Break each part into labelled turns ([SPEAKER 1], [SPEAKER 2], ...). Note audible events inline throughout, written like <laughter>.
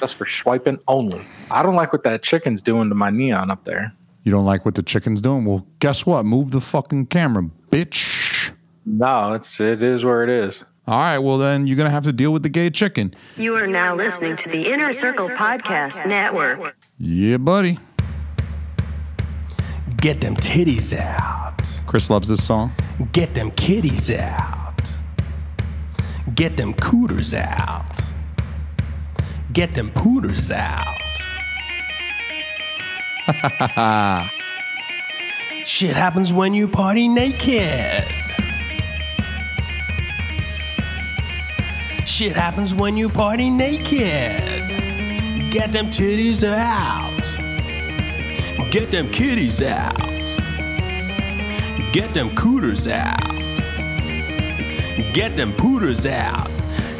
[SPEAKER 1] That's for swiping only. I don't like what that chicken's doing to my neon up there.
[SPEAKER 2] You don't like what the chicken's doing? Well, guess what? Move the fucking camera, bitch.
[SPEAKER 1] No, it's it is where it is.
[SPEAKER 2] All right, well then you're gonna have to deal with the gay chicken.
[SPEAKER 3] You are now listening to the Inner Circle Podcast Network.
[SPEAKER 2] Yeah, buddy.
[SPEAKER 4] Get them titties out.
[SPEAKER 2] Chris loves this song.
[SPEAKER 4] Get them kitties out. Get them cooters out. Get them pooters out. <laughs> Shit happens when you party naked. Shit happens when you party naked. Get them titties out. Get them kitties out. Get them cooters out. Get them pooters out.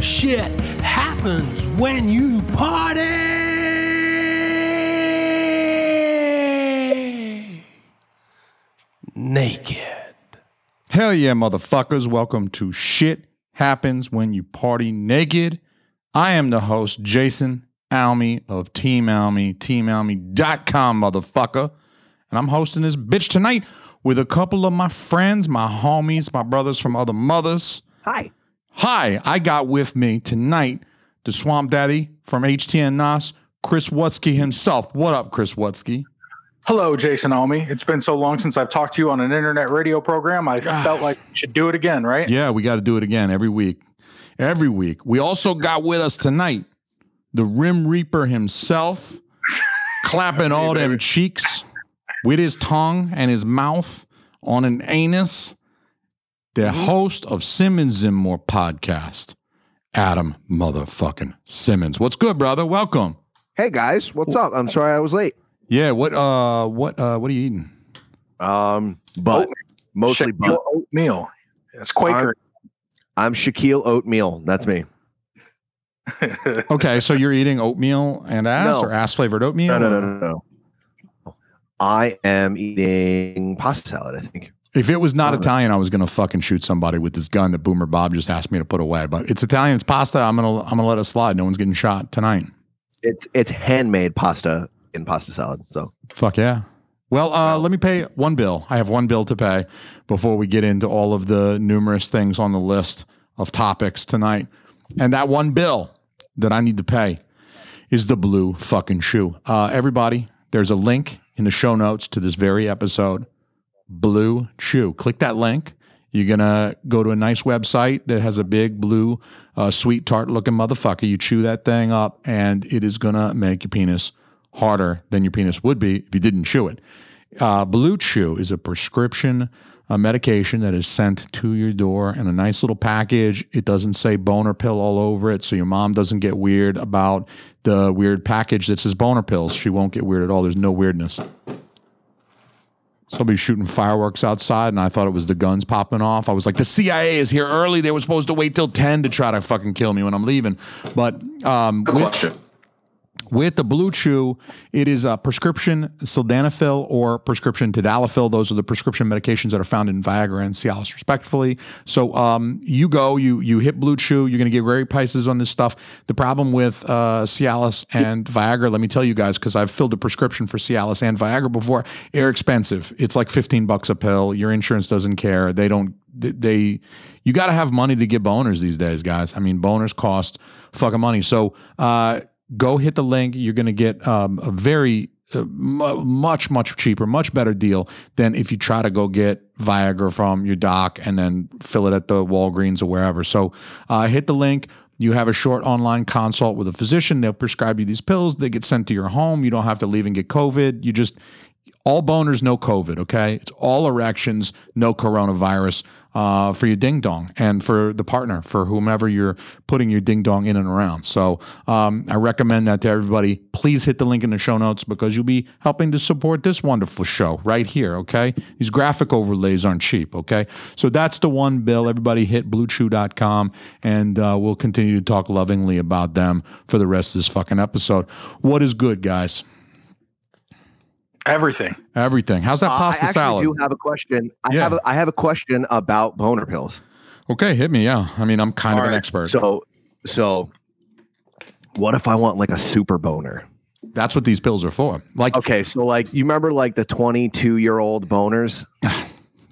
[SPEAKER 4] Shit happens when you party. Naked.
[SPEAKER 2] Hell yeah, motherfuckers. Welcome to Shit Happens When You Party Naked. I am the host, Jason Almy of Team Almy, teamalmy.com, motherfucker. And I'm hosting this bitch tonight with a couple of my friends, my homies, my brothers from other mothers.
[SPEAKER 4] Hi.
[SPEAKER 2] Hi, I got with me tonight the Swamp Daddy from HTN NOS, Chris Wutsky himself. What up, Chris Wutsky?
[SPEAKER 1] Hello, Jason Omi. It's been so long since I've talked to you on an internet radio program. I felt like we should do it again, right?
[SPEAKER 2] Yeah, we got to do it again every week. Every week. We also got with us tonight the Rim Reaper himself, clapping all them cheeks with his tongue and his mouth on an anus. The
[SPEAKER 5] Mm-hmm.
[SPEAKER 2] host of Simmons and More podcast, Adam motherfucking Simmons. What's good, brother? Welcome.
[SPEAKER 5] Hey guys, what's up? I'm sorry I was late.
[SPEAKER 2] Yeah, what uh what uh what are you eating?
[SPEAKER 5] Um, but mostly
[SPEAKER 1] Shaquille
[SPEAKER 5] but.
[SPEAKER 1] oatmeal. It's Quaker.
[SPEAKER 5] I'm Shaquille Oatmeal. That's me.
[SPEAKER 2] Okay, so you're eating oatmeal and ass
[SPEAKER 5] No.
[SPEAKER 2] or ass flavored oatmeal?
[SPEAKER 5] No, no, no, no, no. I am eating pasta salad. I think.
[SPEAKER 2] If it was not
[SPEAKER 5] Love it.
[SPEAKER 2] Italian, I was gonna fucking shoot somebody with this gun that Boomer Bob just asked me to put away. But it's Italian, it's pasta. I'm gonna I'm gonna let it slide. No one's getting shot tonight.
[SPEAKER 5] It's it's handmade pasta in pasta salad. So
[SPEAKER 2] Fuck yeah. Well, uh, let me pay one bill. I have one bill to pay before we get into all of the numerous things on the list of topics tonight. And that one bill that I need to pay is the blue fucking shoe. Uh, everybody, there's a link in the show notes to this very episode. Blue Chew. Click that link. You're going to go to a nice website that has a big blue, uh, sweet tart looking motherfucker. You chew that thing up, and it is going to make your penis harder than your penis would be if you didn't chew it. Uh, blue Chew is a prescription uh, medication that is sent to your door in a nice little package. It doesn't say boner pill all over it, so your mom doesn't get weird about the weird package that says boner pills. She won't get weird at all. There's no weirdness somebody shooting fireworks outside and I thought it was the guns popping off. I was like, the CIA is here early. They were supposed to wait till 10 to try to fucking kill me when I'm leaving. But um, with, with the Blue Chew, it is a prescription sildenafil or prescription tadalafil. Those are the prescription medications that are found in Viagra and Cialis, respectively. So um, you go, you you hit Blue Chew. You're going to get great prices on this stuff. The problem with uh, Cialis and Viagra, let me tell you guys, because I've filled a prescription for Cialis and Viagra before. They're expensive. It's like 15 bucks a pill. Your insurance doesn't care. They don't. th- They, you got to have money to get boners these days, guys. I mean, boners cost fucking money. So. Uh, go hit the link. You're going to get um, a very uh, mu much much cheaper, much better deal than if you try to go get Viagra from your doc and then fill it at the Walgreens or wherever. So uh, hit the link. You have a short online consult with a physician. They'll prescribe you these pills. They get sent to your home. You don't have to leave and get COVID. You just all boners, no COVID. Okay, it's all erections, no coronavirus uh, for your ding dong and for the partner, for whomever you're putting your ding dong in and around. So um, I recommend that to everybody. Please hit the link in the show notes because you'll be helping to support this wonderful show right here. Okay, these graphic overlays aren't cheap. Okay, so that's the one bill. Everybody hit bluechew.com and uh, we'll continue to talk lovingly about them for the rest of this fucking episode. What is good, guys?
[SPEAKER 1] <laughs> Everything.
[SPEAKER 2] Everything. How's that
[SPEAKER 5] Uh, I
[SPEAKER 2] pasta
[SPEAKER 5] actually
[SPEAKER 2] salad?
[SPEAKER 5] do have a question. I
[SPEAKER 2] Yeah.
[SPEAKER 5] have a, I have a question about boner pills.
[SPEAKER 2] Okay, hit me. Yeah, I mean, I'm kind of
[SPEAKER 1] All
[SPEAKER 2] an
[SPEAKER 1] right,
[SPEAKER 2] expert.
[SPEAKER 5] So so What if I want like a super boner?
[SPEAKER 2] That's what these pills are for. Like,
[SPEAKER 5] Okay, so like you remember like the 22 year old boners?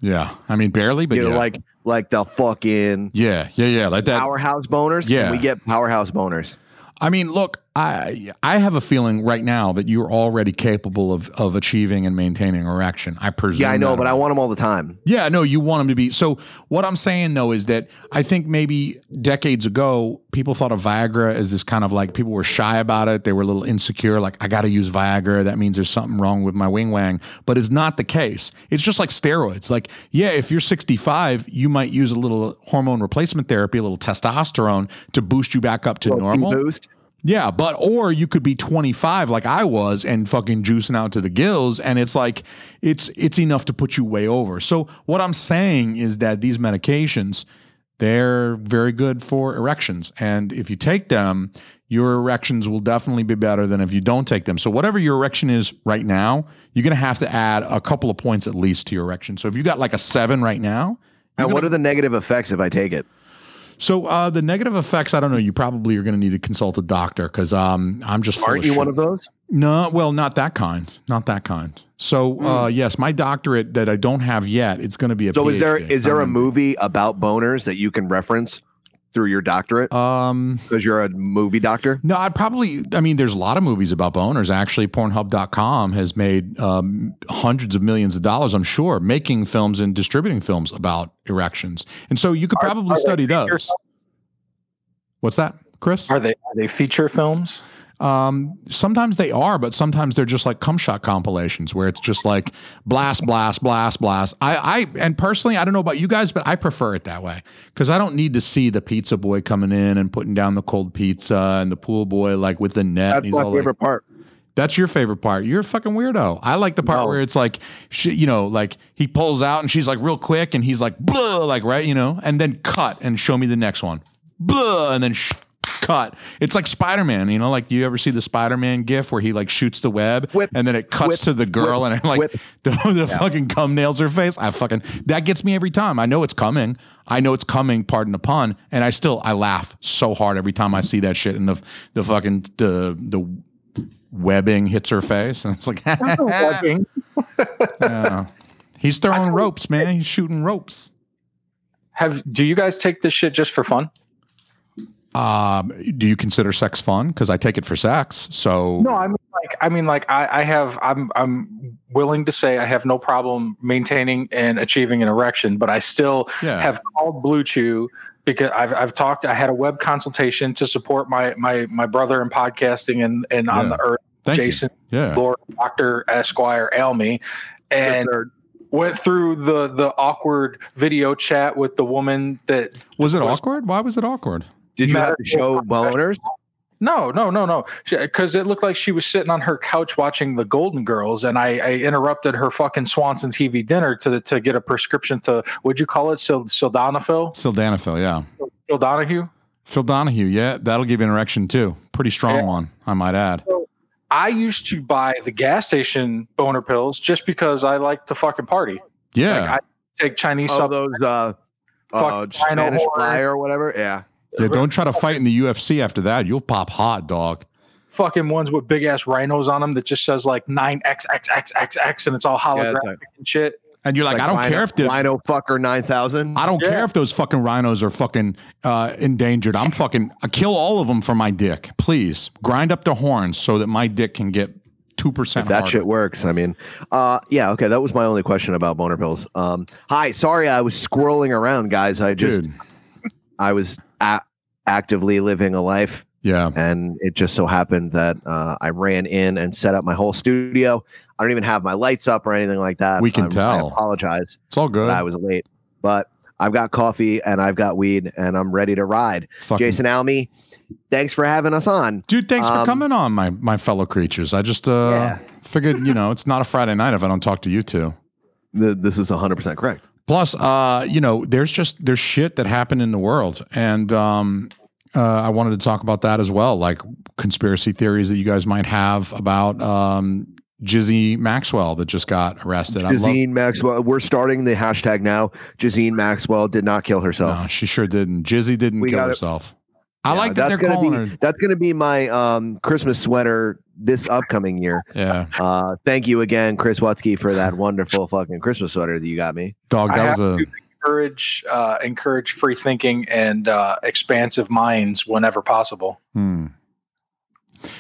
[SPEAKER 2] yeah, I mean barely, but
[SPEAKER 5] You know,
[SPEAKER 2] yeah,
[SPEAKER 5] like like the fucking
[SPEAKER 2] yeah, yeah, yeah, like that.
[SPEAKER 5] powerhouse boners.
[SPEAKER 2] Yeah.
[SPEAKER 5] Can we get powerhouse boners?
[SPEAKER 2] I mean, look, I I have a feeling right now that you're already capable of of achieving and maintaining erection. I presume.
[SPEAKER 5] Yeah, I know,
[SPEAKER 2] that
[SPEAKER 5] but I want them all the time.
[SPEAKER 2] Yeah, no, you want them to be. So what I'm saying though is that I think maybe decades ago people thought of Viagra as this kind of like people were shy about it. They were a little insecure, like I got to use Viagra. That means there's something wrong with my wing wang. But it's not the case. It's just like steroids. Like yeah, if you're 65, you might use a little hormone replacement therapy, a little testosterone to boost you back up to normal.
[SPEAKER 5] Boost.
[SPEAKER 2] Yeah, but or you could be 25 like I was and fucking juicing out to the gills and it's like it's it's enough to put you way over. So what I'm saying is that these medications they're very good for erections and if you take them your erections will definitely be better than if you don't take them. So whatever your erection is right now, you're going to have to add a couple of points at least to your erection. So if you got like a 7 right now,
[SPEAKER 5] And what are the negative effects if I take it?
[SPEAKER 2] Oh, so uh, the negative effects, I don't know. You probably are going to need to consult a doctor because um, I'm just full
[SPEAKER 5] Aren't
[SPEAKER 2] of
[SPEAKER 5] you
[SPEAKER 2] shit.
[SPEAKER 5] one of those?
[SPEAKER 2] No, well, not that kind. Not that kind. So,
[SPEAKER 5] Hmm.
[SPEAKER 2] uh, yes, my doctorate that I don't have yet, it's going to be a.
[SPEAKER 5] So is there
[SPEAKER 2] PhD.
[SPEAKER 5] is there a
[SPEAKER 2] Um,
[SPEAKER 5] movie about boners that you can reference through your doctorate
[SPEAKER 2] Um,
[SPEAKER 5] because you're a movie doctor?
[SPEAKER 2] no, I'd probably. I mean, there's a lot of movies about boners. Actually, Pornhub.com has made um, hundreds of millions of dollars. I'm sure making films and distributing films about erections, and so you could
[SPEAKER 1] Are-
[SPEAKER 2] probably
[SPEAKER 1] are they
[SPEAKER 2] study
[SPEAKER 1] feature
[SPEAKER 2] those. What's that, Chris?
[SPEAKER 1] Are they are they feature films?
[SPEAKER 2] Um, sometimes they are, but sometimes they're just like cum shot compilations where it's just like blast, blast, blast, blast. I, I, and personally, I don't know about you guys, but I prefer it that way because I don't need to see the pizza boy coming in and putting down the cold pizza and the pool boy like with the net. and
[SPEAKER 5] That's
[SPEAKER 2] he's
[SPEAKER 5] my
[SPEAKER 2] all like-
[SPEAKER 5] favorite part.
[SPEAKER 2] that's your favorite part. You're a fucking weirdo. I like the part
[SPEAKER 1] No.
[SPEAKER 2] where it's like, she, you know, like he pulls out and she's like real quick and he's like, blah, like, right, you know, and then cut and show me the next one. Blah, and then sh- cut. It's like Spider Man, you know, like you ever see the Spider Man gif where he like shoots the web
[SPEAKER 5] Whip,
[SPEAKER 2] and then it cuts
[SPEAKER 5] whip,
[SPEAKER 2] to the girl
[SPEAKER 5] whip,
[SPEAKER 2] and it like
[SPEAKER 5] whip.
[SPEAKER 2] <laughs> the, the fucking cum nails her face. I fucking, that gets me every time. I know it's coming. I know it's coming, pardon the pun. And I still, I laugh so hard every time I see that shit and the, the fucking, the, the, webbing hits her face, and it's like, <laughs>
[SPEAKER 1] Fucking-
[SPEAKER 2] Yeah. he's throwing ropes, man. He's shooting ropes.
[SPEAKER 1] Have do you guys take this shit just for fun?
[SPEAKER 2] Um, do you consider sex fun? Because I take it for sex. So
[SPEAKER 1] No, I mean like I mean like I, I have I'm I'm willing to say I have no problem maintaining and achieving an erection, but I still
[SPEAKER 2] Yeah.
[SPEAKER 1] have called Blue Chew because I've I've talked I had a web consultation to support my my my brother in podcasting and and on
[SPEAKER 2] Yeah.
[SPEAKER 1] the earth
[SPEAKER 2] thank you.
[SPEAKER 1] Jason
[SPEAKER 2] Yeah.
[SPEAKER 1] Lord Dr. Esquire Elmy and went through the the awkward video chat with the woman that
[SPEAKER 2] Was it
[SPEAKER 1] was-
[SPEAKER 2] awkward? Why was it awkward?
[SPEAKER 5] Did you have
[SPEAKER 1] Medical
[SPEAKER 5] to show boners?
[SPEAKER 1] No, no, no, no. Because it looked like she was sitting on her couch watching The Golden Girls, and I, I interrupted her fucking Swanson TV dinner to to get a prescription to would you call it Sil- sildenafil?
[SPEAKER 2] Phil Danafil, yeah.
[SPEAKER 1] Phil Donahue?
[SPEAKER 2] Phil Donahue, yeah. That'll give you an erection too. Pretty strong
[SPEAKER 1] Yeah.
[SPEAKER 2] one, I might add.
[SPEAKER 1] I used to buy the gas station boner pills just because I like to fucking party.
[SPEAKER 2] Yeah.
[SPEAKER 1] Like I take Chinese
[SPEAKER 5] Oh,
[SPEAKER 1] sub-
[SPEAKER 5] those uh, uh,
[SPEAKER 1] Fuck China
[SPEAKER 5] Spanish
[SPEAKER 1] whore.
[SPEAKER 5] fly or whatever. Yeah.
[SPEAKER 2] yeah. Don't try to fight in the UFC after that. You'll pop hot, dog.
[SPEAKER 1] fucking ones with big ass rhinos on them that just says like nine X X X X X and it's all
[SPEAKER 5] Yeah,
[SPEAKER 1] holographic
[SPEAKER 5] it's like-
[SPEAKER 1] and shit.
[SPEAKER 2] And you're like, I don't
[SPEAKER 5] rhino,
[SPEAKER 2] care if the
[SPEAKER 5] rhino fucker nine thousand.
[SPEAKER 2] I don't
[SPEAKER 1] Yeah.
[SPEAKER 2] care if those fucking rhinos are fucking uh, endangered. I'm fucking I kill all of them for my dick. Please grind up the horns so that my dick can get two percent.
[SPEAKER 5] That shit works. I mean, uh, yeah, okay. That was my only question about boner pills. Um, hi, sorry, I was squirreling around, guys. I just
[SPEAKER 2] dude.
[SPEAKER 5] I was a- actively living a life,
[SPEAKER 2] Yeah,
[SPEAKER 5] and it just so happened that uh, I ran in and set up my whole studio. I don't even have my lights up or anything like that.
[SPEAKER 2] We can
[SPEAKER 5] I'm-
[SPEAKER 2] tell.
[SPEAKER 5] I apologize
[SPEAKER 2] it's all
[SPEAKER 5] that
[SPEAKER 2] good.
[SPEAKER 5] I was late, but I've got coffee and I've got weed and I'm ready to ride.
[SPEAKER 2] Fucking-
[SPEAKER 5] Jason Almy, thanks for having us on.
[SPEAKER 2] dude, thanks for
[SPEAKER 5] um,
[SPEAKER 2] coming on, my my fellow creatures. I just uh,
[SPEAKER 5] Yeah.
[SPEAKER 2] figured you know it's not a Friday night if I don't talk to you two.
[SPEAKER 5] Th- This is 100% correct.
[SPEAKER 2] Plus, uh, you know, there's just there's shit that happened in the world, and um, uh, I wanted to talk about that as well, like conspiracy theories that you guys might have about um, Jizzy Maxwell that just got arrested.
[SPEAKER 5] Jazine Maxwell. We're starting the hashtag now. Jazine Maxwell did not kill herself.
[SPEAKER 2] no, she sure didn't. Jizzy didn't
[SPEAKER 5] We
[SPEAKER 2] kill
[SPEAKER 5] gotta-
[SPEAKER 2] herself. I
[SPEAKER 5] Yeah,
[SPEAKER 2] like that they're
[SPEAKER 5] that's gonna
[SPEAKER 2] calling
[SPEAKER 5] be,
[SPEAKER 2] her.
[SPEAKER 5] That's going to be my um, Christmas sweater this upcoming year.
[SPEAKER 2] Yeah,
[SPEAKER 5] Uh, thank you again, Chris Watsky, for that wonderful fucking Christmas sweater that you got me.
[SPEAKER 2] dog.
[SPEAKER 1] I
[SPEAKER 2] That
[SPEAKER 1] have
[SPEAKER 2] was a
[SPEAKER 1] to encourage uh, encourage free thinking and uh, expansive minds whenever possible.
[SPEAKER 2] Hmm.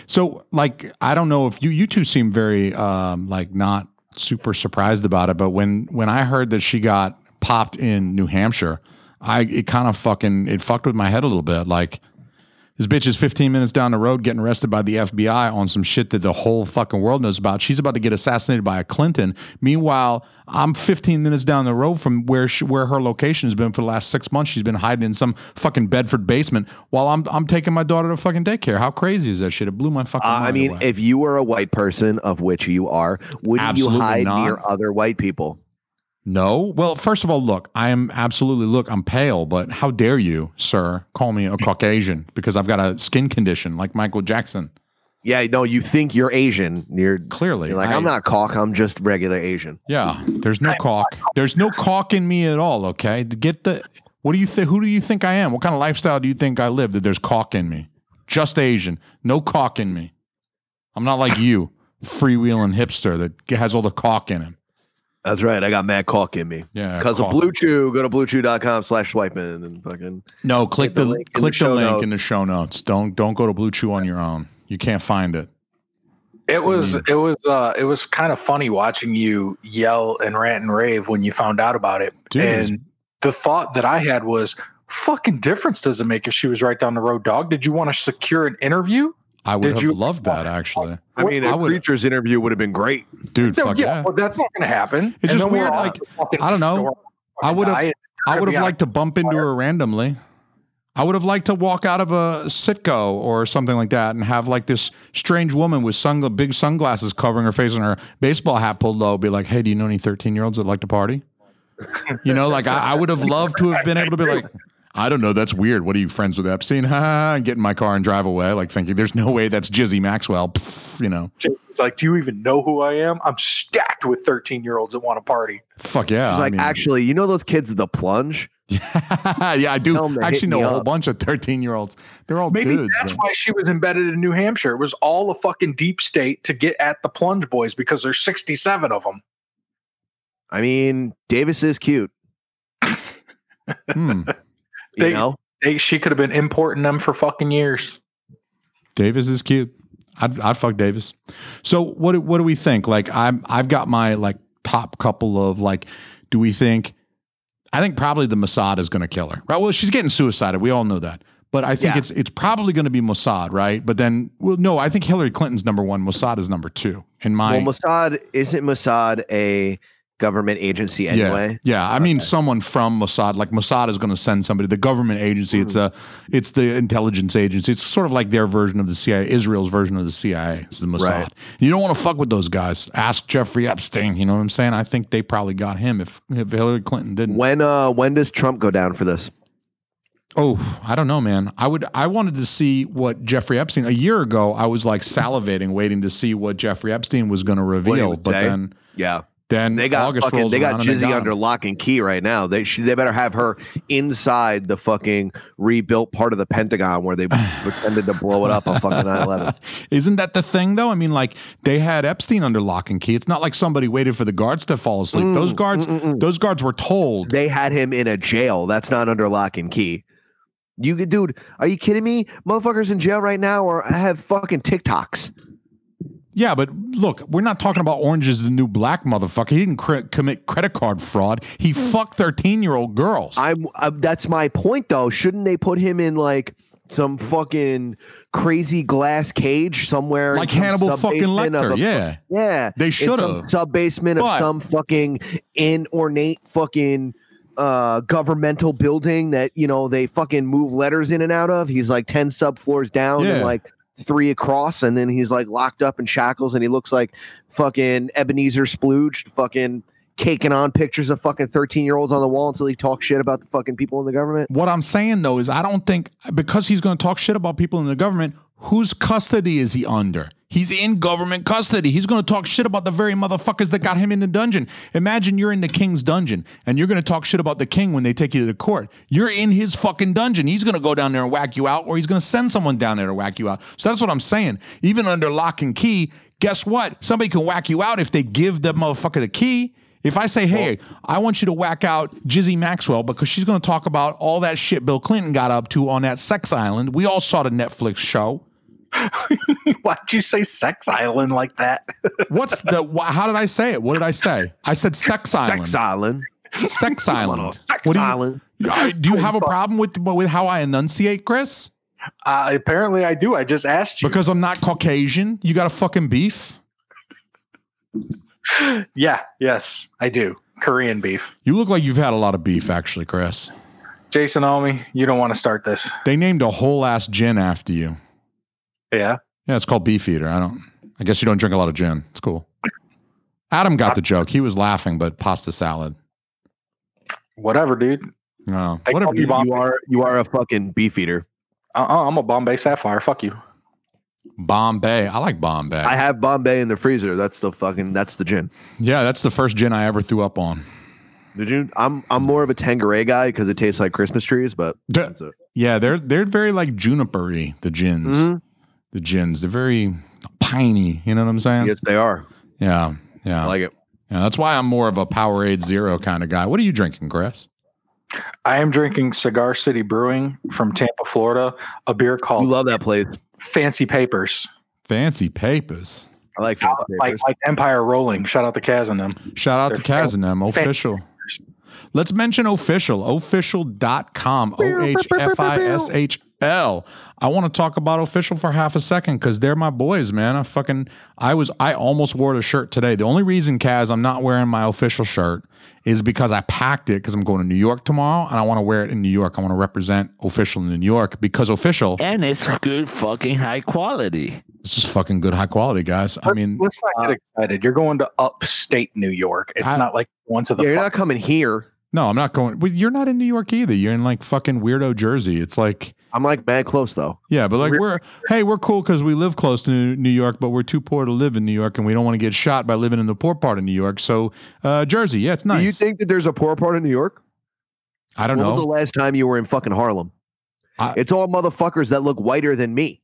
[SPEAKER 2] So, like, I don't know if you you two seem very um, like not super surprised about it, but when when I heard that she got popped in New Hampshire, I it kind of fucking it fucked with my head a little bit. Like, this bitch is 15 minutes down the road getting arrested by the FBI on some shit that the whole fucking world knows about. She's about to get assassinated by a Clinton. Meanwhile, I'm 15 minutes down the road from where she, where her location has been for the last six months. She's been hiding in some fucking Bedford basement while I'm I'm taking my daughter to fucking daycare. How crazy is that shit? It blew my fucking.
[SPEAKER 5] Uh, I
[SPEAKER 2] mind
[SPEAKER 5] mean,
[SPEAKER 2] away.
[SPEAKER 5] if you were a white person, of which you are, would you
[SPEAKER 2] Absolutely
[SPEAKER 5] hide
[SPEAKER 2] not.
[SPEAKER 5] near other white people?
[SPEAKER 2] No. Well, first of all, look, I am absolutely look, I'm pale, but how dare you, sir, call me a Caucasian because I've got a skin condition like Michael Jackson.
[SPEAKER 5] Yeah, no, you think you're Asian. You're,
[SPEAKER 2] Clearly.
[SPEAKER 5] you're like, I,
[SPEAKER 2] I-
[SPEAKER 5] am not cock. I'm just regular Asian.
[SPEAKER 2] Yeah. There's no caulk. There's no caulk in me at all, okay? Get the what do you think who do you think I am? What kind of lifestyle do you think I live that there's caulk in me? Just Asian. No caulk in me. I'm not like you, freewheeling hipster that has all the caulk in him.
[SPEAKER 5] That's right. I got mad cock in me.
[SPEAKER 2] Yeah.
[SPEAKER 5] Because of
[SPEAKER 2] caulk.
[SPEAKER 5] Blue Chew, go to bluechew.com slash swiping and fucking.
[SPEAKER 2] No, click
[SPEAKER 5] the
[SPEAKER 2] the,
[SPEAKER 5] link in
[SPEAKER 2] click
[SPEAKER 5] the
[SPEAKER 2] the,
[SPEAKER 5] show
[SPEAKER 2] link
[SPEAKER 5] notes.
[SPEAKER 2] in the show notes. Don't don't go to Blue Chew on your own. You can't find it.
[SPEAKER 1] It was it was uh, it was kind of funny watching you yell and rant and rave when you found out about it.
[SPEAKER 2] Dude, it was-
[SPEAKER 1] and the thought that I had was, fucking difference does it make if she was right down the road, dog? Did you want to secure an interview?
[SPEAKER 2] I would
[SPEAKER 1] Did
[SPEAKER 2] have
[SPEAKER 1] you-
[SPEAKER 2] loved
[SPEAKER 5] <laughs>
[SPEAKER 2] that actually.
[SPEAKER 5] I mean,
[SPEAKER 2] I
[SPEAKER 5] a
[SPEAKER 2] would- Oh,
[SPEAKER 5] preacher's interview would have been great.
[SPEAKER 2] Dude,
[SPEAKER 1] No,
[SPEAKER 2] fuck
[SPEAKER 1] yeah,
[SPEAKER 2] yeah.
[SPEAKER 1] well, that's not going to happen. And
[SPEAKER 2] just
[SPEAKER 1] then we're
[SPEAKER 2] weird,
[SPEAKER 1] all
[SPEAKER 2] like,
[SPEAKER 1] fucking
[SPEAKER 2] I don't know.
[SPEAKER 1] store-
[SPEAKER 2] I would've-
[SPEAKER 1] fucking diet.
[SPEAKER 2] I would
[SPEAKER 1] Gotta be
[SPEAKER 2] have liked to bump into
[SPEAKER 1] fire.
[SPEAKER 2] her randomly. I would have liked to walk out of a Sitco or something like that and have like this strange woman with sungla- big sunglasses covering her face and her baseball hat pulled low, be like, hey, do you know any 13 year olds that like to party? You know, like I, I would have loved to have been able to be like, I don't know, that's weird. What are you friends with Epstein? <laughs> Ha, ha, ha, and get in my car and drive away. Like thinking, there's no way that's Jizzy Maxwell. Pff, you know,
[SPEAKER 1] It's like, do you even know who I am? I'm stacked with 13 year olds that want to party.
[SPEAKER 2] fuck yeah.
[SPEAKER 5] It's
[SPEAKER 2] I
[SPEAKER 5] like,
[SPEAKER 2] mean-
[SPEAKER 5] actually, you know those kids at the plunge?
[SPEAKER 2] <laughs> yeah, I do
[SPEAKER 5] Tell 'em to
[SPEAKER 2] actually
[SPEAKER 5] hit
[SPEAKER 2] know
[SPEAKER 5] me
[SPEAKER 2] a whole
[SPEAKER 5] up.
[SPEAKER 2] bunch of 13 year olds. They're all
[SPEAKER 1] Maybe
[SPEAKER 2] dudes.
[SPEAKER 1] that's
[SPEAKER 2] Oh, but-
[SPEAKER 1] why she was embedded in New Hampshire. It was all a fucking deep state to get at the plunge boys because there's 67 of them.
[SPEAKER 5] I mean, Davis is cute.
[SPEAKER 2] Hmm.
[SPEAKER 5] You
[SPEAKER 1] They-
[SPEAKER 5] know?
[SPEAKER 1] They, she could have been importing them for fucking years. <laughs>
[SPEAKER 2] Davis is cute. I'd, I'd fuck Davis. So what do- what do we think? Like I'm I've got my like top couple of like. Do we think? I think probably the Mossad is going to kill her. Right. Well, she's getting suicided. We all know that. But I think
[SPEAKER 5] Yeah.
[SPEAKER 2] it's it's probably going to be Mossad, right? But then, well, no, I think Hillary Clinton's number one. Mossad is number two in my.
[SPEAKER 5] Well, Mossad, isn't Mossad a government agency anyway?
[SPEAKER 2] Yeah, yeah. I mean, someone from Mossad, like Mossad, is going to send somebody. The government agency, it's a,
[SPEAKER 5] Mm-hmm.
[SPEAKER 2] it's the intelligence agency. It's sort of like their version of the CIA, Israel's version of the CIA is the Mossad.
[SPEAKER 5] Right.
[SPEAKER 2] You don't want to fuck with those guys. Ask Jeffrey Epstein. You know what I'm saying? I think they probably got him if, if Hillary Clinton didn't.
[SPEAKER 5] When uh when does Trump go down for this?
[SPEAKER 2] Oh, I don't know, man. I would. I wanted to see what Jeffrey Epstein. A year ago, I was like salivating, waiting to see what Jeffrey Epstein was going to reveal.
[SPEAKER 5] would
[SPEAKER 2] But
[SPEAKER 5] say.
[SPEAKER 2] then,
[SPEAKER 5] Yeah.
[SPEAKER 2] then
[SPEAKER 5] They got
[SPEAKER 2] August
[SPEAKER 5] fucking,
[SPEAKER 2] rolls
[SPEAKER 5] they got
[SPEAKER 2] around and
[SPEAKER 5] Jizzy
[SPEAKER 2] got him.
[SPEAKER 5] under lock and key right now. They she, they better have her inside the fucking rebuilt part of the Pentagon where
[SPEAKER 2] <sighs>
[SPEAKER 5] they pretended to blow it up on fucking 9/11.
[SPEAKER 2] <laughs> Isn't that the thing, though? I mean, like they had Epstein under lock and key. It's not like somebody waited for the guards to fall asleep. those
[SPEAKER 5] Mm,
[SPEAKER 2] guards, those guards were told.
[SPEAKER 5] They had him in a jail. That's not under lock and key. You could, dude, are you kidding me? Motherfuckers in jail right now or have fucking TikToks.
[SPEAKER 2] yeah, but look, we're not talking about Orange is the New Black, motherfucker. He didn't cre- commit credit card fraud. He fucked thirteen-year-old girls.
[SPEAKER 5] I'm, Mm. i that's my point though. Shouldn't they put him in like some fucking crazy glass cage somewhere, in
[SPEAKER 2] like
[SPEAKER 5] some
[SPEAKER 2] Hannibal fucking
[SPEAKER 5] sub-basement of
[SPEAKER 2] Lecter.
[SPEAKER 5] a-
[SPEAKER 2] yeah,
[SPEAKER 5] yeah.
[SPEAKER 2] They
[SPEAKER 5] in some
[SPEAKER 2] should've.
[SPEAKER 5] sub-basement
[SPEAKER 2] But-
[SPEAKER 5] of some fucking inornate fucking uh governmental building that you know they fucking move letters in and out of. He's like ten subfloors down
[SPEAKER 2] Yeah.
[SPEAKER 5] and like three across, and then he's like locked up in shackles, and he looks like fucking Ebenezer Splooge, fucking caking on pictures of fucking 13 year olds on the wall until he talks shit about the fucking people in the government.
[SPEAKER 2] What I'm saying though is I don't think because he's going to talk shit about people in the government, whose custody is he under? He's in government custody. He's going to talk shit about the very motherfuckers that got him in the dungeon. Imagine you're in the king's dungeon and you're going to talk shit about the king when they take you to the court. You're in his fucking dungeon. He's going to go down there and whack you out, or he's going to send someone down there to whack you out. So that's what I'm saying. Even under lock and key, guess what? Somebody can whack you out if they give the motherfucker the key. If I say, hey, I want you to whack out Jizzy Maxwell because she's going to talk about all that shit Bill Clinton got up to on that sex island, we all saw the Netflix show.
[SPEAKER 1] Why'd you say sex island like that? <laughs>
[SPEAKER 2] What's the, <laughs> wh- how did I say it? What did I say? I said sex island.
[SPEAKER 5] Sex Island.
[SPEAKER 2] Sex island.
[SPEAKER 5] Sex
[SPEAKER 2] What do you-
[SPEAKER 5] Island.
[SPEAKER 2] I- do you have a problem with, with how I enunciate, Chris?
[SPEAKER 1] Uh, apparently, I do. I just asked you.
[SPEAKER 2] Because I'm not Caucasian. You got a fucking beef?
[SPEAKER 1] yeah, yes, I do. Korean beef.
[SPEAKER 2] You look like you've had a lot of beef, actually, Chris.
[SPEAKER 1] Jason Omi, you don't want to start this.
[SPEAKER 2] They named a whole ass gin after you.
[SPEAKER 1] Yeah.
[SPEAKER 2] Yeah, it's called Beef Eater. I don't. I guess you don't drink a lot of gin. It's cool. Adam got the joke. He was laughing, but pasta salad.
[SPEAKER 1] Whatever, dude.
[SPEAKER 2] No,
[SPEAKER 1] They
[SPEAKER 2] whatever.
[SPEAKER 1] call me Bombay.
[SPEAKER 5] You are you are a fucking beef eater.
[SPEAKER 1] Uh-uh, I'm a Bombay Sapphire. Fuck you.
[SPEAKER 2] Bombay. I like Bombay.
[SPEAKER 5] I have Bombay in the freezer. That's the fucking that's the gin.
[SPEAKER 2] yeah, that's the first gin I ever threw up on.
[SPEAKER 5] Did you? I'm I'm more of a Tangeray guy because it tastes like Christmas trees, but
[SPEAKER 2] D-
[SPEAKER 5] that's it.
[SPEAKER 2] Yeah, they're they're very like junipery. The gins,
[SPEAKER 5] Mhm.
[SPEAKER 1] Mm-hmm.
[SPEAKER 2] the gins. They're very piney. You know what I'm saying?
[SPEAKER 5] Yes, they are.
[SPEAKER 2] Yeah, yeah,
[SPEAKER 5] I like it.
[SPEAKER 2] yeah. That's why I'm more of a Powerade Zero kind of guy. What are you drinking, Chris?
[SPEAKER 1] I am drinking Cigar City Brewing from Tampa, Florida, a beer
[SPEAKER 5] You
[SPEAKER 1] called
[SPEAKER 5] love that place.
[SPEAKER 1] Fancy Papers.
[SPEAKER 2] Fancy papers.
[SPEAKER 5] I like that.
[SPEAKER 1] Like, like Empire Rolling. Shout out to Kaz and them.
[SPEAKER 2] Shout out
[SPEAKER 1] They're
[SPEAKER 2] to Kaz and them,
[SPEAKER 1] fa-
[SPEAKER 2] official. Let's mention official, official.com, O H F I S H L. I want to talk about official for half a second because they're my boys, man. I fucking, I was, I almost wore the shirt today. The only reason, Kaz, I'm not wearing my official shirt is because I packed it because I'm going to New York tomorrow and I want to wear it in New York. I want to represent official in New York because official
[SPEAKER 6] And it's good fucking high quality.
[SPEAKER 2] is just fucking good, high quality, guys. I mean,
[SPEAKER 1] Let's not get excited. You're going to upstate New York. It's
[SPEAKER 2] I-
[SPEAKER 1] not like once of the
[SPEAKER 5] yeah, you're
[SPEAKER 1] fuck-
[SPEAKER 5] not coming here.
[SPEAKER 2] no, I'm not going, well, you're not in New York either. You're in like fucking weirdo Jersey. It's like,
[SPEAKER 5] I'm like mad close though.
[SPEAKER 2] Yeah, but like
[SPEAKER 1] We're-
[SPEAKER 2] we're, hey, we're cool because we live close to New- New York, but we're too poor to live in New York, and we don't want to get shot by living in the poor part of New York. So uh, Jersey, yeah, it's nice.
[SPEAKER 5] Do you think that there's a poor part of New York?
[SPEAKER 2] I don't
[SPEAKER 5] when
[SPEAKER 2] know.
[SPEAKER 5] was the last time you were in fucking Harlem?
[SPEAKER 2] I-
[SPEAKER 5] it's all motherfuckers that look whiter than me.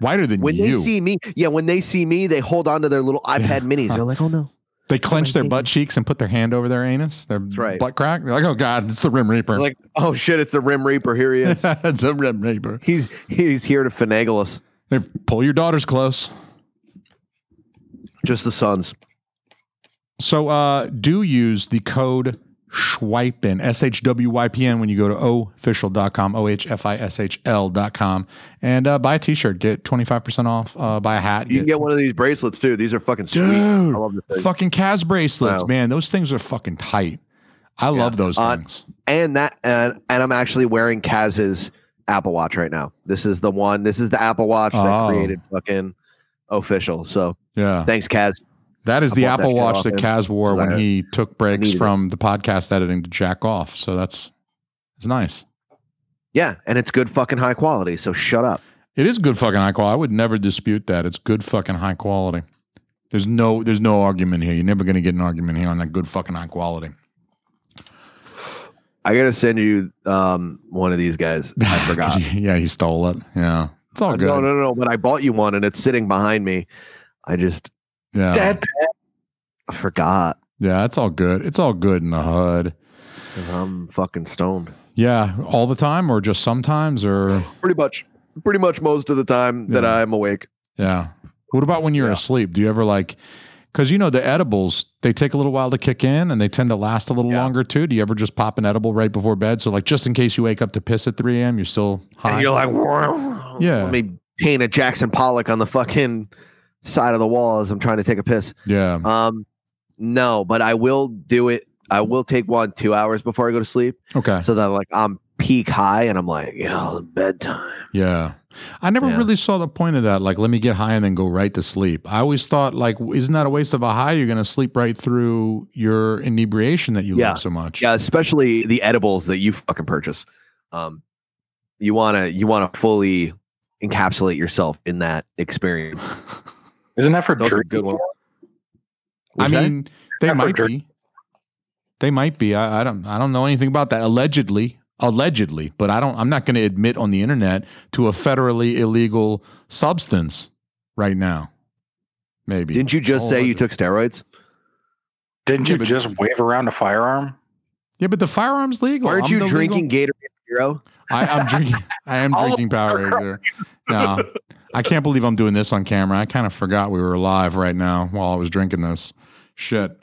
[SPEAKER 2] Whiter than
[SPEAKER 5] When
[SPEAKER 2] you.
[SPEAKER 5] they see me, yeah, when they see me, they hold on to their little iPad minis. They're
[SPEAKER 2] <laughs>
[SPEAKER 5] like, oh no.
[SPEAKER 2] they clench their butt cheeks and put their hand over their anus, their
[SPEAKER 5] right.
[SPEAKER 2] butt crack. They're like, oh god, it's the Rim Reaper.
[SPEAKER 5] They're like, oh shit, it's the Rim Reaper. Here he is.
[SPEAKER 2] <laughs> it's a Rim Reaper.
[SPEAKER 5] he's he's here to finagle us.
[SPEAKER 2] They pull your daughters close.
[SPEAKER 5] Just the sons.
[SPEAKER 2] So uh, do use the code SHWYPN, S H W Y P N, when you go to official.com, O H F I S H L.com, and uh, buy a t shirt. Get 25% off. Uh, buy a hat.
[SPEAKER 5] You can get one of these bracelets too. These are fucking sweet.
[SPEAKER 2] Dude,
[SPEAKER 5] I love this thing.
[SPEAKER 2] fucking Kaz bracelets,
[SPEAKER 5] Wow.
[SPEAKER 2] man. Those things are fucking tight. I love those
[SPEAKER 5] Uh,
[SPEAKER 2] things.
[SPEAKER 5] and that and, and I'm actually wearing Kaz's Apple Watch right now. This is the one. This is the Apple Watch
[SPEAKER 2] Oh.
[SPEAKER 5] that created fucking official. So
[SPEAKER 2] Yeah,
[SPEAKER 5] thanks, Kaz.
[SPEAKER 2] that is
[SPEAKER 5] I
[SPEAKER 2] the
[SPEAKER 5] bought that
[SPEAKER 2] Apple
[SPEAKER 5] shit
[SPEAKER 2] Watch
[SPEAKER 5] off
[SPEAKER 2] that
[SPEAKER 5] him
[SPEAKER 2] Kaz wore
[SPEAKER 5] 'cause I
[SPEAKER 2] when he took breaks
[SPEAKER 5] needed it.
[SPEAKER 2] from the podcast editing to jack off. So that's it's nice.
[SPEAKER 5] Yeah, and it's good fucking high quality. So shut up.
[SPEAKER 2] It is good fucking high quality. I would never dispute that. It's good fucking high quality. There's no there's no argument here. You're never gonna get an argument here on that good fucking high quality.
[SPEAKER 5] I gotta send you um one of these guys.
[SPEAKER 2] <laughs>
[SPEAKER 5] I forgot.
[SPEAKER 2] yeah, he stole it. Yeah, it's all good.
[SPEAKER 5] No, no, no, no. But I bought you one, and it's sitting behind me. I just
[SPEAKER 2] Yeah,
[SPEAKER 1] Dad,
[SPEAKER 5] I forgot.
[SPEAKER 2] yeah, it's all good. It's all good in the hood.
[SPEAKER 5] 'cause I'm fucking stoned.
[SPEAKER 2] Yeah, all the time or just sometimes or
[SPEAKER 5] Pretty much, pretty much most of the time that
[SPEAKER 2] Yeah.
[SPEAKER 5] I'm awake.
[SPEAKER 2] yeah. What about when you're
[SPEAKER 5] Yeah.
[SPEAKER 2] asleep? Do you ever like cuz you know the edibles, they take a little while to kick in and they tend to last a little
[SPEAKER 5] Yeah.
[SPEAKER 2] longer too. Do you ever just pop an edible right before bed so like just in case you wake up to piss at 3 a.m., you're still high?
[SPEAKER 5] And you're like, <laughs>
[SPEAKER 2] Yeah.
[SPEAKER 5] Let me paint a Jackson Pollock on the fucking side of the wall as I'm trying to take a piss.
[SPEAKER 2] yeah.
[SPEAKER 5] Um, no, but I will do it. I will take one two hours before I go to sleep,
[SPEAKER 2] Okay.
[SPEAKER 5] so that like I'm peak high and I'm like, yo, bedtime.
[SPEAKER 2] Yeah. I never
[SPEAKER 5] Yeah.
[SPEAKER 2] really saw the point of that. Like, let me get high and then go right to sleep. I always thought, like, w- isn't that a waste of a high? You're going to sleep right through your inebriation that you
[SPEAKER 5] Yeah.
[SPEAKER 2] love so much.
[SPEAKER 5] Yeah, especially the edibles that you fucking purchase. Um, <laughs> you wanna you wanna fully encapsulate yourself in that experience.
[SPEAKER 1] Isn't that for
[SPEAKER 7] That was a
[SPEAKER 1] Dream?
[SPEAKER 7] good one.
[SPEAKER 2] I
[SPEAKER 5] Okay.
[SPEAKER 2] mean, they
[SPEAKER 1] I've heard
[SPEAKER 2] might
[SPEAKER 1] dirt.
[SPEAKER 2] be. They might be. I, I don't. I don't know anything about that. Allegedly, allegedly, but I don't. I'm not going to admit on the internet to a federally illegal substance right now. Maybe
[SPEAKER 5] Didn't you just
[SPEAKER 2] All
[SPEAKER 5] say you
[SPEAKER 2] alleged.
[SPEAKER 5] took steroids?
[SPEAKER 1] Didn't
[SPEAKER 2] Yeah,
[SPEAKER 1] you
[SPEAKER 2] but-
[SPEAKER 1] just wave around a firearm?
[SPEAKER 2] Yeah, but the firearms legal.
[SPEAKER 5] Aren't
[SPEAKER 2] I'm
[SPEAKER 5] you
[SPEAKER 2] the legal-
[SPEAKER 5] drinking Gatorade Zero?
[SPEAKER 2] I, I'm
[SPEAKER 5] <laughs>
[SPEAKER 2] drinking. I am
[SPEAKER 1] All
[SPEAKER 2] drinking Powerade. here. No, I can't believe I'm doing this on camera. I kind of forgot we were live right now while I was drinking this shit.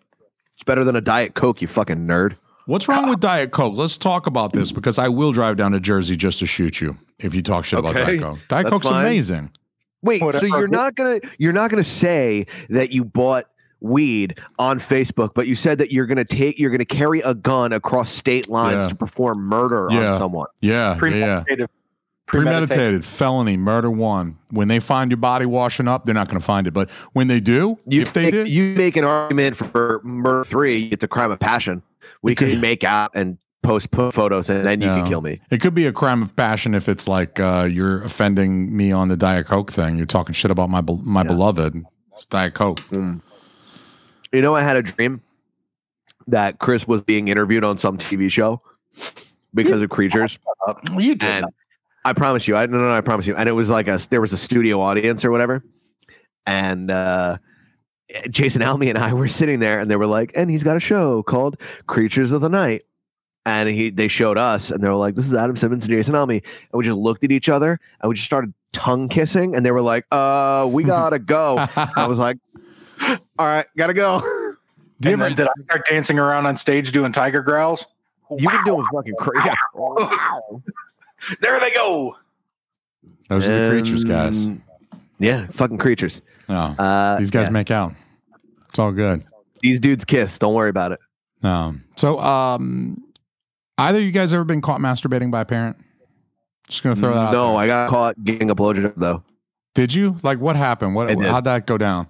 [SPEAKER 5] It's better than a Diet Coke, you fucking nerd.
[SPEAKER 2] What's wrong with Diet Coke? Let's talk about this because I will drive down to Jersey just to shoot you if you talk shit about
[SPEAKER 5] Okay,
[SPEAKER 2] Diet Coke. Diet
[SPEAKER 5] that's
[SPEAKER 2] Coke's
[SPEAKER 5] fine.
[SPEAKER 2] amazing.
[SPEAKER 5] Wait,
[SPEAKER 1] Whatever.
[SPEAKER 5] so you're not gonna you're not gonna say that you bought weed on Facebook, but you said that you're gonna take you're gonna carry a gun across state lines
[SPEAKER 2] Yeah.
[SPEAKER 5] to perform murder
[SPEAKER 2] Yeah.
[SPEAKER 5] on someone.
[SPEAKER 2] Yeah, yeah, yeah. Premeditated, felony murder one. When they find your body washing up, they're not going to find it. But when they do,
[SPEAKER 5] You
[SPEAKER 2] if they
[SPEAKER 5] make,
[SPEAKER 2] did,
[SPEAKER 5] you make an argument for murder three, it's a crime of passion. We
[SPEAKER 2] Okay.
[SPEAKER 5] can make out and post po- photos, and then you
[SPEAKER 2] Yeah.
[SPEAKER 5] can kill me.
[SPEAKER 2] It could be a crime of passion if it's like uh, you're offending me on the Diet Coke thing. You're talking shit about my bel my beloved. It's Diet Coke. <laughs>
[SPEAKER 5] You know, I had a dream that Chris was being interviewed on some TV show because of creatures.
[SPEAKER 1] You did.
[SPEAKER 5] and I promise you, I no, no, no, I promise you. And it was like a there was a studio audience or whatever, and uh, Jason Almy and I <laughs> were sitting there, and they were like, and he's got a show called Creatures of the Night, and he they showed us, and they were like, this is Adam Simmons and Jason Almy, and we just looked at each other, and we just started tongue kissing, and they were like, uh,
[SPEAKER 1] <laughs>
[SPEAKER 5] we gotta go. I was like, all right, gotta go.
[SPEAKER 1] And then did I start dancing around on stage doing tiger growls?
[SPEAKER 5] You can do a fucking crazy.
[SPEAKER 1] <laughs> There they go.
[SPEAKER 2] Those are the creatures, guys.
[SPEAKER 5] Yeah, fucking creatures.
[SPEAKER 2] No,
[SPEAKER 5] Uh,
[SPEAKER 2] these guys
[SPEAKER 5] Um, yeah.
[SPEAKER 2] make out. It's all good.
[SPEAKER 5] these dudes kiss. Don't worry about it.
[SPEAKER 2] No. So, um, either you guys ever been caught masturbating by a parent? Just gonna throw that out.
[SPEAKER 5] no,
[SPEAKER 2] there.
[SPEAKER 5] I got caught getting a blowjob though.
[SPEAKER 2] did you? Like, what happened? What?
[SPEAKER 5] I did.
[SPEAKER 2] How'd that go down?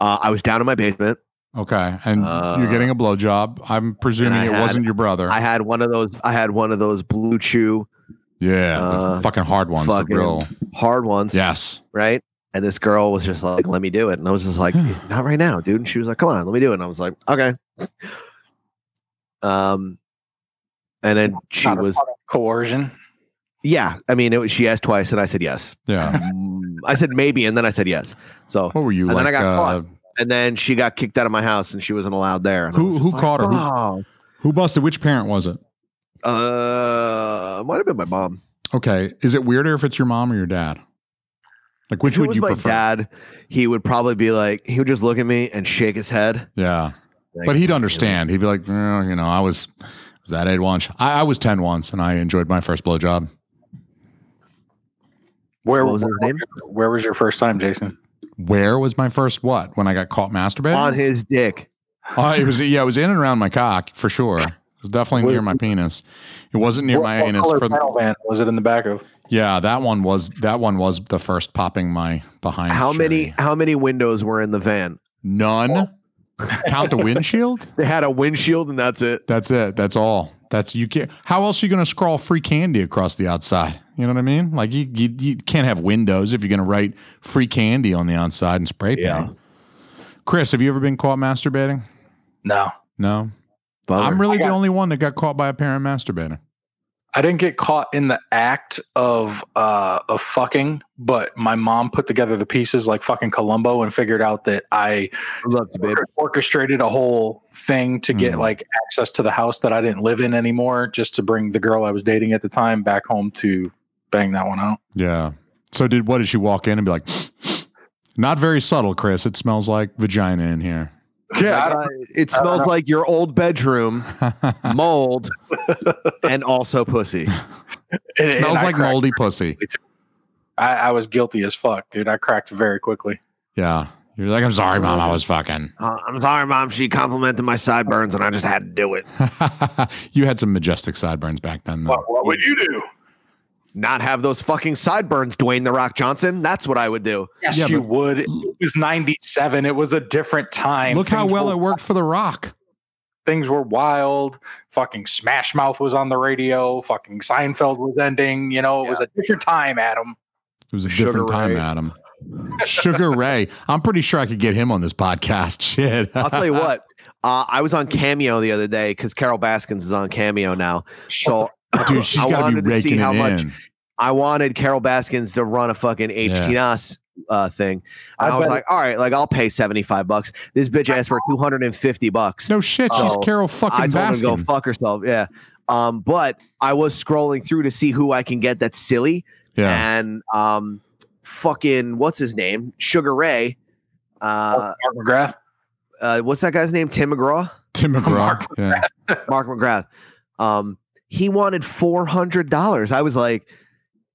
[SPEAKER 5] Uh, I was down in my basement.
[SPEAKER 2] Okay, and
[SPEAKER 5] Uh,
[SPEAKER 2] you're getting a blowjob. I'm presuming
[SPEAKER 5] I
[SPEAKER 2] it
[SPEAKER 5] had-
[SPEAKER 2] wasn't your brother.
[SPEAKER 5] I had one of those. I had one of those blue chew
[SPEAKER 2] yeah, the
[SPEAKER 5] uh,
[SPEAKER 2] fucking hard ones.
[SPEAKER 5] fucking-
[SPEAKER 2] the real.
[SPEAKER 5] hard ones,
[SPEAKER 2] Yes.
[SPEAKER 5] right? And this girl was just like, "Let me do it," and I was just like,
[SPEAKER 2] Hmm.
[SPEAKER 5] "Not right now, dude." And she was like, "Come on, let me do it." And I was like, "Okay." Um, and then she
[SPEAKER 1] Not a
[SPEAKER 5] was,
[SPEAKER 1] part of coercion.
[SPEAKER 5] yeah. I mean, it was. She asked twice, and I said yes. <laughs>
[SPEAKER 2] Yeah.
[SPEAKER 5] Mm, I said maybe, and then I said yes. So,
[SPEAKER 2] What were you
[SPEAKER 5] And
[SPEAKER 2] like?
[SPEAKER 5] then I got
[SPEAKER 2] uh,
[SPEAKER 5] caught. and then she got kicked out of my house, and she wasn't allowed there. And I
[SPEAKER 2] Who-
[SPEAKER 5] was just
[SPEAKER 2] who caught her? Who-
[SPEAKER 5] "Wow."
[SPEAKER 2] Who busted? Which parent was it?
[SPEAKER 5] Uh, might have been my mom.
[SPEAKER 2] Okay. Is it weirder if it's your mom or your dad? Like, which
[SPEAKER 5] if it
[SPEAKER 2] would
[SPEAKER 5] was
[SPEAKER 2] you
[SPEAKER 5] my
[SPEAKER 2] prefer?
[SPEAKER 5] dad, he would probably be like, he would just look at me and shake his head.
[SPEAKER 2] Yeah.
[SPEAKER 5] Like,
[SPEAKER 2] But he'd understand. He'd be like, "Eh, you know, I was, I was that age once. I, I was 10 once and I enjoyed my first blowjob.
[SPEAKER 1] Where
[SPEAKER 5] What was
[SPEAKER 1] was
[SPEAKER 5] his name?
[SPEAKER 1] Where was your first time, Jason?
[SPEAKER 2] Where was my first what? When I got caught masturbating?
[SPEAKER 5] On his dick.
[SPEAKER 2] <laughs> Oh, it was, yeah, it was in and around my cock for sure. It was definitely
[SPEAKER 1] Was-
[SPEAKER 2] near my penis. It wasn't near
[SPEAKER 1] What-
[SPEAKER 2] my
[SPEAKER 1] what
[SPEAKER 2] anus.
[SPEAKER 1] color
[SPEAKER 2] For,
[SPEAKER 1] panel van was it in the back of?
[SPEAKER 2] yeah, that one was, that one was the first popping my behind.
[SPEAKER 5] How many?
[SPEAKER 2] cherry.
[SPEAKER 5] How many windows were in the van?
[SPEAKER 2] None. Count the windshield?
[SPEAKER 5] They had a windshield, and that's it.
[SPEAKER 2] That's it. That's all. That's you can't. How else are you going to scrawl free candy across the outside? You know what I mean? Like you, you, you can't have windows if you're going to write free candy on the outside and spray paint.
[SPEAKER 5] Yeah.
[SPEAKER 2] Chris, have you ever been caught masturbating?
[SPEAKER 1] No,
[SPEAKER 2] No,
[SPEAKER 5] Bummer.
[SPEAKER 2] I'm really
[SPEAKER 1] I
[SPEAKER 2] the
[SPEAKER 1] got-
[SPEAKER 2] only one that got caught by a parent masturbating.
[SPEAKER 1] I didn't get caught in the act of uh of fucking, but my mom put together the pieces like fucking Columbo and figured out that I
[SPEAKER 5] love you, babe.
[SPEAKER 1] orchestrated a whole thing to get
[SPEAKER 2] Hmm.
[SPEAKER 1] like access to the house that I didn't live in anymore, just to bring the girl I was dating at the time back home to bang that one out.
[SPEAKER 2] Yeah. So did what? Did she walk in and be like, <sniffs> "Not very subtle, Chris. It smells like vagina in here." <laughs>
[SPEAKER 1] Yeah, I
[SPEAKER 5] Like,
[SPEAKER 1] don't-
[SPEAKER 5] uh, it smells like your
[SPEAKER 2] <laughs>
[SPEAKER 5] old bedroom, mold, and
[SPEAKER 2] <laughs>
[SPEAKER 5] also pussy.
[SPEAKER 1] and-
[SPEAKER 2] It
[SPEAKER 1] and
[SPEAKER 2] smells
[SPEAKER 1] I
[SPEAKER 2] like
[SPEAKER 1] cracked-
[SPEAKER 2] moldy pussy.
[SPEAKER 1] I, I was guilty as fuck, dude. I cracked very quickly.
[SPEAKER 2] Yeah. You're like, I'm sorry, mom. I was fucking. <laughs>
[SPEAKER 5] Uh, I'm sorry, mom. She complimented my sideburns, and I just had to do it.
[SPEAKER 2] you had some majestic sideburns back then, though.
[SPEAKER 1] what would you do?
[SPEAKER 5] Not have those fucking sideburns, Dwayne the Rock Johnson. That's what I would do.
[SPEAKER 1] Yes,
[SPEAKER 2] Yeah,
[SPEAKER 1] you
[SPEAKER 2] but-
[SPEAKER 1] would. It was '97. It was a different time.
[SPEAKER 2] Look how
[SPEAKER 1] Things
[SPEAKER 2] well
[SPEAKER 1] were-
[SPEAKER 2] it worked for The Rock.
[SPEAKER 1] Things were wild. Fucking Smash Mouth was on the radio. Fucking Seinfeld was ending. You know, it was a different time, Adam.
[SPEAKER 2] It was a
[SPEAKER 5] Sugar
[SPEAKER 2] different time,
[SPEAKER 5] Ray.
[SPEAKER 2] Adam. Sugar Ray. I'm pretty sure I could get him on this podcast. <laughs> Shit.
[SPEAKER 5] I'll tell
[SPEAKER 2] <laughs>
[SPEAKER 5] you what. Uh, I was on Cameo the other day because Carol Baskins is on Cameo now. So
[SPEAKER 2] Dude, she's
[SPEAKER 5] <laughs> I
[SPEAKER 2] got to
[SPEAKER 5] wanted
[SPEAKER 2] be
[SPEAKER 5] to see
[SPEAKER 2] raking it
[SPEAKER 5] how much-
[SPEAKER 2] in.
[SPEAKER 5] I wanted Carol Baskins to run a fucking
[SPEAKER 2] Yeah.
[SPEAKER 5] HTNOS uh, thing. And
[SPEAKER 1] I
[SPEAKER 5] I, was
[SPEAKER 1] bet-
[SPEAKER 5] like, all right, like I'll pay 75 bucks. This bitch asked for 250 bucks.
[SPEAKER 2] No shit. She's
[SPEAKER 5] Oh,
[SPEAKER 2] Carol
[SPEAKER 5] I
[SPEAKER 2] fucking
[SPEAKER 5] told her to go
[SPEAKER 2] Baskin.
[SPEAKER 5] fuck herself. Yeah. Um, but I was scrolling through to see who I can get that's silly.
[SPEAKER 2] yeah.
[SPEAKER 5] And um, fucking, what's his name? Sugar Ray. Uh,
[SPEAKER 1] Mark McGrath.
[SPEAKER 5] uh, what's that guy's name? Tim McGraw?
[SPEAKER 2] Tim McGraw.
[SPEAKER 1] Mark
[SPEAKER 2] Yeah.
[SPEAKER 5] Mark McGrath. Um, he wanted four hundred dollars. I was like,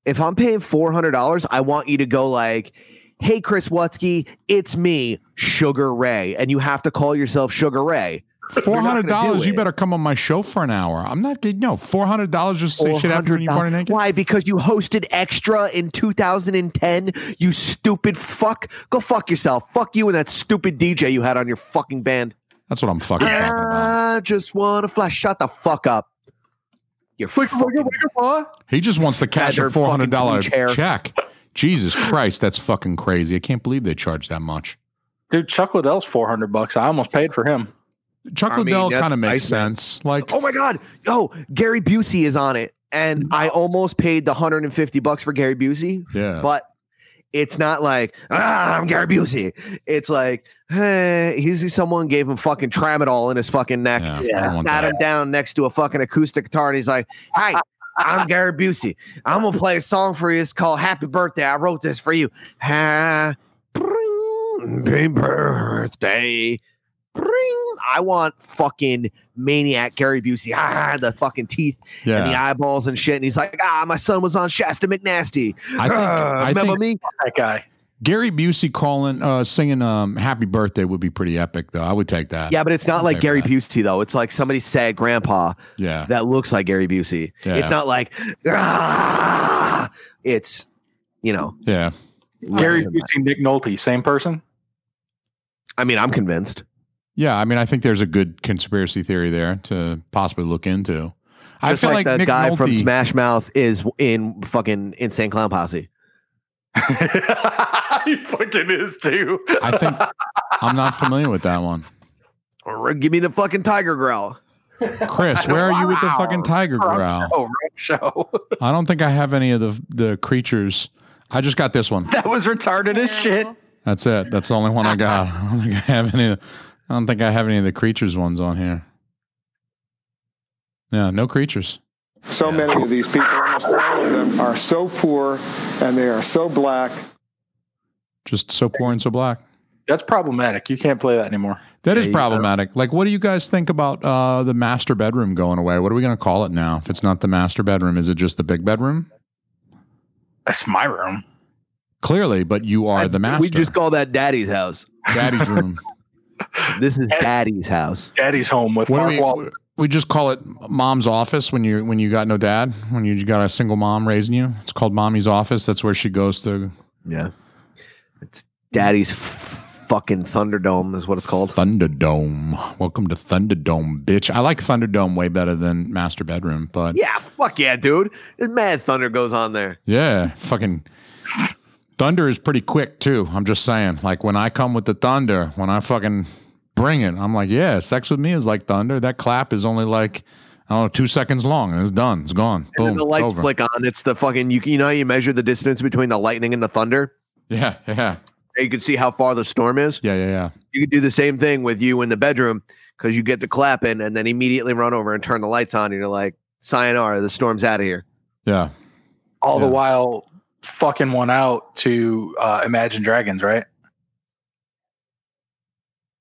[SPEAKER 5] if I'm paying four hundred dollars, I want you to go like, "Hey, Chris Wutzke, it's me, Sugar Ray," and you have to call yourself Sugar Ray.
[SPEAKER 2] Four hundred dollars. You
[SPEAKER 5] it.
[SPEAKER 2] better come on my show for an hour. I'm not getting no four hundred dollars. Just say shit after when you party
[SPEAKER 5] $400.
[SPEAKER 2] naked.
[SPEAKER 5] Why? Because you hosted Extra in 2010. You stupid fuck. Go fuck yourself. Fuck you and that stupid DJ you had on your fucking band.
[SPEAKER 2] That's what I'm fucking talking about.
[SPEAKER 5] I just want to flash. Shut the fuck up. You're fucking
[SPEAKER 2] He just wants to cash a
[SPEAKER 5] Feathered
[SPEAKER 2] four hundred dollar
[SPEAKER 5] fucking blue chair.
[SPEAKER 2] check. Jesus Christ, that's fucking crazy. I can't believe they charge that much.
[SPEAKER 1] Dude, Chuck Liddell's four hundred bucks. I almost paid for him.
[SPEAKER 2] Chuck
[SPEAKER 5] I mean,
[SPEAKER 2] Liddell
[SPEAKER 5] that's
[SPEAKER 2] kind of makes
[SPEAKER 5] Iceman.
[SPEAKER 2] sense. Like,
[SPEAKER 5] Oh my God. Yo, Gary Busey is on it. And I almost paid the 150 bucks for Gary Busey,
[SPEAKER 2] yeah,
[SPEAKER 5] but it's not like, ah, I'm Gary Busey. It's like, hey, he's someone gave him fucking tramadol in his fucking neck.
[SPEAKER 2] yeah,
[SPEAKER 1] Yeah.
[SPEAKER 2] I
[SPEAKER 5] and
[SPEAKER 2] don't want
[SPEAKER 5] sat
[SPEAKER 2] that.
[SPEAKER 5] him down next to a fucking acoustic guitar and he's like, Hi, I'm Gary Busey. I'm gonna play a song for you. It's called Happy Birthday. I wrote this for you. Happy birthday. Ring. I want fucking maniac Gary Busey. Ah, the fucking teeth and the
[SPEAKER 2] yeah.
[SPEAKER 5] eyeballs and shit. And he's like, ah, my son was on Shasta McNasty.
[SPEAKER 2] I
[SPEAKER 5] <laughs>
[SPEAKER 2] think,
[SPEAKER 5] Ah,
[SPEAKER 2] I
[SPEAKER 5] remember
[SPEAKER 2] think
[SPEAKER 5] me?
[SPEAKER 1] That guy.
[SPEAKER 2] Gary Busey calling, uh, singing um, "Happy Birthday" would be pretty epic, though. I would take that.
[SPEAKER 5] Yeah, but it's not like
[SPEAKER 2] Okay,
[SPEAKER 5] Gary
[SPEAKER 2] Brad.
[SPEAKER 5] Busey though. It's like somebody's sad grandpa.
[SPEAKER 2] yeah.
[SPEAKER 5] that looks like Gary Busey.
[SPEAKER 2] Yeah.
[SPEAKER 5] It's not like "Ah!" it's you know.
[SPEAKER 2] yeah.
[SPEAKER 1] Gary
[SPEAKER 2] Oh,
[SPEAKER 1] Busey, Nick Nolte, same <laughs> person.
[SPEAKER 5] I mean, I'm convinced.
[SPEAKER 2] Yeah, I mean, I think there's a good conspiracy theory there to possibly look into. I
[SPEAKER 5] Just
[SPEAKER 2] feel
[SPEAKER 5] like,
[SPEAKER 2] like,
[SPEAKER 5] the
[SPEAKER 2] Nick
[SPEAKER 5] guy from
[SPEAKER 2] Nolte-
[SPEAKER 5] Smash Mouth is in fucking Insane Clown Posse.
[SPEAKER 1] he fucking is too.
[SPEAKER 2] I think I'm not familiar with that one.
[SPEAKER 5] Or give me the fucking tiger growl.
[SPEAKER 2] Chris,
[SPEAKER 5] <laughs>
[SPEAKER 2] where are you with the fucking tiger growl?
[SPEAKER 1] Oh, wrong show.
[SPEAKER 2] I don't think I have any of the the creatures. I just got this one.
[SPEAKER 1] <laughs> that was retarded as shit.
[SPEAKER 2] That's it. That's the only one I
[SPEAKER 5] <laughs>
[SPEAKER 2] got. I don't think I have any. of- I don't think I have any of the creatures ones on here. Yeah, no creatures.
[SPEAKER 7] So many of these people, almost all of them, are so poor and they are so black.
[SPEAKER 2] Just so poor and so black.
[SPEAKER 1] That's problematic. You can't play that anymore.
[SPEAKER 2] That is problematic. Like, what do you guys think about uh, the master bedroom going away? What are we going to call it now? If it's not the master bedroom, is it just the big bedroom?
[SPEAKER 1] That's my room.
[SPEAKER 2] Clearly, but you are the master.
[SPEAKER 5] We just call that Daddy's house.
[SPEAKER 2] daddy's
[SPEAKER 5] <laughs>
[SPEAKER 2] room.
[SPEAKER 5] This is Daddy's house.
[SPEAKER 1] Daddy's home with
[SPEAKER 2] What
[SPEAKER 1] Mark
[SPEAKER 2] do we?
[SPEAKER 1] Wahlberg.
[SPEAKER 2] We just call it mom's office when you when you got no dad when you got a single mom raising you. It's called mommy's office. That's where she goes to
[SPEAKER 5] Yeah, it's Daddy's f- fucking Thunderdome is what it's called.
[SPEAKER 2] Thunderdome. Welcome to Thunderdome, bitch. I like Thunderdome way better than master bedroom, but
[SPEAKER 5] Yeah, fuck yeah, dude. Mad thunder goes on there.
[SPEAKER 2] Yeah, fucking thunder is pretty quick too. I'm just saying. Like when I come with the thunder, when I fucking bring it, I'm like, yeah, sex with me is like thunder. That clap is only like I don't know, two seconds long, and it's done. It's gone.
[SPEAKER 5] And
[SPEAKER 2] Boom.
[SPEAKER 5] then the
[SPEAKER 2] it's
[SPEAKER 5] lights
[SPEAKER 2] over.
[SPEAKER 5] flick on. It's the fucking you. You know how you measure the distance between the lightning and the thunder.
[SPEAKER 2] Yeah, yeah,
[SPEAKER 5] and you can see how far the storm is.
[SPEAKER 2] yeah, yeah, yeah.
[SPEAKER 5] You could do the same thing with you in the bedroom because you get the clapping and then immediately run over and turn the lights on. And you're like, sayonara, the storm's out of here.
[SPEAKER 2] Yeah.
[SPEAKER 1] All the
[SPEAKER 2] Yeah.
[SPEAKER 1] while fucking one out to uh, Imagine Dragons, right? <laughs>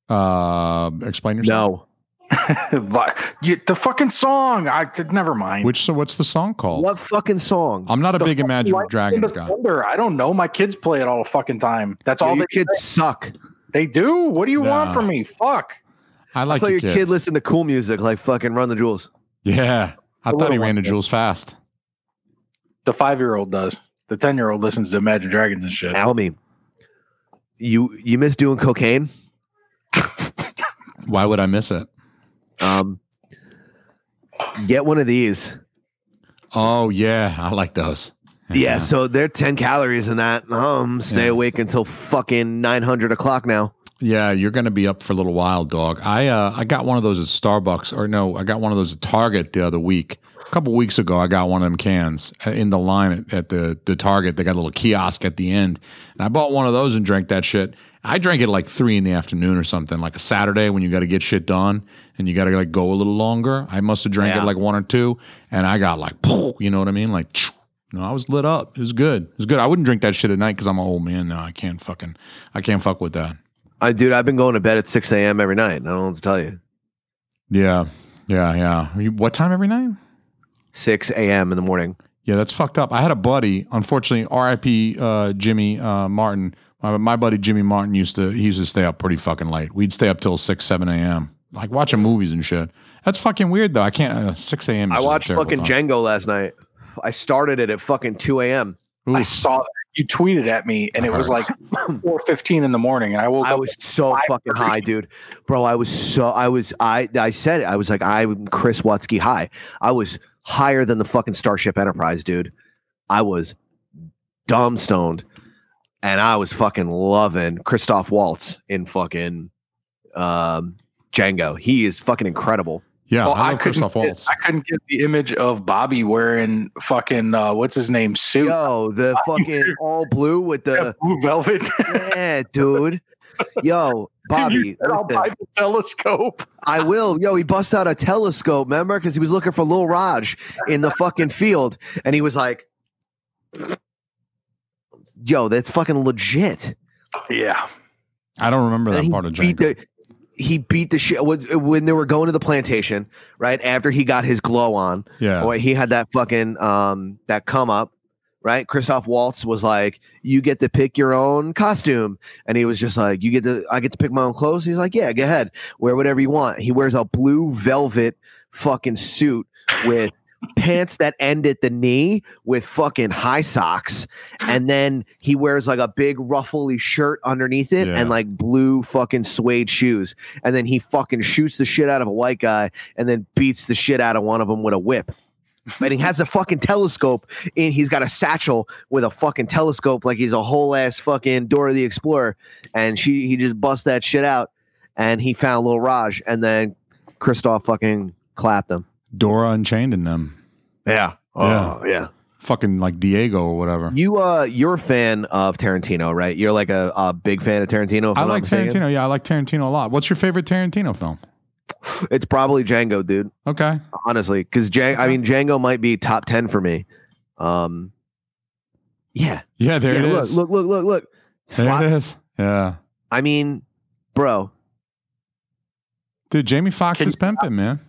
[SPEAKER 2] Uh, explain yourself.
[SPEAKER 5] No.
[SPEAKER 1] Vi- you- the fucking song. I never mind.
[SPEAKER 2] Which so what's the song
[SPEAKER 1] Oh.
[SPEAKER 2] called?
[SPEAKER 5] What fucking song?
[SPEAKER 2] I'm not a
[SPEAKER 1] The
[SPEAKER 2] big
[SPEAKER 1] fucking
[SPEAKER 2] Imagine
[SPEAKER 1] Lightning
[SPEAKER 2] Dragons
[SPEAKER 1] and
[SPEAKER 2] guy.
[SPEAKER 1] Thunder. I don't know. My kids play it all the fucking time. That's
[SPEAKER 5] Yo,
[SPEAKER 1] all
[SPEAKER 5] your
[SPEAKER 1] they,
[SPEAKER 5] kids suck.
[SPEAKER 1] they do. What do you want
[SPEAKER 2] Nah.
[SPEAKER 1] from me? Fuck.
[SPEAKER 2] I
[SPEAKER 5] I
[SPEAKER 2] like
[SPEAKER 5] thought
[SPEAKER 2] your
[SPEAKER 5] your
[SPEAKER 2] kid.
[SPEAKER 5] kid listened to cool music like fucking Run the Jewels.
[SPEAKER 2] Yeah, I thought he
[SPEAKER 1] little
[SPEAKER 2] ran
[SPEAKER 1] one
[SPEAKER 2] to
[SPEAKER 1] did.
[SPEAKER 2] Jules fast.
[SPEAKER 1] The five year old does. The ten year old listens to Imagine Dragons and shit.
[SPEAKER 5] Tell me, you you miss doing cocaine?
[SPEAKER 2] Why would I miss it?
[SPEAKER 5] Um, get one of these.
[SPEAKER 2] Oh yeah, I like those.
[SPEAKER 5] Yeah, so there are 10 calories in that. Um, stay awake until fucking 900 o'clock now.
[SPEAKER 2] Yeah, you're going to be up for a little while, dog. I uh, I got one of those at Starbucks, or no, I got one of those at Target the other week. A couple weeks ago, I got one of them cans uh, in the line at, at the the Target. They got a little kiosk at the end, and I bought one of those and drank that shit. I drank it like three in the afternoon or something, like a Saturday when you got to get shit done and you got to like go a little longer. I must have drank it like one or two, and I got like, you know what I mean, like. No, I was lit up. It was good. It was good. I wouldn't drink that shit at night because I'm an old man now. I can't fucking, I can't fuck with that.
[SPEAKER 5] I, dude, I've been going to bed at 6 a.m. every night. I don't know what to tell you.
[SPEAKER 2] Yeah, yeah, yeah. You- What time every night?
[SPEAKER 5] 6 a.m. in the morning.
[SPEAKER 2] Yeah, that's fucked up. I had a buddy, unfortunately, R.I.P. Uh, Jimmy uh, Martin. My, my buddy Jimmy Martin used to he used to stay up pretty fucking late. We'd stay up till six, seven a.m. Like watching movies and shit. That's fucking weird though. I can't uh, six a.m.
[SPEAKER 5] I
[SPEAKER 2] is a
[SPEAKER 5] watched
[SPEAKER 2] terrible
[SPEAKER 5] fucking
[SPEAKER 2] time.
[SPEAKER 5] Django last night. I started it at fucking 2 a.m.
[SPEAKER 1] I saw that. You tweeted at me, and it was like
[SPEAKER 5] <laughs>
[SPEAKER 1] four fifteen in the morning, and I woke
[SPEAKER 5] Uh-huh. I
[SPEAKER 1] up.
[SPEAKER 5] was so fucking high, dude. Bro, I was so I was I I said it. I was like I'm Chris Watsky high. I was higher than the fucking Starship Enterprise, dude. I was dumb stoned, and I was fucking loving Christoph Waltz in fucking um, Django. He is fucking incredible.
[SPEAKER 2] Yeah,
[SPEAKER 1] well,
[SPEAKER 2] I,
[SPEAKER 1] I,
[SPEAKER 2] love
[SPEAKER 1] couldn't.
[SPEAKER 2] Christoph
[SPEAKER 1] Get,
[SPEAKER 2] Waltz.
[SPEAKER 1] I couldn't get the image of Bobby wearing fucking uh, what's his name suit,
[SPEAKER 5] Yo, the fucking all blue with the
[SPEAKER 1] <laughs> blue velvet,
[SPEAKER 5] uh, <laughs> yeah, dude. Yo,
[SPEAKER 1] <laughs>
[SPEAKER 5] Bobby, listen.
[SPEAKER 1] I'll telescope.
[SPEAKER 5] I will. Yo, he bust out a telescope, remember? Because he was looking for Lil Raj in the fucking field. And he was like, Yo, that's fucking legit.
[SPEAKER 1] Yeah,
[SPEAKER 2] I don't remember
[SPEAKER 5] And
[SPEAKER 2] that
[SPEAKER 5] he
[SPEAKER 2] part of
[SPEAKER 5] beat
[SPEAKER 2] Django.
[SPEAKER 5] the he beat the shit was- when they were going to the plantation, right? After he got his glow on.
[SPEAKER 2] yeah,
[SPEAKER 5] Boy, he had that fucking um that come up, right? Christoph Waltz was like, "You get to pick your own costume," and he was just like, "You get to, I get to pick my own clothes." He's like, "Yeah, go ahead, wear whatever you want." He wears a blue velvet fucking suit with pants that end at the knee with fucking high socks, and then he wears like a big ruffly shirt underneath it
[SPEAKER 2] Yeah.
[SPEAKER 5] and like blue fucking suede shoes, and then he fucking shoots the shit out of a white guy and then beats the shit out of one of them with a whip. And he has a fucking telescope and he's got a satchel with a fucking telescope like he's a whole ass fucking Dora the Explorer. And she he just bust that shit out and he found Lil Raj and then Christoph fucking clapped him.
[SPEAKER 2] Dora Unchained in them.
[SPEAKER 5] Yeah. Oh,
[SPEAKER 2] Yeah.
[SPEAKER 5] yeah.
[SPEAKER 2] Fucking like Diego or whatever.
[SPEAKER 5] You uh you're a fan of Tarantino, right? You're like a, a big fan of Tarantino. If
[SPEAKER 2] I
[SPEAKER 5] I'm not
[SPEAKER 2] like
[SPEAKER 5] mistaken.
[SPEAKER 2] Tarantino. Yeah, I like Tarantino a lot. What's your favorite Tarantino film?
[SPEAKER 5] It's probably Django, dude.
[SPEAKER 2] Okay.
[SPEAKER 5] honestly, because Django. I mean, Django might be top ten for me. Um, yeah,
[SPEAKER 2] Yeah, there
[SPEAKER 5] yeah.
[SPEAKER 2] it
[SPEAKER 5] Look,
[SPEAKER 2] is.
[SPEAKER 5] look, look, look, look.
[SPEAKER 2] there
[SPEAKER 5] Fi-
[SPEAKER 2] it is. Yeah.
[SPEAKER 5] I mean, bro,
[SPEAKER 2] Dude, Jamie Foxx
[SPEAKER 1] Can
[SPEAKER 2] is pimping, man.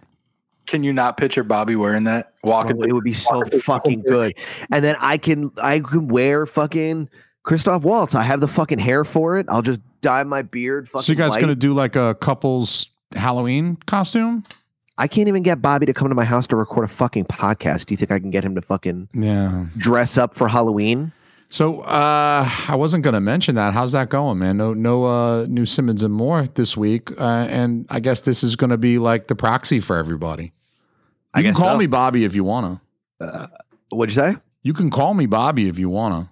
[SPEAKER 1] Can you not picture Bobby wearing that walking?
[SPEAKER 5] it would be so fucking good. And then I can, I can wear fucking Christoph Waltz. I have the fucking hair for it. I'll just dye my beard. Fucking
[SPEAKER 2] So you guys
[SPEAKER 5] white.
[SPEAKER 2] gonna do like a couple's Halloween costume?
[SPEAKER 5] I can't even get Bobby to come to my house to record a fucking podcast. Do you think I can get him to fucking
[SPEAKER 2] Yeah.
[SPEAKER 5] dress up for Halloween?
[SPEAKER 2] So uh, I wasn't gonna mention that. How's that going, man? No, no uh, new Simmons and Moore this week, uh, and I guess this is gonna be like the proxy for everybody. You
[SPEAKER 5] I
[SPEAKER 2] can
[SPEAKER 5] guess
[SPEAKER 2] call
[SPEAKER 5] so.
[SPEAKER 2] me Bobby if you wanna.
[SPEAKER 5] What'd you say?
[SPEAKER 2] You can call me Bobby if you wanna.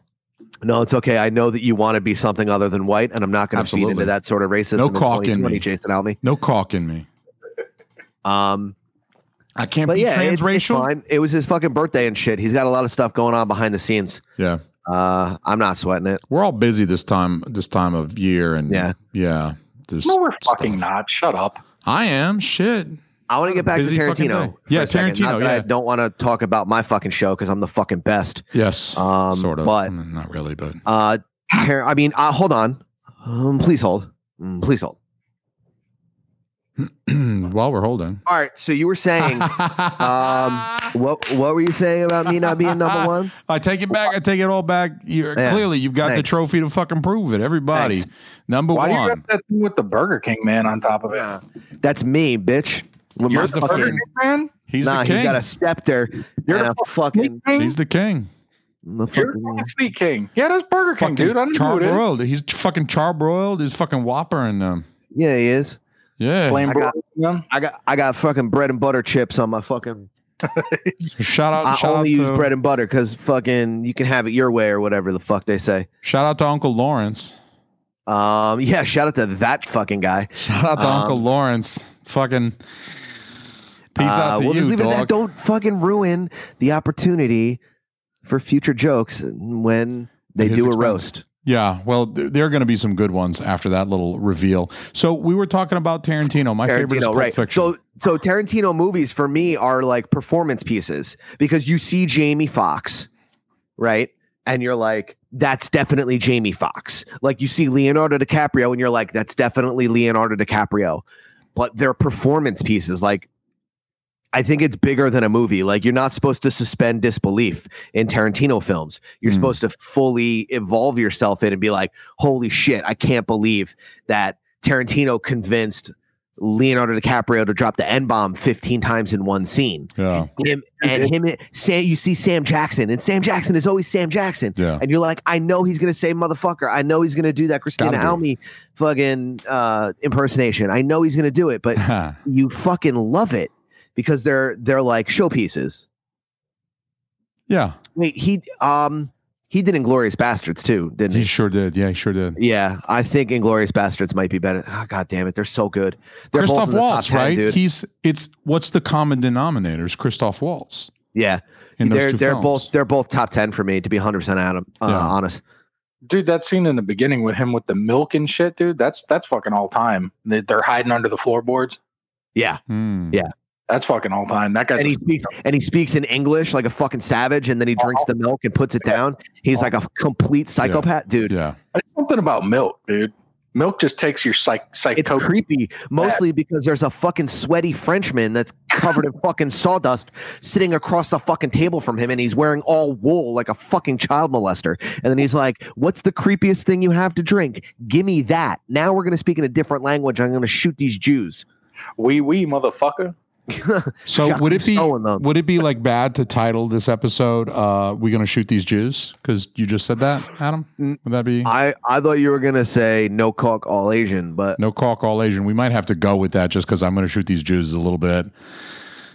[SPEAKER 5] No, it's okay. I know that you want to be something other than white, and I'm not going to feed
[SPEAKER 2] Absolutely.
[SPEAKER 5] into that sort of racism.
[SPEAKER 2] No
[SPEAKER 5] in
[SPEAKER 2] caulk in
[SPEAKER 5] 2020,
[SPEAKER 2] me.
[SPEAKER 5] Jason Almy.
[SPEAKER 2] No caulking me.
[SPEAKER 5] Um,
[SPEAKER 2] I can't
[SPEAKER 5] but
[SPEAKER 2] be
[SPEAKER 5] yeah, it's, it's
[SPEAKER 2] transracial.
[SPEAKER 5] fine. It was his fucking birthday and shit. He's got a lot of stuff going on behind the scenes.
[SPEAKER 2] yeah,
[SPEAKER 5] Uh, I'm not sweating it.
[SPEAKER 2] we're all busy this time this time of year, and
[SPEAKER 5] Yeah.
[SPEAKER 2] yeah. There's
[SPEAKER 1] No, we're fucking
[SPEAKER 2] stuff.
[SPEAKER 1] not. Shut up.
[SPEAKER 2] I am shit.
[SPEAKER 5] I want to get back to
[SPEAKER 2] Busy fucking
[SPEAKER 5] Tarantino.
[SPEAKER 2] day. Yeah,
[SPEAKER 5] for a second. Not
[SPEAKER 2] Tarantino,
[SPEAKER 5] that I
[SPEAKER 2] yeah.
[SPEAKER 5] don't want to talk about my fucking show because I'm the fucking best.
[SPEAKER 2] Yes,
[SPEAKER 5] Um,
[SPEAKER 2] sort of.
[SPEAKER 5] but-
[SPEAKER 2] Mm, not
[SPEAKER 1] <clears throat>
[SPEAKER 2] really, but
[SPEAKER 5] Uh, Tar- I mean, uh, hold on. Um, please hold. Mm, please hold.
[SPEAKER 2] while we're <laughs> holding,
[SPEAKER 5] All right. So you were saying, um, what what were you saying about me not being number one?
[SPEAKER 2] I take it back. I take it all back. You're,
[SPEAKER 5] Yeah,
[SPEAKER 2] Clearly, you've got the
[SPEAKER 5] thanks.
[SPEAKER 2] trophy to fucking prove it. Everybody,
[SPEAKER 5] Thanks.
[SPEAKER 2] number
[SPEAKER 1] Why do you
[SPEAKER 2] one.
[SPEAKER 1] have that thing with the Burger King man on top of it?
[SPEAKER 5] Yeah. That's me, bitch. With
[SPEAKER 2] You're
[SPEAKER 5] my
[SPEAKER 2] the
[SPEAKER 1] Burger
[SPEAKER 2] fucking-
[SPEAKER 1] King man,
[SPEAKER 2] he's
[SPEAKER 5] nah,
[SPEAKER 2] the king.
[SPEAKER 5] he's got a scepter
[SPEAKER 1] you're
[SPEAKER 5] and
[SPEAKER 1] the
[SPEAKER 5] a fucking,
[SPEAKER 1] fucking, sneak king.
[SPEAKER 2] he's the king.
[SPEAKER 5] the
[SPEAKER 1] you're the
[SPEAKER 5] fucking-
[SPEAKER 1] fucking sneak king. Yeah, that's Burger King, dude. I don't know who it is.
[SPEAKER 2] charbroiled. He's fucking charbroiled. He's fucking whopper and um,
[SPEAKER 5] yeah, he is.
[SPEAKER 2] yeah.
[SPEAKER 1] Flame
[SPEAKER 5] I got-
[SPEAKER 1] broiled, man.
[SPEAKER 5] I got I got fucking bread and butter chips on my fucking
[SPEAKER 2] Shout out,
[SPEAKER 5] I
[SPEAKER 2] shout out
[SPEAKER 5] only use
[SPEAKER 2] to,
[SPEAKER 5] bread and butter because fucking you can have it your way or whatever the fuck they say.
[SPEAKER 2] shout out to Uncle Lawrence.
[SPEAKER 5] Um, yeah, shout out to that fucking guy.
[SPEAKER 2] Shout out to Uncle Lawrence. Fucking peace
[SPEAKER 5] Uh,
[SPEAKER 2] out to
[SPEAKER 5] we'll
[SPEAKER 2] you,
[SPEAKER 5] just leave it at
[SPEAKER 2] dog.
[SPEAKER 5] that. Don't fucking ruin the opportunity for future jokes when they
[SPEAKER 2] At his
[SPEAKER 5] do a
[SPEAKER 2] expense.
[SPEAKER 5] roast.
[SPEAKER 2] Yeah, well, th- there are going to be some good ones after that little reveal. So we were talking about Tarantino. My favorite is
[SPEAKER 5] Tarantino,
[SPEAKER 2] Pulp
[SPEAKER 5] right?
[SPEAKER 2] Fiction.
[SPEAKER 5] So, so Tarantino movies for me are like performance pieces because you see Jamie Foxx, right? And you're like, that's definitely Jamie Foxx. Like you see Leonardo DiCaprio, and you're like, that's definitely Leonardo DiCaprio. But they're performance pieces. Like, I think it's bigger than a movie. Like you're not supposed to suspend disbelief in Tarantino films. You're
[SPEAKER 2] Mm.
[SPEAKER 5] supposed to fully involve yourself in and be like, holy shit, I can't believe that Tarantino convinced Leonardo DiCaprio to drop the N bomb 15 times in one scene.
[SPEAKER 2] <laughs> yeah,
[SPEAKER 5] Him and him, Sam, you see Sam Jackson, and Sam Jackson is always Sam Jackson.
[SPEAKER 2] Yeah.
[SPEAKER 5] And you're like, I know he's going to say motherfucker. I know he's going to do that Christina
[SPEAKER 2] Gotta do
[SPEAKER 5] Alme fucking uh, impersonation. I know he's going to do it, but <laughs> you fucking love it because they're they're like showpieces.
[SPEAKER 2] yeah,
[SPEAKER 5] Wait, he um he did Inglorious Bastards too, didn't
[SPEAKER 2] he
[SPEAKER 5] he?
[SPEAKER 2] sure did. Yeah, he sure did.
[SPEAKER 5] Yeah, I think Inglorious Bastards might be better. Oh, God damn it, they're so good. They're both
[SPEAKER 2] Christoph
[SPEAKER 5] in the top
[SPEAKER 2] Waltz,
[SPEAKER 5] 10,
[SPEAKER 2] right?
[SPEAKER 5] dude.
[SPEAKER 2] He's it's what's the common denominator? Is Christoph Waltz
[SPEAKER 5] Yeah,
[SPEAKER 2] in those
[SPEAKER 5] they're
[SPEAKER 2] two
[SPEAKER 5] they're
[SPEAKER 2] films?
[SPEAKER 5] both they're both top ten for me to be hundred percent Adam uh,
[SPEAKER 2] Yeah.
[SPEAKER 5] honest.
[SPEAKER 1] dude that scene in the beginning with him with the milk and shit dude that's that's fucking all time They- they're hiding under the floorboards
[SPEAKER 5] Yeah,
[SPEAKER 2] Hmm.
[SPEAKER 5] Yeah.
[SPEAKER 1] that's fucking all time that guy's
[SPEAKER 5] and
[SPEAKER 1] a-
[SPEAKER 5] he speaks and he speaks in English like a fucking savage, and then he drinks the milk and puts it down. He's like a complete psychopath, dude.
[SPEAKER 2] yeah.
[SPEAKER 1] there's something about milk dude milk just takes your psych
[SPEAKER 5] It's
[SPEAKER 1] psycho
[SPEAKER 5] creepy, mostly because there's a fucking sweaty Frenchman that's covered in fucking sawdust sitting across the fucking table from him, and he's wearing all wool like a fucking child molester. And then he's like, "What's the creepiest thing you have to drink? Give me that." Now we're gonna speak in a different language. I'm gonna shoot these Jews.
[SPEAKER 1] wee wee motherfucker
[SPEAKER 2] So
[SPEAKER 5] Jacques
[SPEAKER 2] would it be
[SPEAKER 5] Cousteau in them.
[SPEAKER 2] would it be like bad to title this episode? Uh, we gonna shoot these Jews because you just said that, Adam. Would that be
[SPEAKER 5] I I thought you were gonna say no cock all Asian, but
[SPEAKER 2] no caulk all Asian? We might have to go with that just because I'm gonna shoot these Jews a little bit.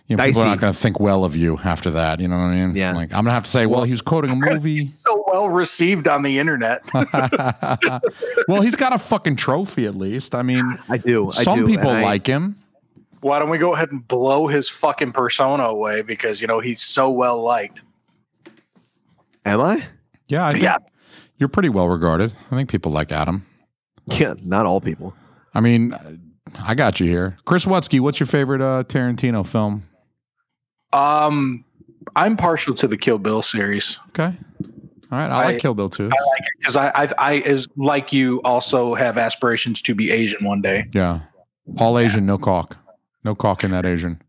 [SPEAKER 2] You know, people are
[SPEAKER 5] Dicey.
[SPEAKER 2] not gonna think well of you after that. You know what I mean?
[SPEAKER 5] Yeah.
[SPEAKER 2] Like I'm gonna have to say, well, he was quoting a movie.
[SPEAKER 1] so well received on the internet
[SPEAKER 2] <laughs> well, he's got a fucking trophy at least. I mean,
[SPEAKER 5] I do. <sighs> I
[SPEAKER 2] some
[SPEAKER 5] do,
[SPEAKER 2] people
[SPEAKER 5] and I-
[SPEAKER 2] like him.
[SPEAKER 1] why don't we go ahead and blow his fucking persona away because you know he's so well liked
[SPEAKER 5] Am I? <laughs>
[SPEAKER 2] Yeah, I think
[SPEAKER 1] Yeah.
[SPEAKER 2] You're pretty well regarded. I think people like Adam.
[SPEAKER 5] Yeah, not all people.
[SPEAKER 2] I mean, I got you here. Chris Watsky, what's your favorite uh, Tarantino film?
[SPEAKER 1] um i'm partial to the kill bill series
[SPEAKER 2] Okay. All right. I,
[SPEAKER 1] I-
[SPEAKER 2] like Kill Bill too.
[SPEAKER 1] because I, I i is like you also have aspirations to be asian one day
[SPEAKER 2] yeah. All Asian, no caulk. No caulk in that Asian.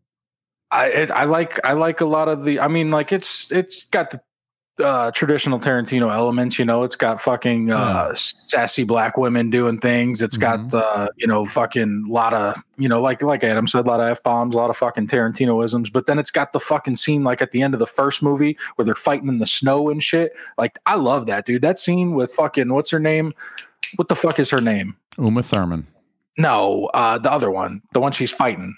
[SPEAKER 1] I it, I like I like a lot of the. I mean, like it's it's got the uh, traditional Tarantino elements. You know, it's got fucking uh, sassy black women doing things. It's got uh, you know fucking lot of you know like like Adam said, a lot of f bombs, a lot of fucking Tarantinoisms. But then it's got the fucking scene like at the end of the first movie where they're fighting in the snow and shit. Like I love that dude. That scene with fucking what's her name? What the fuck is her name?
[SPEAKER 2] Uma Thurman.
[SPEAKER 1] No, uh, the other one, the one she's fighting.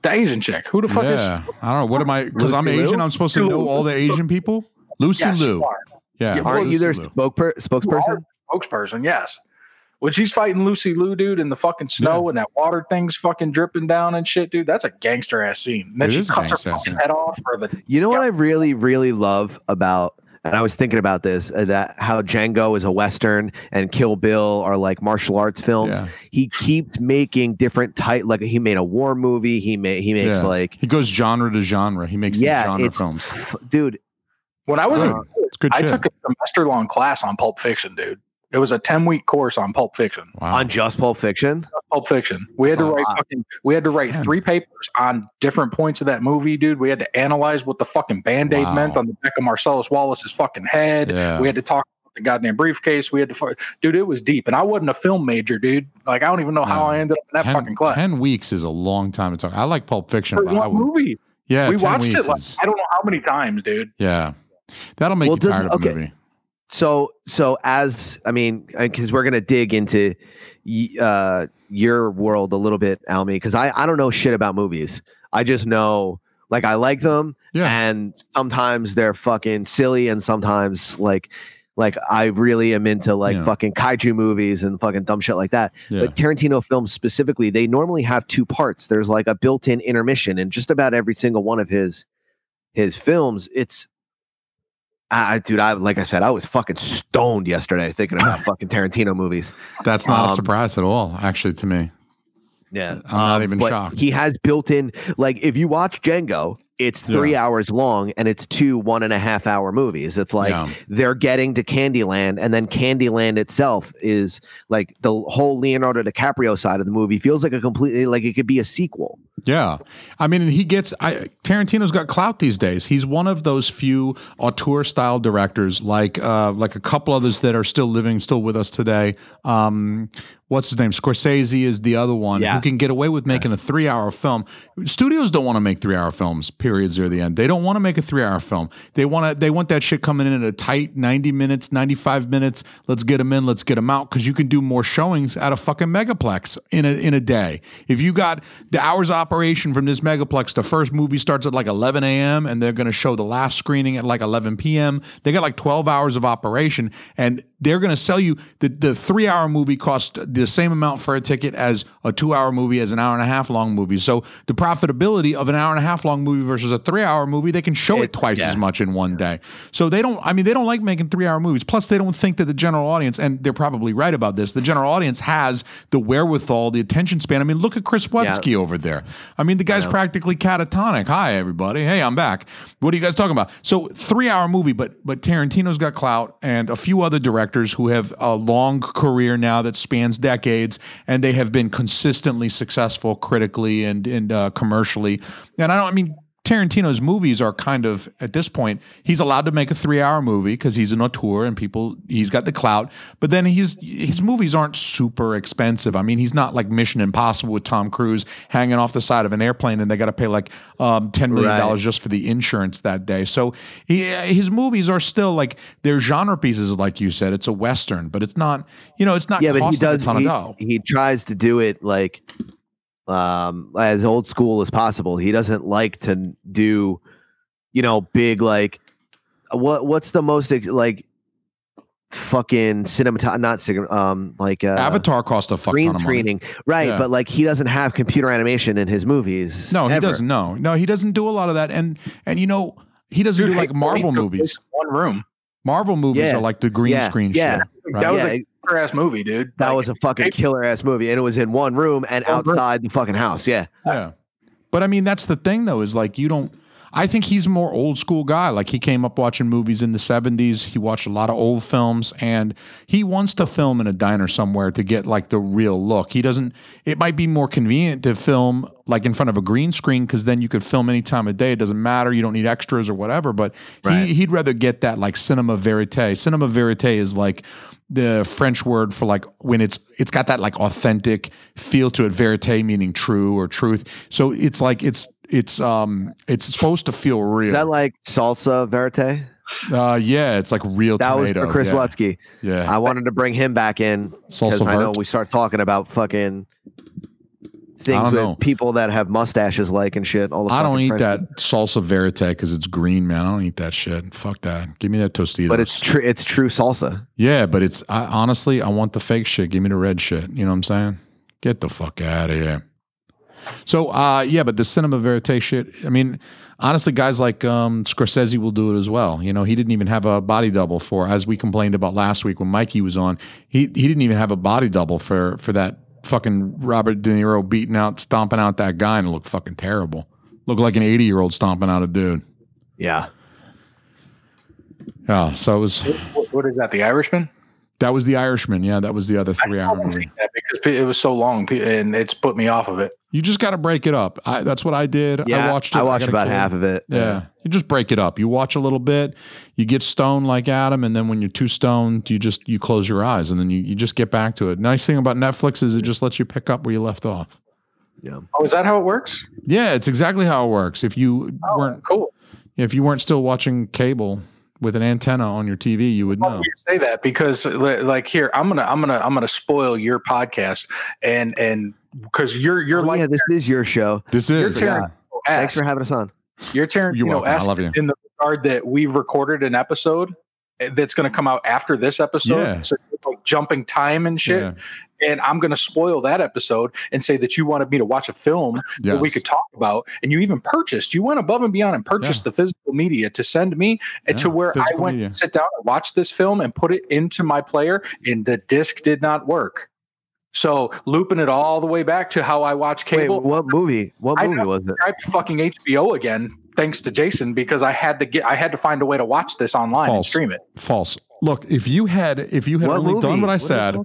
[SPEAKER 1] The Asian chick. Who the fuck is
[SPEAKER 2] yeah. I don't know. What am I? Because I'm
[SPEAKER 5] Lucy Liu?
[SPEAKER 2] Asian. I'm supposed to know all the Asian people. Lucy
[SPEAKER 1] Yes,
[SPEAKER 2] Liu.
[SPEAKER 1] you are.
[SPEAKER 2] Yeah.
[SPEAKER 1] Yeah,
[SPEAKER 5] Aren't
[SPEAKER 2] Lucy
[SPEAKER 5] you their
[SPEAKER 2] Liu.
[SPEAKER 5] spokeper- spokesperson?
[SPEAKER 1] Spokesperson, yes. When she's fighting Lucy Lou, dude, in the fucking snow and that water thing's fucking dripping down and shit, dude, that's a gangster ass scene. And then
[SPEAKER 2] It
[SPEAKER 1] she
[SPEAKER 2] is a
[SPEAKER 1] cuts her
[SPEAKER 2] gangster ass
[SPEAKER 1] fucking
[SPEAKER 2] scene.
[SPEAKER 1] head off for the
[SPEAKER 5] You know what I really, really love about, and I was thinking about this, uh, that how Django is a Western and Kill Bill are like martial arts films.
[SPEAKER 2] Yeah.
[SPEAKER 5] He keeps making different type, like he made a war movie. He made, he makes
[SPEAKER 2] Yeah.
[SPEAKER 5] like,
[SPEAKER 2] He goes genre to genre. He makes these
[SPEAKER 5] yeah,
[SPEAKER 2] genre
[SPEAKER 5] it's,
[SPEAKER 2] films.
[SPEAKER 5] f- dude,
[SPEAKER 1] when I was in
[SPEAKER 2] Good. It's good
[SPEAKER 1] I
[SPEAKER 2] shit.
[SPEAKER 1] took a semester long class on Pulp Fiction, dude. It was a 10 week course on Pulp Fiction.
[SPEAKER 2] wow.
[SPEAKER 5] on Just Pulp Fiction.
[SPEAKER 1] Pulp Fiction. We had to write fucking, we had to write
[SPEAKER 2] Damn.
[SPEAKER 1] three papers on different points of that movie, dude. We had to analyze what the fucking band-aid
[SPEAKER 2] Wow.
[SPEAKER 1] meant on the back of Marcellus Wallace's fucking head.
[SPEAKER 2] Yeah.
[SPEAKER 1] We had to talk about the goddamn briefcase. We had to fu- dude, it was deep. And I wasn't a film major, dude. Like I don't even know how
[SPEAKER 2] Yeah.
[SPEAKER 1] I ended up in that
[SPEAKER 2] 10,
[SPEAKER 1] fucking class.
[SPEAKER 2] 10 weeks is a long time to talk. I like Pulp Fiction.
[SPEAKER 1] For
[SPEAKER 2] But I
[SPEAKER 1] one
[SPEAKER 2] would,
[SPEAKER 1] movie.
[SPEAKER 2] yeah.
[SPEAKER 1] we
[SPEAKER 2] 10
[SPEAKER 1] watched it
[SPEAKER 2] weeks
[SPEAKER 1] like
[SPEAKER 2] is-
[SPEAKER 1] I don't know how many times, dude.
[SPEAKER 2] Yeah. That'll make
[SPEAKER 5] Well,
[SPEAKER 2] you tired
[SPEAKER 5] doesn't-
[SPEAKER 2] of a
[SPEAKER 5] okay.
[SPEAKER 2] movie.
[SPEAKER 5] So, so as I mean, because we're gonna dig into y- uh, your world a little bit, Almy, because I I don't know shit about movies. I just know Like I like them,
[SPEAKER 2] Yeah.
[SPEAKER 5] and sometimes they're fucking silly, and sometimes like like I really am into like
[SPEAKER 2] Yeah.
[SPEAKER 5] fucking kaiju movies and fucking dumb shit like that.
[SPEAKER 2] Yeah.
[SPEAKER 5] But Tarantino films specifically, they normally have two parts. There's like a built-in intermission in just about every single one of his his films. It's I, I- dude, I like I said, I was fucking stoned yesterday thinking about fucking Tarantino movies.
[SPEAKER 2] That's not a
[SPEAKER 5] Um,
[SPEAKER 2] surprise at all, actually, to me.
[SPEAKER 5] Yeah, Um,
[SPEAKER 2] I'm not even shocked.
[SPEAKER 5] He has built in like if you watch Django, it's three hours long and it's two one and a half hour movies. It's like
[SPEAKER 2] Yeah.
[SPEAKER 5] they're getting to Candyland, and then Candyland itself is like the whole Leonardo DiCaprio side of the movie feels like a completely like it could be a sequel.
[SPEAKER 2] Yeah. I mean, and he gets I Tarantino's got clout these days. He's one of those few auteur style directors like uh like a couple others that are still living, still with us today. Um what's his name? Scorsese is the other one
[SPEAKER 5] Yeah.
[SPEAKER 2] who can get away with making a 3-hour film. Studios don't want to make 3-hour films. Periods are the end. They don't want to make a 3-hour film. They want to they want that shit coming in at a tight 90 minutes, 95 minutes. Let's get them in, let's get them out cuz you can do more showings at a fucking megaplex in a in a day. If you got the hours of operation from this megaplex, the first movie starts at like 11 a.m. and they're going to show the last screening at like 11 p.m. They got like 12 hours of operation, and they're going to sell you the the three hour movie costs the same amount for a ticket as a two hour movie as an hour and a half long movie. So the profitability of an hour and a half long movie versus a three hour movie, they can show it, twice as much in one day. So they don't. I mean, they don't like making three hour movies. Plus, they don't think that the general audience, and they're probably right about this. The general audience has the wherewithal, the attention span. I mean, look at Chris Wetsky over there. I mean, the guy's practically catatonic. Hi, everybody. Hey, I'm back. What are you guys talking about? So three hour movie, but but Tarantino's got clout, and a few other directors who have uh, a long career now that spans decades, and they have been consistently successful critically and and uh, commercially. And I don't. I mean. Tarantino's movies are kind of at this point he's allowed to make a three-hour movie because he's an auteur and people he's got the clout. But then his his movies aren't super expensive. I mean, he's not like Mission Impossible with Tom Cruise hanging off the side of an airplane and they got to pay like um, ten million dollars just for the insurance that day. So he, his movies are still like they're genre pieces, like you said. It's a western, but it's not you know it's not
[SPEAKER 5] yeah, but he
[SPEAKER 2] costing
[SPEAKER 5] does.
[SPEAKER 2] a ton
[SPEAKER 5] he,
[SPEAKER 2] of dough.
[SPEAKER 5] he tries to do it like um as old school as possible. He doesn't like to n- do, you know, big like uh, what what's the most ex- like fucking cinematography not cinema, um like uh,
[SPEAKER 2] Avatar cost a fuck ton
[SPEAKER 5] green
[SPEAKER 2] of money.
[SPEAKER 5] screening right
[SPEAKER 2] Yeah.
[SPEAKER 5] but like he doesn't have computer animation in his movies
[SPEAKER 2] No, he
[SPEAKER 5] ever.
[SPEAKER 2] doesn't. No, no, he doesn't do a lot of that. And and you know he doesn't
[SPEAKER 1] Dude,
[SPEAKER 2] do like
[SPEAKER 1] Hateful
[SPEAKER 2] Marvel
[SPEAKER 1] Eight took
[SPEAKER 2] movies.
[SPEAKER 1] place in One room.
[SPEAKER 2] Marvel movies
[SPEAKER 5] Yeah.
[SPEAKER 2] are like the green
[SPEAKER 5] Yeah.
[SPEAKER 2] screen
[SPEAKER 5] Yeah.
[SPEAKER 2] shit. Right?
[SPEAKER 1] That was
[SPEAKER 5] Yeah,
[SPEAKER 1] a
[SPEAKER 5] it-
[SPEAKER 1] killer ass movie, dude.
[SPEAKER 5] that
[SPEAKER 1] Like,
[SPEAKER 5] was a fucking
[SPEAKER 1] Hateful-
[SPEAKER 5] killer ass movie and it was in one room and
[SPEAKER 1] One room.
[SPEAKER 5] outside the fucking house yeah
[SPEAKER 2] yeah. But I mean, that's the thing though, is like you don't. I think he's a more old school guy. Like he came up watching movies in the '70s. He watched a lot of old films, and he wants to film in a diner somewhere to get like the real look. He doesn't. It might be more convenient to film like in front of a green screen because then you could film any time of day. It doesn't matter. You don't need extras or whatever. But he, he'd rather get that like cinema verite. Cinema verite is like the French word for like when it's it's got that like authentic feel to it, verite meaning true or truth. So it's like it's it's um it's supposed to feel real.
[SPEAKER 5] is that like salsa verite
[SPEAKER 2] uh, yeah, it's like real.
[SPEAKER 5] that was
[SPEAKER 2] tomato.
[SPEAKER 5] for chris
[SPEAKER 2] yeah.
[SPEAKER 5] Watsky.
[SPEAKER 2] Yeah,
[SPEAKER 5] I wanted to bring him back in because
[SPEAKER 2] Salsa
[SPEAKER 5] I know
[SPEAKER 2] Vert?
[SPEAKER 5] we start talking about fucking things
[SPEAKER 2] don't
[SPEAKER 5] with
[SPEAKER 2] know.
[SPEAKER 5] people that have mustaches like and shit. All the
[SPEAKER 2] I, don't
[SPEAKER 5] fucking
[SPEAKER 2] eat
[SPEAKER 5] French-
[SPEAKER 2] that salsa verite because it's green, man. I don't eat that shit. Fuck that. Give me that Tostitos.
[SPEAKER 5] but it's true. It's true salsa.
[SPEAKER 2] yeah, but it's I, honestly I want the fake shit. Give me the red shit. You know what I'm saying? Get the fuck out of here. So uh, yeah, but the cinema verite shit. I mean, honestly, guys like um, Scorsese will do it as well. You know, he didn't even have a body double for, as we complained about last week when Mikey was on. He he didn't even have a body double for for that fucking Robert De Niro beating out, stomping out that guy, and it looked fucking terrible. Looked like an eighty year old stomping out a dude.
[SPEAKER 5] Yeah.
[SPEAKER 2] Yeah, so it was
[SPEAKER 1] What- What is that? The Irishman?
[SPEAKER 2] that was The Irishman. Yeah, that was the other
[SPEAKER 1] I
[SPEAKER 2] three hour
[SPEAKER 1] haven't
[SPEAKER 2] movie.
[SPEAKER 1] seen that because pe- it was so long, pe- and it's put me off of it.
[SPEAKER 2] You just got to break it up. I, that's what I did.
[SPEAKER 5] Yeah.
[SPEAKER 2] I watched it.
[SPEAKER 5] I
[SPEAKER 2] got
[SPEAKER 5] watched
[SPEAKER 2] a
[SPEAKER 5] about
[SPEAKER 2] kid.
[SPEAKER 5] half of it.
[SPEAKER 2] Yeah. You just break it up. You watch a little bit, you get stoned like Adam, and then when you're too stoned, you just you close your eyes and then you, you just get back to it. Nice thing about Netflix is it just lets you pick up where you left off.
[SPEAKER 1] Oh, is that how it works?
[SPEAKER 2] Yeah, it's exactly how it works. If you
[SPEAKER 1] Oh.
[SPEAKER 2] weren't
[SPEAKER 1] Cool.
[SPEAKER 2] if you weren't still watching cable with an antenna on your TV, you would know.
[SPEAKER 1] you say that because li- like here i'm gonna i'm gonna i'm gonna spoil your podcast and and because you're you're
[SPEAKER 5] Oh,
[SPEAKER 1] like
[SPEAKER 5] yeah, this is your show.
[SPEAKER 2] This
[SPEAKER 1] you're
[SPEAKER 2] is
[SPEAKER 1] Tarantino
[SPEAKER 5] Thanks
[SPEAKER 1] ass.
[SPEAKER 5] for having us on.
[SPEAKER 1] You're Tarantino.
[SPEAKER 2] You're welcome. I
[SPEAKER 1] esque
[SPEAKER 2] love you.
[SPEAKER 1] In the regard that we've recorded an episode eh, that's going to come out after this episode,
[SPEAKER 2] Yeah.
[SPEAKER 1] so you're, like jumping time and shit. And I'm going to spoil that episode and say that you wanted me to watch a film that we
[SPEAKER 2] Yes.
[SPEAKER 1] could talk about, and you even purchased. You went above and beyond and purchased
[SPEAKER 2] Yeah.
[SPEAKER 1] the physical media to send me and to
[SPEAKER 2] Yeah,
[SPEAKER 1] where I
[SPEAKER 2] physical
[SPEAKER 1] went
[SPEAKER 2] media.
[SPEAKER 1] to sit down and watch this film and put it into my player, and the disc did not work. So looping it all the way back to how I watch
[SPEAKER 5] Wait,
[SPEAKER 1] cable
[SPEAKER 5] what movie? What
[SPEAKER 1] I
[SPEAKER 5] movie
[SPEAKER 1] know-
[SPEAKER 5] was it?
[SPEAKER 1] subscribed to fucking HBO again, thanks to Jason, because I had to get I had to find a way to watch this online and
[SPEAKER 2] False.
[SPEAKER 1] stream it.
[SPEAKER 2] False. Look, if you had if you had
[SPEAKER 5] What
[SPEAKER 2] only done
[SPEAKER 5] movie?
[SPEAKER 2] what I
[SPEAKER 5] What the
[SPEAKER 2] said,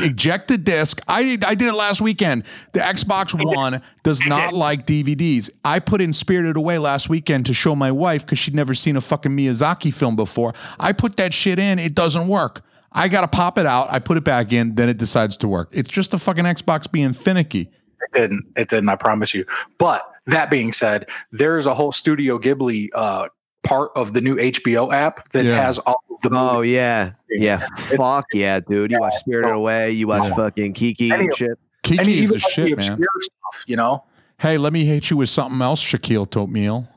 [SPEAKER 2] eject the disc. I I did it last weekend. The Xbox One does not like DVDs. I put in Spirited Away last weekend to show my wife because she'd never seen a fucking Miyazaki film before. I put that shit in. It doesn't work. I gotta pop it out. I put it back in. Then it decides to work. It's just the fucking Xbox being finicky.
[SPEAKER 1] It didn't. It didn't, I promise you. But that being said, there's a whole Studio Ghibli uh part of the new HBO app that
[SPEAKER 2] Yeah.
[SPEAKER 1] has all of the
[SPEAKER 5] Oh
[SPEAKER 1] movies.
[SPEAKER 5] yeah, yeah. Fuck yeah, dude. You watch Spirited Away. You watch
[SPEAKER 2] Yeah.
[SPEAKER 5] fucking Kiki
[SPEAKER 1] Any
[SPEAKER 5] and
[SPEAKER 1] of-
[SPEAKER 5] shit.
[SPEAKER 1] and
[SPEAKER 2] Kiki is
[SPEAKER 1] even
[SPEAKER 2] the
[SPEAKER 1] like the
[SPEAKER 2] shit,
[SPEAKER 1] obscure
[SPEAKER 2] man.
[SPEAKER 1] stuff, you know.
[SPEAKER 2] Hey, let me hit you with something else, Shaquille Toatmeal.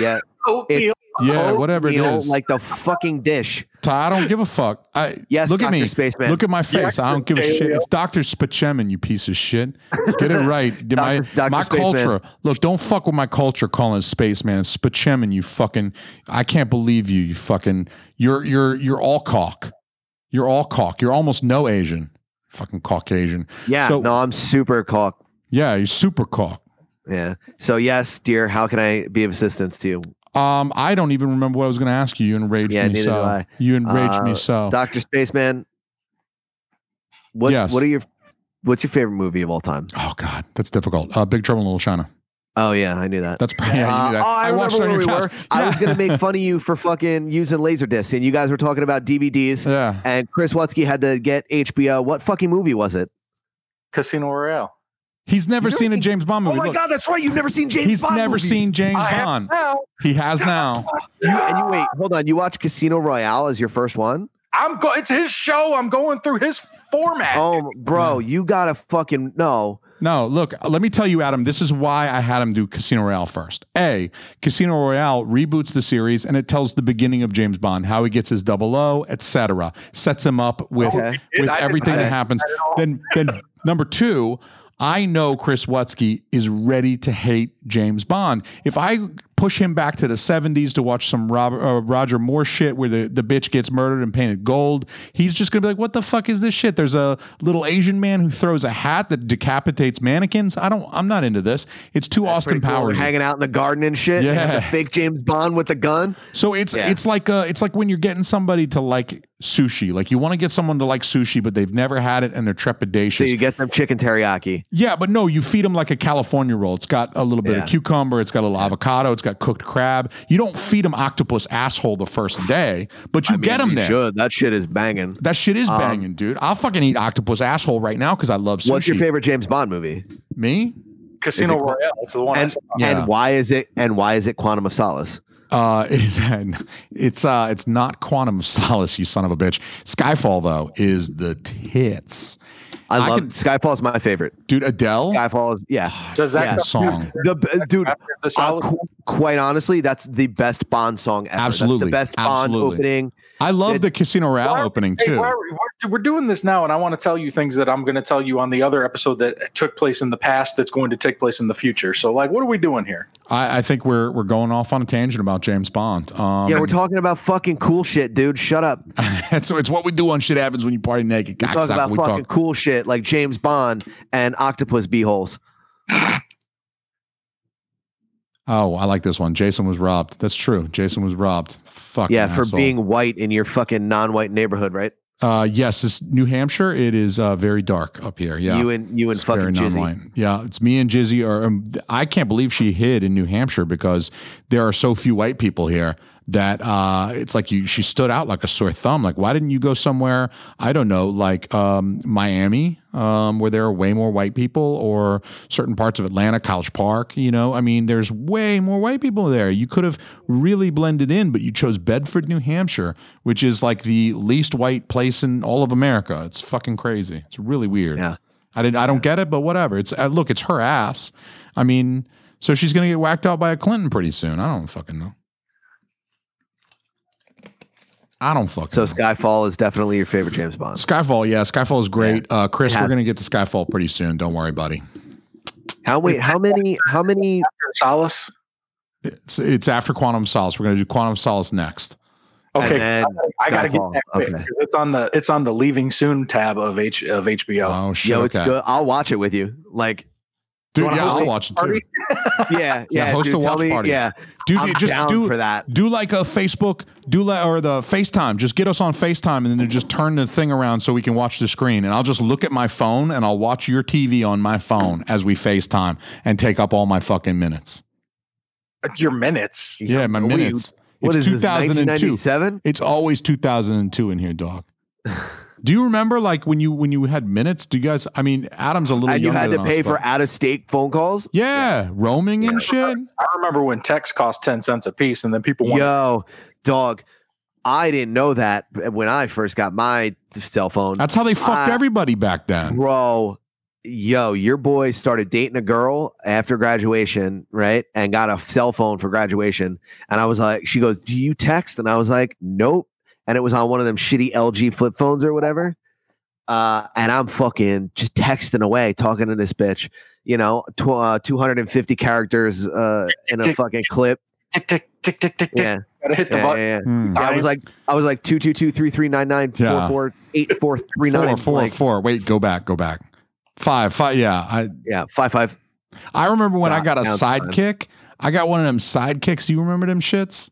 [SPEAKER 5] Yeah,
[SPEAKER 1] Oh,
[SPEAKER 5] It-
[SPEAKER 1] you-
[SPEAKER 2] Yeah, whatever it
[SPEAKER 5] you know,
[SPEAKER 2] is.
[SPEAKER 5] like the fucking dish.
[SPEAKER 2] Ty, I don't give a fuck. I
[SPEAKER 5] Yes,
[SPEAKER 2] look at
[SPEAKER 5] Dr.
[SPEAKER 2] me,
[SPEAKER 5] Spaceman.
[SPEAKER 2] Look at my face. I don't give a shit.
[SPEAKER 1] Daily.
[SPEAKER 2] It's Doctor Spaceman, you piece of shit. Get it right. my
[SPEAKER 5] Dr.
[SPEAKER 2] my
[SPEAKER 5] Spaceman.
[SPEAKER 2] culture. Look, don't fuck with my culture. Calling it Spaceman Spaceman, you fucking. I can't believe you. You fucking. You're you're you're all cock. You're all cock. You're almost no Asian. Fucking Caucasian.
[SPEAKER 5] Yeah,
[SPEAKER 2] So-
[SPEAKER 5] no, I'm super cock.
[SPEAKER 2] Yeah, you're super cock.
[SPEAKER 5] Yeah. So yes, dear, how can I be of assistance to you?
[SPEAKER 2] Um, I don't even remember what I was going to ask you. You enraged
[SPEAKER 5] Yeah,
[SPEAKER 2] me
[SPEAKER 5] neither
[SPEAKER 2] so.
[SPEAKER 5] do I.
[SPEAKER 2] You enraged
[SPEAKER 5] Uh,
[SPEAKER 2] me so.
[SPEAKER 5] Doctor Spaceman. What
[SPEAKER 2] Yes.
[SPEAKER 5] what are your what's your favorite movie of all time?
[SPEAKER 2] oh God, that's difficult. Uh, Big Trouble in Little China.
[SPEAKER 5] Oh yeah, I knew that.
[SPEAKER 2] That's probably how
[SPEAKER 5] Uh,
[SPEAKER 2] you do that.
[SPEAKER 5] oh, I,
[SPEAKER 2] watched
[SPEAKER 5] remember
[SPEAKER 2] it on
[SPEAKER 5] where
[SPEAKER 2] your
[SPEAKER 5] we
[SPEAKER 2] couch.
[SPEAKER 5] were. I was
[SPEAKER 2] Yeah.
[SPEAKER 5] gonna
[SPEAKER 2] <laughs>
[SPEAKER 5] make fun of you for fucking using Laserdisc, and you guys were talking about DVDs.
[SPEAKER 2] Yeah.
[SPEAKER 5] And Chris Wutzke had to get HBO. What fucking movie was it?
[SPEAKER 1] Casino Royale.
[SPEAKER 2] He's never
[SPEAKER 5] You've never
[SPEAKER 2] seen a
[SPEAKER 5] seen-
[SPEAKER 2] James Bond movie.
[SPEAKER 5] Oh my
[SPEAKER 2] Look,
[SPEAKER 5] god, that's right. You've never seen James
[SPEAKER 2] he's
[SPEAKER 5] Bond.
[SPEAKER 2] never
[SPEAKER 5] movies.
[SPEAKER 2] seen James
[SPEAKER 1] I have
[SPEAKER 2] Bond.
[SPEAKER 1] now.
[SPEAKER 2] He has now.
[SPEAKER 5] You, and you wait, hold on. You watched Casino Royale as your first one?
[SPEAKER 1] I'm go it's his show. I'm going through his format.
[SPEAKER 5] Oh, bro, you gotta fucking no.
[SPEAKER 2] No, look, let me tell you, Adam, this is why I had him do Casino Royale first. A, Casino Royale reboots the series and it tells the beginning of James Bond, how he gets his double O, et cetera, sets him up with,
[SPEAKER 5] Okay.
[SPEAKER 2] with
[SPEAKER 1] I didn't-
[SPEAKER 2] everything
[SPEAKER 1] I
[SPEAKER 2] that
[SPEAKER 1] didn't-
[SPEAKER 2] happens.
[SPEAKER 1] I didn't-
[SPEAKER 2] Then, then number two, I know Chris Wutzke is ready to hate James Bond. If I push him back to the 70s to watch some Rob, uh, Roger Moore shit where the, the bitch gets murdered and painted gold, he's just going to be like, what the fuck is this shit? There's a little Asian man who throws a hat that decapitates mannequins. I don't, I'm not into this. It's too Austin
[SPEAKER 5] Pretty cool,
[SPEAKER 2] Powers.
[SPEAKER 5] hanging out in the garden and shit. and have
[SPEAKER 2] Yeah.
[SPEAKER 5] the fake James Bond with the gun.
[SPEAKER 2] So it's
[SPEAKER 5] Yeah.
[SPEAKER 2] it's like uh it's like when you're getting somebody to like sushi. Like you want to get someone to like sushi, but they've never had it and they're trepidatious.
[SPEAKER 5] So you get them chicken teriyaki.
[SPEAKER 2] yeah, but no, you feed them like a California roll. It's got a little bit
[SPEAKER 5] Yeah.
[SPEAKER 2] of cucumber, it's got a little avocado, it's got cooked crab. You don't feed them octopus asshole the first day, but you
[SPEAKER 5] I mean,
[SPEAKER 2] get 'em get them
[SPEAKER 5] you
[SPEAKER 2] there.
[SPEAKER 5] Should. Um, That shit is banging.
[SPEAKER 2] That shit is banging, dude. I'll fucking eat octopus asshole right now because I love sushi.
[SPEAKER 5] What's your favorite James Bond movie?
[SPEAKER 2] Me?
[SPEAKER 1] Casino Royale. It's the one. I
[SPEAKER 5] And,
[SPEAKER 1] saw.
[SPEAKER 2] Yeah.
[SPEAKER 5] and why is it and why is it Quantum of Solace?
[SPEAKER 2] Uh, <laughs> it's it's uh, it's not Quantum of Solace, you son of a bitch. Skyfall though is the tits,
[SPEAKER 5] I,
[SPEAKER 2] I
[SPEAKER 5] love
[SPEAKER 2] could-
[SPEAKER 5] Skyfall's my favorite.
[SPEAKER 2] dude. Adele.
[SPEAKER 5] Skyfall is
[SPEAKER 2] <sighs>
[SPEAKER 5] yeah.
[SPEAKER 1] Does that
[SPEAKER 5] Yeah.
[SPEAKER 2] song.
[SPEAKER 5] The b- dude,
[SPEAKER 1] After the
[SPEAKER 5] uh,
[SPEAKER 1] solid-
[SPEAKER 5] qu- quite honestly, that's the best Bond song ever. That's
[SPEAKER 2] Absolutely.
[SPEAKER 5] the best Bond
[SPEAKER 2] Absolutely.
[SPEAKER 5] opening.
[SPEAKER 2] I love
[SPEAKER 5] It-
[SPEAKER 2] the Casino Royale
[SPEAKER 1] Why are we-
[SPEAKER 2] opening
[SPEAKER 1] Hey,
[SPEAKER 2] too.
[SPEAKER 1] why are we, why- we're doing this now, and I want to tell you things that I'm going to tell you on the other episode that took place in the past that's going to take place in the future. So, like, what are we doing here?
[SPEAKER 2] I, I think we're we're going off on a tangent about James Bond. Um,
[SPEAKER 5] Yeah, we're talking about fucking cool shit, dude. Shut up. We
[SPEAKER 2] so <laughs> it's what we do on shit happens when you party naked. Cocksucker.
[SPEAKER 5] talk about
[SPEAKER 2] we
[SPEAKER 5] fucking
[SPEAKER 2] talk.
[SPEAKER 5] cool shit like James Bond and octopus beeholes.
[SPEAKER 2] Oh, I like this one. Jason was robbed. That's true. Jason was robbed. Fuck
[SPEAKER 5] Yeah, for
[SPEAKER 2] asshole.
[SPEAKER 5] being white in your fucking non-white neighborhood, right?
[SPEAKER 2] Uh, yes, it's New Hampshire. It is uh, very dark up here. Yeah.
[SPEAKER 5] You and you and
[SPEAKER 2] It's very
[SPEAKER 5] fucking Jizzy.
[SPEAKER 2] non-white. Yeah, it's me and Jizzy. Or um, th- I can't believe she hid in New Hampshire because there are so few white people here that uh, it's like you. She stood out like a sore thumb. Like, why didn't you go somewhere? I don't know, like um, Miami, um, where there are way more white people, or certain parts of Atlanta, College Park. You know, I mean, there's way more white people there. You could have really blended in, but you chose Bedford, New Hampshire, which is like the least white place in all of America. It's fucking crazy. It's really weird.
[SPEAKER 5] Yeah.
[SPEAKER 2] I didn't. I don't get it, but whatever. It's uh, look. It's her ass. I mean, So she's going to get whacked out by a Clinton pretty soon. I don't fucking know. I don't fucking
[SPEAKER 5] So
[SPEAKER 2] know.
[SPEAKER 5] Skyfall is definitely your favorite James Bond.
[SPEAKER 2] Skyfall, yeah, Skyfall is great. Uh, Chris,
[SPEAKER 5] Yeah.
[SPEAKER 2] we're going to get to Skyfall pretty soon. Don't worry, buddy.
[SPEAKER 5] How wait? How many? How many?
[SPEAKER 1] Solace.
[SPEAKER 2] It's, it's after Quantum Solace. We're going to do Quantum Solace next.
[SPEAKER 1] Okay,
[SPEAKER 5] And then
[SPEAKER 1] I gotta get
[SPEAKER 5] Skyfall.
[SPEAKER 1] that quick.
[SPEAKER 5] Okay.
[SPEAKER 1] 'cause It's on the it's on the leaving soon tab of H of HBO.
[SPEAKER 2] Oh, shit.
[SPEAKER 5] Yo, it's
[SPEAKER 2] okay.
[SPEAKER 5] good. I'll watch it with you. Like,
[SPEAKER 1] You
[SPEAKER 2] Dude,
[SPEAKER 1] wanna
[SPEAKER 2] yeah,
[SPEAKER 1] host
[SPEAKER 2] I'll
[SPEAKER 1] a
[SPEAKER 2] watch it too.
[SPEAKER 1] party?
[SPEAKER 5] yeah, yeah.
[SPEAKER 2] host
[SPEAKER 5] dude,
[SPEAKER 2] a
[SPEAKER 5] tell
[SPEAKER 2] watch
[SPEAKER 5] me-
[SPEAKER 2] party.
[SPEAKER 5] Yeah,
[SPEAKER 2] Dude,
[SPEAKER 5] I'm
[SPEAKER 2] just
[SPEAKER 5] down
[SPEAKER 2] do
[SPEAKER 5] for that.
[SPEAKER 2] Do like a Facebook, do like or the FaceTime. Just get us on FaceTime and then just turn the thing around so we can watch the screen. And I'll just look at my phone and I'll watch your TV on my phone as we FaceTime and take up all my fucking minutes.
[SPEAKER 1] Your minutes.
[SPEAKER 2] Yeah, my
[SPEAKER 5] What are you-
[SPEAKER 2] minutes.
[SPEAKER 5] What
[SPEAKER 2] it's
[SPEAKER 5] is this?
[SPEAKER 2] 2002.
[SPEAKER 5] 1997.
[SPEAKER 2] It's always 2002 in here,
[SPEAKER 5] <laughs>
[SPEAKER 2] dog. Do you remember like when you when you had minutes? Do you guys? I mean, Adam's a little
[SPEAKER 5] And you
[SPEAKER 2] younger
[SPEAKER 5] had to
[SPEAKER 2] than us,
[SPEAKER 5] pay for
[SPEAKER 2] but-
[SPEAKER 5] out of state phone calls.
[SPEAKER 2] yeah, roaming and shit.
[SPEAKER 1] I remember when text cost ten cents a piece, and then people wanted
[SPEAKER 5] Yo, dog. I didn't know that when I first got my cell phone.
[SPEAKER 2] That's how they fucked
[SPEAKER 5] Ah.
[SPEAKER 2] everybody back then.
[SPEAKER 5] Bro, yo, your boy started dating a girl after graduation, right? And got a cell phone for graduation. And I was like, she goes, Do you text? And I was like, Nope. And it was on one of them shitty LG flip phones or whatever. Uh, and I'm fucking just texting away, talking to this bitch, you know, tw- uh, 250 characters uh, in a fucking clip.
[SPEAKER 1] tick tick tick tick tick tick.
[SPEAKER 5] Yeah.
[SPEAKER 1] Gotta hit the
[SPEAKER 5] Yeah, yeah,
[SPEAKER 1] button.
[SPEAKER 5] yeah.
[SPEAKER 2] Hmm.
[SPEAKER 5] Yeah, I was
[SPEAKER 1] Time.
[SPEAKER 5] like, I was like two two two three three nine nine
[SPEAKER 2] Yeah.
[SPEAKER 5] four four eight four three
[SPEAKER 2] Four,
[SPEAKER 5] nine
[SPEAKER 2] four,
[SPEAKER 5] like,
[SPEAKER 2] four. Wait, go back, go back. Five, five. Yeah, I
[SPEAKER 5] yeah five five
[SPEAKER 2] I remember when I got a
[SPEAKER 5] Down time.
[SPEAKER 2] sidekick. I got one of them sidekicks. Do you remember them shits?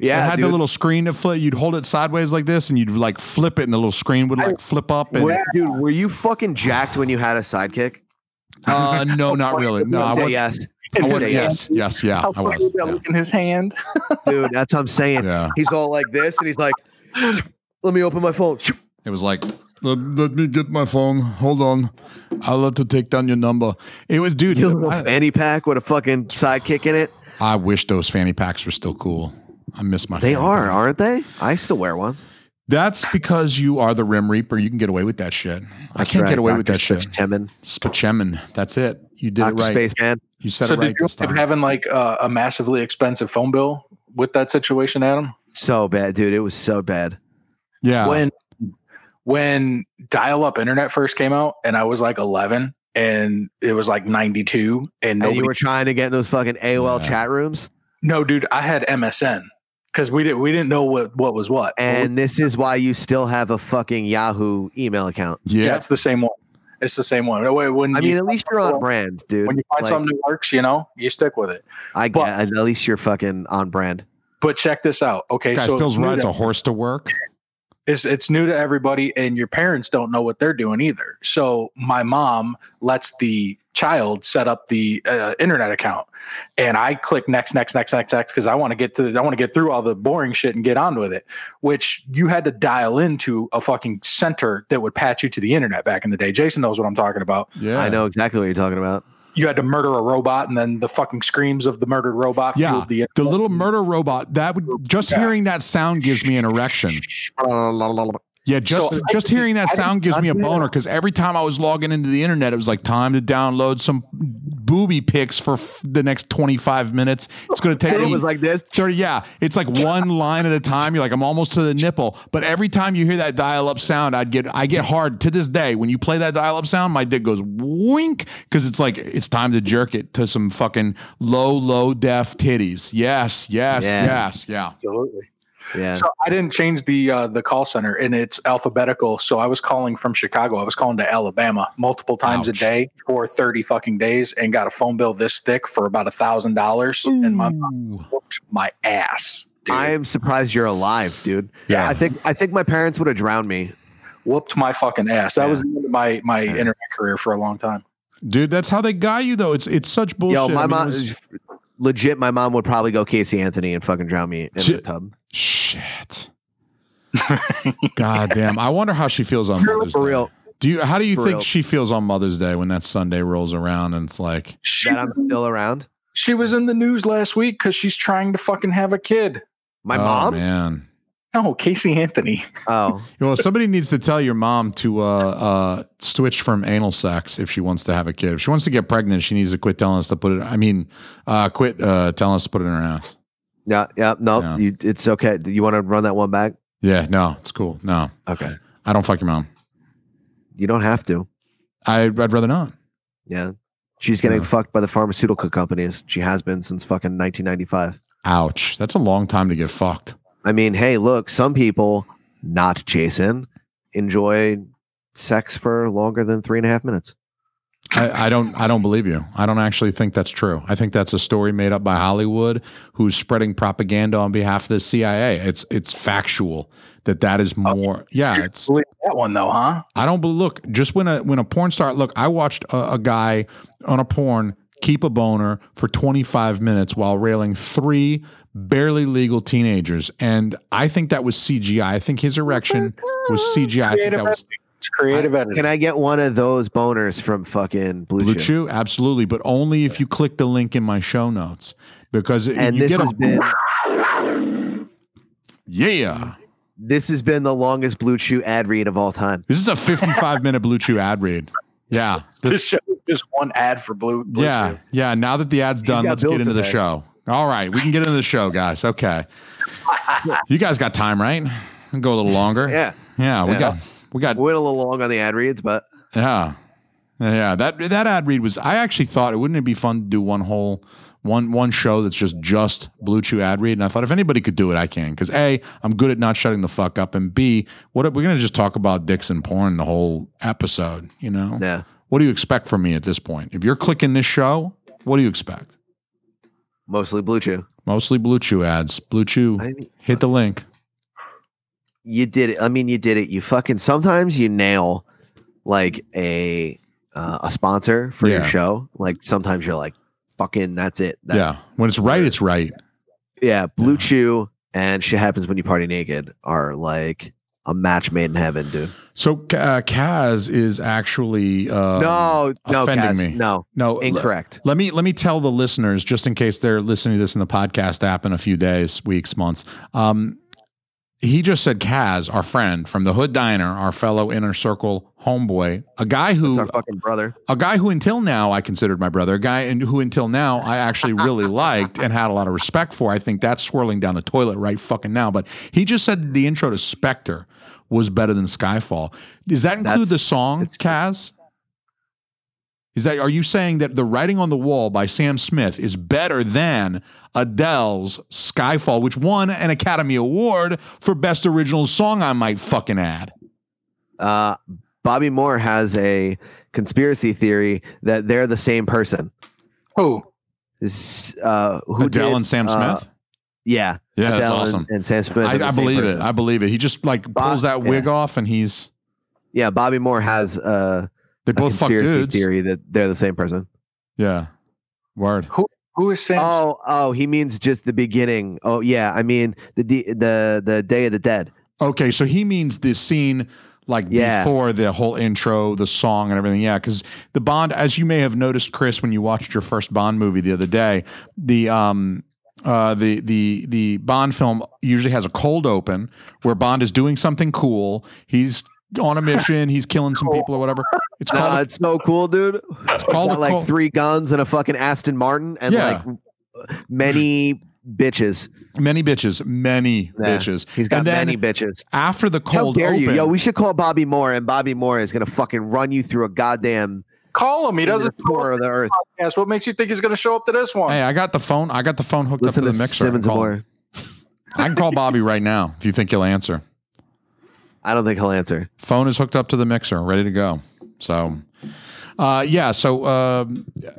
[SPEAKER 5] yeah
[SPEAKER 2] it had
[SPEAKER 5] dude.
[SPEAKER 2] the little screen to flip. You'd hold it sideways like this, and you'd like flip it, and the little screen would like flip up. And
[SPEAKER 5] Were- dude, were you fucking jacked when you had a sidekick?
[SPEAKER 2] uh,
[SPEAKER 5] <laughs>
[SPEAKER 2] no, not really. No, I
[SPEAKER 5] Say
[SPEAKER 2] was.
[SPEAKER 5] yes,
[SPEAKER 2] I was.
[SPEAKER 5] Say
[SPEAKER 2] Yes, yes, yeah, I was. Yeah.
[SPEAKER 1] in his hand.
[SPEAKER 5] dude. That's what I'm saying.
[SPEAKER 2] Yeah.
[SPEAKER 5] He's all like this, and he's like, "Let me open my phone."
[SPEAKER 2] It was like, let, let me get my phone. Hold on, I'll have to take down your number. It was, dude.
[SPEAKER 5] You little
[SPEAKER 2] I,
[SPEAKER 5] fanny pack with a fucking sidekick in it.
[SPEAKER 2] I wish those fanny packs were still cool. I miss my.
[SPEAKER 5] They
[SPEAKER 2] fanny
[SPEAKER 5] are,
[SPEAKER 2] pack.
[SPEAKER 5] aren't they? I still wear one.
[SPEAKER 2] That's because you are the Rim Reaper. You can get away with that shit. I can't get away with that shit.
[SPEAKER 5] Temin,
[SPEAKER 2] Spachemin. That's it. You did it right.
[SPEAKER 5] Spaceman.
[SPEAKER 2] You said
[SPEAKER 1] So
[SPEAKER 2] it right
[SPEAKER 1] did you
[SPEAKER 2] this
[SPEAKER 1] end up
[SPEAKER 2] time.
[SPEAKER 1] having like uh, a massively expensive phone bill with that situation, Adam?
[SPEAKER 5] So bad, dude. It was so bad.
[SPEAKER 2] yeah.
[SPEAKER 1] when when dial up internet first came out, and I was like eleven, and it was like ninety two, and
[SPEAKER 5] And
[SPEAKER 1] nobody
[SPEAKER 5] you were trying to get in those fucking AOL
[SPEAKER 2] Yeah.
[SPEAKER 5] chat rooms.
[SPEAKER 1] No, dude, I had MSN because we didn't we didn't know what what was what.
[SPEAKER 5] And this is why you still have a fucking Yahoo email account.
[SPEAKER 1] yeah,
[SPEAKER 2] yeah.
[SPEAKER 1] it's the same one. It's the same one. When, when
[SPEAKER 5] I
[SPEAKER 1] you,
[SPEAKER 5] mean, at least you're on brand, dude.
[SPEAKER 1] when you find
[SPEAKER 5] Like,
[SPEAKER 1] something that works, you know, you stick with it.
[SPEAKER 5] I
[SPEAKER 1] but-
[SPEAKER 5] get, at least you're fucking on brand.
[SPEAKER 1] But check this out. Okay,
[SPEAKER 2] Guy
[SPEAKER 1] so
[SPEAKER 2] still
[SPEAKER 1] it's new,
[SPEAKER 2] rides a
[SPEAKER 1] to,
[SPEAKER 2] horse to work.
[SPEAKER 1] it's, it's new to everybody, and your parents don't know what they're doing either. So my mom lets the child set up the uh, internet account, and I click next, next, next, next, next because I want to get to I want to get through all the boring shit and get on with it. Which you had to dial into a fucking center that would patch you to the internet back in the day. Jason knows what I'm talking about.
[SPEAKER 2] Yeah.
[SPEAKER 5] I know exactly what you're talking about.
[SPEAKER 1] you had to murder a robot, and then the fucking screams of the murdered robot
[SPEAKER 2] Yeah.
[SPEAKER 1] fueled the.
[SPEAKER 2] The little murder robot. That would just
[SPEAKER 1] Yeah.
[SPEAKER 2] hearing that sound gives me an erection. Yeah, just
[SPEAKER 1] So I
[SPEAKER 2] just hearing that
[SPEAKER 1] I didn't-
[SPEAKER 2] sound gives me a boner because every time I was logging into the internet, it was like time to download some booby pics for f- the next twenty five minutes. It's going to take
[SPEAKER 5] And it
[SPEAKER 2] me
[SPEAKER 5] was like this.
[SPEAKER 2] 30 yeah it's like one line at a time you're like i'm almost to the nipple but every time you hear that dial up sound i'd get i get hard to this day when you play that dial up sound my dick goes wink because it's like it's time to jerk it to some fucking low low def titties yes yes
[SPEAKER 5] Yeah.
[SPEAKER 2] yes yeah
[SPEAKER 1] Absolutely.
[SPEAKER 5] Yeah.
[SPEAKER 1] So I didn't change the uh, the call center, and it's alphabetical. So I was calling from Chicago. I was calling to Alabama multiple times
[SPEAKER 2] Ouch.
[SPEAKER 1] a day for thirty fucking days, and got a phone bill this thick for about a thousand dollars, and my mom
[SPEAKER 2] Ooh.
[SPEAKER 1] whooped my ass. Dude.
[SPEAKER 5] Mm. I am surprised you're alive, dude.
[SPEAKER 2] Yeah.
[SPEAKER 5] I think I think my parents would have drowned me.
[SPEAKER 1] whooped my fucking ass. That
[SPEAKER 5] Yeah.
[SPEAKER 1] was the end of my my
[SPEAKER 5] Yeah.
[SPEAKER 1] internet career for a long time.
[SPEAKER 2] dude that's how they got you though it's it's such bullshit
[SPEAKER 5] Yo, my
[SPEAKER 2] I mean, it
[SPEAKER 5] mom
[SPEAKER 2] was-
[SPEAKER 5] legit my mom would probably go Casey Anthony and fucking drown me in the
[SPEAKER 2] Shit.
[SPEAKER 5] tub. <laughs>
[SPEAKER 2] shit god damn i wonder how she feels on
[SPEAKER 5] For
[SPEAKER 2] mother's day
[SPEAKER 5] real.
[SPEAKER 2] do you how do you
[SPEAKER 5] For
[SPEAKER 2] think
[SPEAKER 5] real.
[SPEAKER 2] she feels on mother's day when that sunday rolls around and it's like
[SPEAKER 1] She,
[SPEAKER 5] That I'm still around.
[SPEAKER 1] she was in the news last week because she's trying to fucking have a kid.
[SPEAKER 5] My
[SPEAKER 2] oh,
[SPEAKER 5] mom?
[SPEAKER 2] man
[SPEAKER 1] No, Casey Anthony.
[SPEAKER 5] Oh,
[SPEAKER 2] Well, somebody needs to tell your mom to uh, uh, switch from anal sex if she wants to have a kid. If she wants to get pregnant, she needs to quit telling us to put it. I mean, uh, quit uh, telling us to put it in her ass.
[SPEAKER 5] yeah, yeah, no,
[SPEAKER 2] Yeah.
[SPEAKER 5] You, it's okay. Do You want to run that one back?
[SPEAKER 2] Yeah, no, it's cool. No,
[SPEAKER 5] Okay,
[SPEAKER 2] I don't fuck your mom.
[SPEAKER 5] you don't have to.
[SPEAKER 2] I, I'd rather not.
[SPEAKER 5] Yeah, she's getting
[SPEAKER 2] Yeah.
[SPEAKER 5] fucked by the pharmaceutical companies. She has been since fucking 1995.
[SPEAKER 2] Ouch, that's a long time to get fucked.
[SPEAKER 5] I mean, hey, look, some people, not Jason, enjoy sex for longer than three and a half minutes.
[SPEAKER 2] I, I don't. I don't believe you. I don't actually think that's true. I think that's a story made up by Hollywood, who's spreading propaganda on behalf of the CIA. It's it's factual that that is more. yeah, it's
[SPEAKER 1] Believe that one though, huh?
[SPEAKER 2] I don't believe. Look, just when a when a porn star. Look, I watched a, a guy on a porn keep a boner for 25 minutes while railing three barely legal teenagers, and I think that was CGI. I think his erection was CGI. I
[SPEAKER 1] Creative
[SPEAKER 2] think that was
[SPEAKER 1] editing. It's creative editing.
[SPEAKER 5] Can I get one of those boners from fucking Blue,
[SPEAKER 2] Blue
[SPEAKER 5] Chew?
[SPEAKER 2] Chew, absolutely, but only if you click the link in my show notes because
[SPEAKER 5] And
[SPEAKER 2] you
[SPEAKER 5] this
[SPEAKER 2] get
[SPEAKER 5] has
[SPEAKER 2] a
[SPEAKER 5] been
[SPEAKER 2] yeah.
[SPEAKER 5] this has been the longest Blue Chew ad read of all time.
[SPEAKER 2] This is a 55 minute Blue Chew ad read. Yeah,
[SPEAKER 1] this show is just one ad for Blue. Blue
[SPEAKER 2] yeah,
[SPEAKER 1] Chew.
[SPEAKER 2] yeah. Now that the ad's done,
[SPEAKER 5] got
[SPEAKER 2] let's get
[SPEAKER 5] billed
[SPEAKER 2] into the
[SPEAKER 5] today.
[SPEAKER 2] show. All right, we can get into the show, guys.
[SPEAKER 5] <laughs>
[SPEAKER 2] Okay, you guys got time, right? We'll Go a little longer.
[SPEAKER 5] Yeah.
[SPEAKER 2] yeah. We
[SPEAKER 5] Yeah.
[SPEAKER 2] got we got
[SPEAKER 5] Went a little long on the ad reads, but
[SPEAKER 2] Yeah. Yeah, that that ad read was I actually thought it wouldn't it be fun to do one whole one one show that's just just Blue Chew ad read and I thought if anybody could do it I can cuz A, I'm good at not shutting the fuck up and B, what we're going to just talk about dicks and porn the whole episode, you know?
[SPEAKER 5] yeah,
[SPEAKER 2] What do you expect from me at this point? If you're clicking this show, what do you expect?
[SPEAKER 5] mostly Blue Chew.
[SPEAKER 2] Mostly Blue Chew ads. Blue Chew,
[SPEAKER 5] I mean,
[SPEAKER 2] hit the link.
[SPEAKER 5] you did it. I mean, you did it. You fucking sometimes you nail like a uh, a sponsor for your
[SPEAKER 2] Yeah.
[SPEAKER 5] show. Like sometimes you're like, fucking, that's it. That-
[SPEAKER 2] yeah. When it's right, it's right.
[SPEAKER 5] yeah. Blue Chew and shit happens when you party naked are like a match made in heaven, dude.
[SPEAKER 2] So uh, Kaz is actually uh
[SPEAKER 5] no, no,
[SPEAKER 2] offending
[SPEAKER 5] Cass,
[SPEAKER 2] me.
[SPEAKER 5] no,
[SPEAKER 2] no
[SPEAKER 5] incorrect.
[SPEAKER 2] Let me let me tell the listeners, just in case they're listening to this in the podcast app in a few days, weeks, months. Um, he just said Kaz, our friend from the Hood Diner, our fellow inner circle homeboy, a guy
[SPEAKER 5] It's
[SPEAKER 2] who
[SPEAKER 5] our fucking brother.
[SPEAKER 2] a guy who until now I considered my brother, a guy and who until now I actually really liked and had a lot of respect for. I think that's swirling down the toilet right fucking now. But he just said the intro to Spectre was better than Skyfall. Does that include
[SPEAKER 5] That's-
[SPEAKER 2] the song,
[SPEAKER 5] it's-
[SPEAKER 2] Kaz? Is that are you saying that the writing on the wall by Sam Smith is better than Adele's Skyfall, which won an Academy Award for Best Original Song? I might fucking add.
[SPEAKER 5] Uh, Bobby Moore has a conspiracy theory that they're the same person.
[SPEAKER 1] Oh,
[SPEAKER 5] S- Uh, who
[SPEAKER 2] Adele
[SPEAKER 5] did,
[SPEAKER 2] and Sam
[SPEAKER 5] uh,
[SPEAKER 2] Smith.
[SPEAKER 5] yeah,
[SPEAKER 2] yeah, that's
[SPEAKER 5] Adele and-
[SPEAKER 2] awesome.
[SPEAKER 5] And, Sam Smith. are the
[SPEAKER 2] I, I
[SPEAKER 5] same
[SPEAKER 2] believe
[SPEAKER 5] person.
[SPEAKER 2] it. I believe it. He just like
[SPEAKER 5] Bo-
[SPEAKER 2] pulls that wig off and he's
[SPEAKER 5] yeah, Bobby Moore has uh,
[SPEAKER 2] they
[SPEAKER 5] a
[SPEAKER 2] both fuck
[SPEAKER 5] conspiracy
[SPEAKER 2] dudes.
[SPEAKER 5] theory that they're the same person.
[SPEAKER 2] Yeah. Word.
[SPEAKER 1] who is Sam?
[SPEAKER 5] Oh, oh, he means just the beginning. Oh, yeah, I mean the D the the Day of the Dead.
[SPEAKER 2] Okay, so he means this scene like
[SPEAKER 5] Yeah.
[SPEAKER 2] before the whole intro, the song and everything. Yeah, cuz the Bond as you may have noticed Chris when you watched your first Bond movie the other day, the um uh, the the the Bond film usually has a cold open where Bond is doing something cool. He's
[SPEAKER 5] <laughs>
[SPEAKER 2] on a mission. He's killing some people or whatever. It's
[SPEAKER 5] Nah,
[SPEAKER 2] called.
[SPEAKER 5] it's so cool, dude.
[SPEAKER 2] It's called a
[SPEAKER 5] Got like
[SPEAKER 2] cold-
[SPEAKER 5] three guns and a fucking Aston Martin and
[SPEAKER 2] Yeah.
[SPEAKER 5] like many bitches.
[SPEAKER 2] many bitches. Many
[SPEAKER 5] Yeah.
[SPEAKER 2] bitches.
[SPEAKER 5] He's got
[SPEAKER 2] And then-
[SPEAKER 5] many bitches.
[SPEAKER 2] after the cold
[SPEAKER 5] How dare
[SPEAKER 2] open.
[SPEAKER 5] you? Yo, we should call Bobby Moore, and Bobby Moore is gonna fucking run you through a goddamn
[SPEAKER 1] Call him. He doesn't show up
[SPEAKER 5] tour of the earth.
[SPEAKER 1] to the podcast. What makes you think he's going to show up to this one?
[SPEAKER 2] hey, I got the phone. I got the phone hooked
[SPEAKER 5] Listen
[SPEAKER 2] up
[SPEAKER 5] to
[SPEAKER 2] to the mixer. I can
[SPEAKER 5] Simmons and
[SPEAKER 2] call-
[SPEAKER 5] Moore.
[SPEAKER 2] I can call Bobby right now if you think he'll answer.
[SPEAKER 5] I don't think he'll answer.
[SPEAKER 2] Phone is hooked up to the mixer, ready to go. So, uh, yeah. So uh,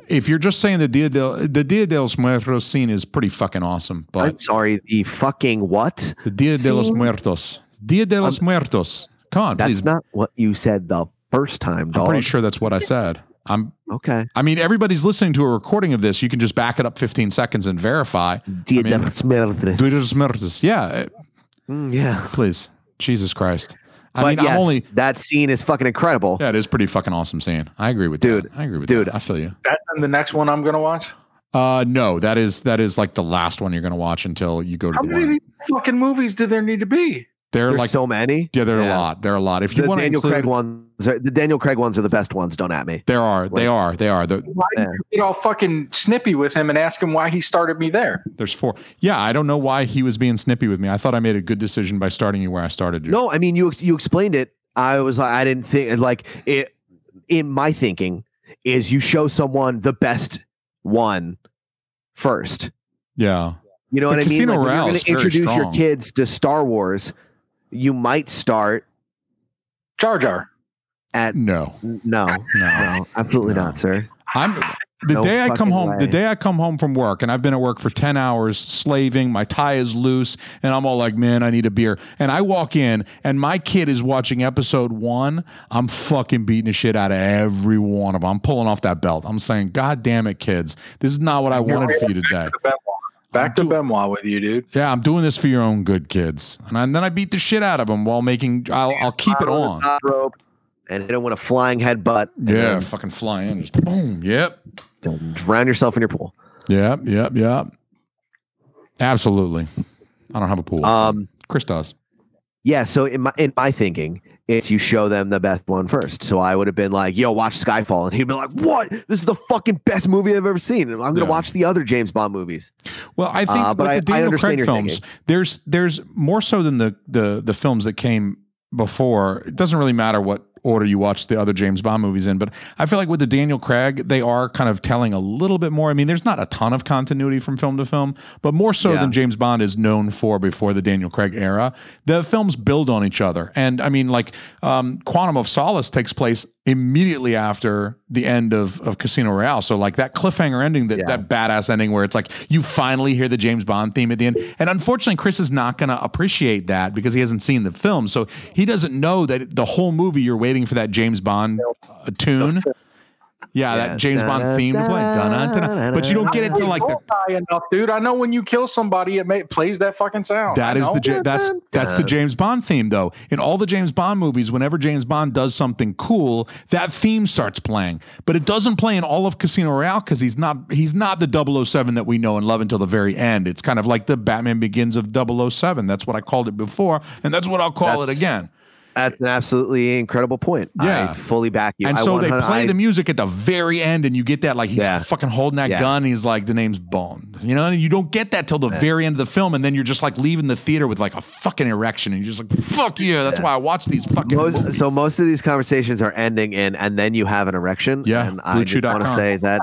[SPEAKER 2] if you're just saying the Dia del the Dia de los Muertos scene is pretty fucking awesome,
[SPEAKER 5] I'm
[SPEAKER 2] but
[SPEAKER 5] sorry. The fucking what?
[SPEAKER 2] the Dia de los
[SPEAKER 5] Scene?
[SPEAKER 2] Muertos, Dia de los Muertos. Come on,
[SPEAKER 5] That's
[SPEAKER 2] please.
[SPEAKER 5] not what you said the first time,
[SPEAKER 2] I'm
[SPEAKER 5] dog.
[SPEAKER 2] pretty sure that's what I said. I'm.
[SPEAKER 5] Okay.
[SPEAKER 2] I mean, everybody's listening to a recording of this. You can just back it up 15 seconds and verify.
[SPEAKER 5] Dia
[SPEAKER 2] mean-
[SPEAKER 5] de los Muertos.
[SPEAKER 2] Dia de los Muertos. Yeah, eh,
[SPEAKER 5] Mm, yeah.
[SPEAKER 2] please. Jesus Christ. I
[SPEAKER 5] but
[SPEAKER 2] mean,
[SPEAKER 5] yes,
[SPEAKER 2] I'm only
[SPEAKER 5] that scene is fucking incredible.
[SPEAKER 2] Yeah, it is pretty fucking awesome scene. I agree with
[SPEAKER 5] Dude,
[SPEAKER 2] that. I agree with
[SPEAKER 5] dude.
[SPEAKER 2] that. I feel you.
[SPEAKER 1] That's in the next one I'm going to watch.
[SPEAKER 2] Uh, no, that is that is like the last one you're gonna watch until you go to
[SPEAKER 1] How
[SPEAKER 2] the
[SPEAKER 1] many
[SPEAKER 2] one.
[SPEAKER 1] of these fucking movies do there need to be?
[SPEAKER 2] They're
[SPEAKER 5] There's
[SPEAKER 2] like
[SPEAKER 5] so many.
[SPEAKER 2] yeah, they're
[SPEAKER 5] Yeah.
[SPEAKER 2] a lot. They're a lot. If you
[SPEAKER 5] The
[SPEAKER 2] want to
[SPEAKER 5] Daniel
[SPEAKER 2] include,
[SPEAKER 5] Craig ones, are, the Daniel Craig ones are the best ones. Don't at me.
[SPEAKER 2] there are they are they are. There-
[SPEAKER 1] Why did
[SPEAKER 5] Yeah.
[SPEAKER 1] you get all fucking snippy with him and ask him why he started me there?
[SPEAKER 2] There's four. Yeah, I don't know why he was being snippy with me. I thought I made a good decision by starting you where I started you.
[SPEAKER 5] No, I mean you ex- you explained it. I was like, I didn't think like it. In my thinking, is you show someone the best one first.
[SPEAKER 2] Yeah.
[SPEAKER 5] You know
[SPEAKER 2] The
[SPEAKER 5] what I mean?
[SPEAKER 2] Casino
[SPEAKER 5] Like, when you're
[SPEAKER 2] Royale
[SPEAKER 5] going
[SPEAKER 2] is
[SPEAKER 5] to
[SPEAKER 2] very
[SPEAKER 5] introduce your
[SPEAKER 2] strong.
[SPEAKER 5] kids to Star Wars. You might start
[SPEAKER 1] Jar Jar.
[SPEAKER 5] at
[SPEAKER 2] No.
[SPEAKER 5] no,
[SPEAKER 2] No.
[SPEAKER 5] no, absolutely
[SPEAKER 2] No.
[SPEAKER 5] not, sir.
[SPEAKER 2] I'm the
[SPEAKER 5] No
[SPEAKER 2] day I come
[SPEAKER 5] fucking
[SPEAKER 2] home, the
[SPEAKER 5] way.
[SPEAKER 2] day I come home from work and I've been at work for 10 hours slaving, my tie is loose and I'm all like, "Man, I need a beer." And I walk in and my kid is watching episode 1. I'm fucking beating the shit out of every one of them. I'm pulling off that belt. I'm saying, "God damn it, kids. This is not what I wanted for you today."
[SPEAKER 1] Benoit. Back to
[SPEAKER 2] Dude.
[SPEAKER 1] Benoit with you, dude.
[SPEAKER 2] Yeah, I'm doing this for your own good, kids. And, I, and then I beat the shit out of them while making. I'll, I'll keep it on.
[SPEAKER 5] Hot rope, and hit him with a flying headbutt. and
[SPEAKER 2] Yeah,
[SPEAKER 5] then
[SPEAKER 2] fucking fly in, just boom. Yep,
[SPEAKER 5] drown yourself in your pool.
[SPEAKER 2] yep, yep, yep. Absolutely. I don't have a pool.
[SPEAKER 5] Um,
[SPEAKER 2] Chris does.
[SPEAKER 5] yeah. So in my in my thinking, it's you show them the best one first. So I would have been like, "Yo, watch Skyfall," and he'd be like, "What? This is the fucking best movie I've ever seen." And I'm gonna
[SPEAKER 2] Yeah.
[SPEAKER 5] watch the other James Bond movies.
[SPEAKER 2] Well, I think
[SPEAKER 5] Uh,
[SPEAKER 2] with
[SPEAKER 5] but I- I
[SPEAKER 2] the Daniel
[SPEAKER 5] understand
[SPEAKER 2] Craig
[SPEAKER 5] your
[SPEAKER 2] films, there's there's more so than the the the films that came before. It doesn't really matter what order you watch the other James Bond movies in, but I feel like with the Daniel Craig, they are kind of telling a little bit more. I mean, there's not a ton of continuity from film to film, but more so
[SPEAKER 5] Yeah.
[SPEAKER 2] than James Bond is known for before the Daniel Craig era. The films build on each other, and I mean, like um, Quantum of Solace takes place immediately after the end of of Casino Royale. So like that cliffhanger ending, that that badass ending where it's like you finally hear the James Bond theme at the end. And unfortunately, Chris is not going to appreciate that because he hasn't seen the film, so he doesn't know that the whole movie you're waiting for that James Bond uh, tune. Yeah,
[SPEAKER 5] Yeah.
[SPEAKER 2] that James Bond theme to play, Dun-dun, dun-dun. but you don't get it till like the
[SPEAKER 1] High enough, dude. I know when you kill somebody, it may, plays that fucking sound.
[SPEAKER 2] That
[SPEAKER 1] I
[SPEAKER 2] is
[SPEAKER 1] know.
[SPEAKER 2] the Ja- that's that's the
[SPEAKER 5] Dun.
[SPEAKER 2] James Bond theme though. In all the James Bond movies, whenever James Bond does something cool, that theme starts playing. But it doesn't play in all of Casino Royale because he's not he's not the 007 that we know and love until the very end. It's kind of like the Batman Begins of 007. That's what I called it before, and that's what I'll call it
[SPEAKER 5] That's-
[SPEAKER 2] again.
[SPEAKER 5] That's an absolutely incredible point.
[SPEAKER 2] Yeah.
[SPEAKER 5] I fully back you.
[SPEAKER 2] And
[SPEAKER 5] I
[SPEAKER 2] so they
[SPEAKER 5] 100
[SPEAKER 2] play
[SPEAKER 5] I-
[SPEAKER 2] the music at the very end, and you get that like he's
[SPEAKER 5] Yeah.
[SPEAKER 2] fucking holding that
[SPEAKER 5] Yeah.
[SPEAKER 2] gun. And he's like, the name's Bond. You know, and you don't get that till the very end of the film, and then you're just like leaving the theater with like a fucking erection, and you're just like, fuck you. That's why I watch these fucking.
[SPEAKER 5] Most,
[SPEAKER 2] movies.
[SPEAKER 5] so most of these conversations are ending in and then you have an erection.
[SPEAKER 2] Yeah,
[SPEAKER 5] And I just want to
[SPEAKER 2] bluechew.com.
[SPEAKER 5] say that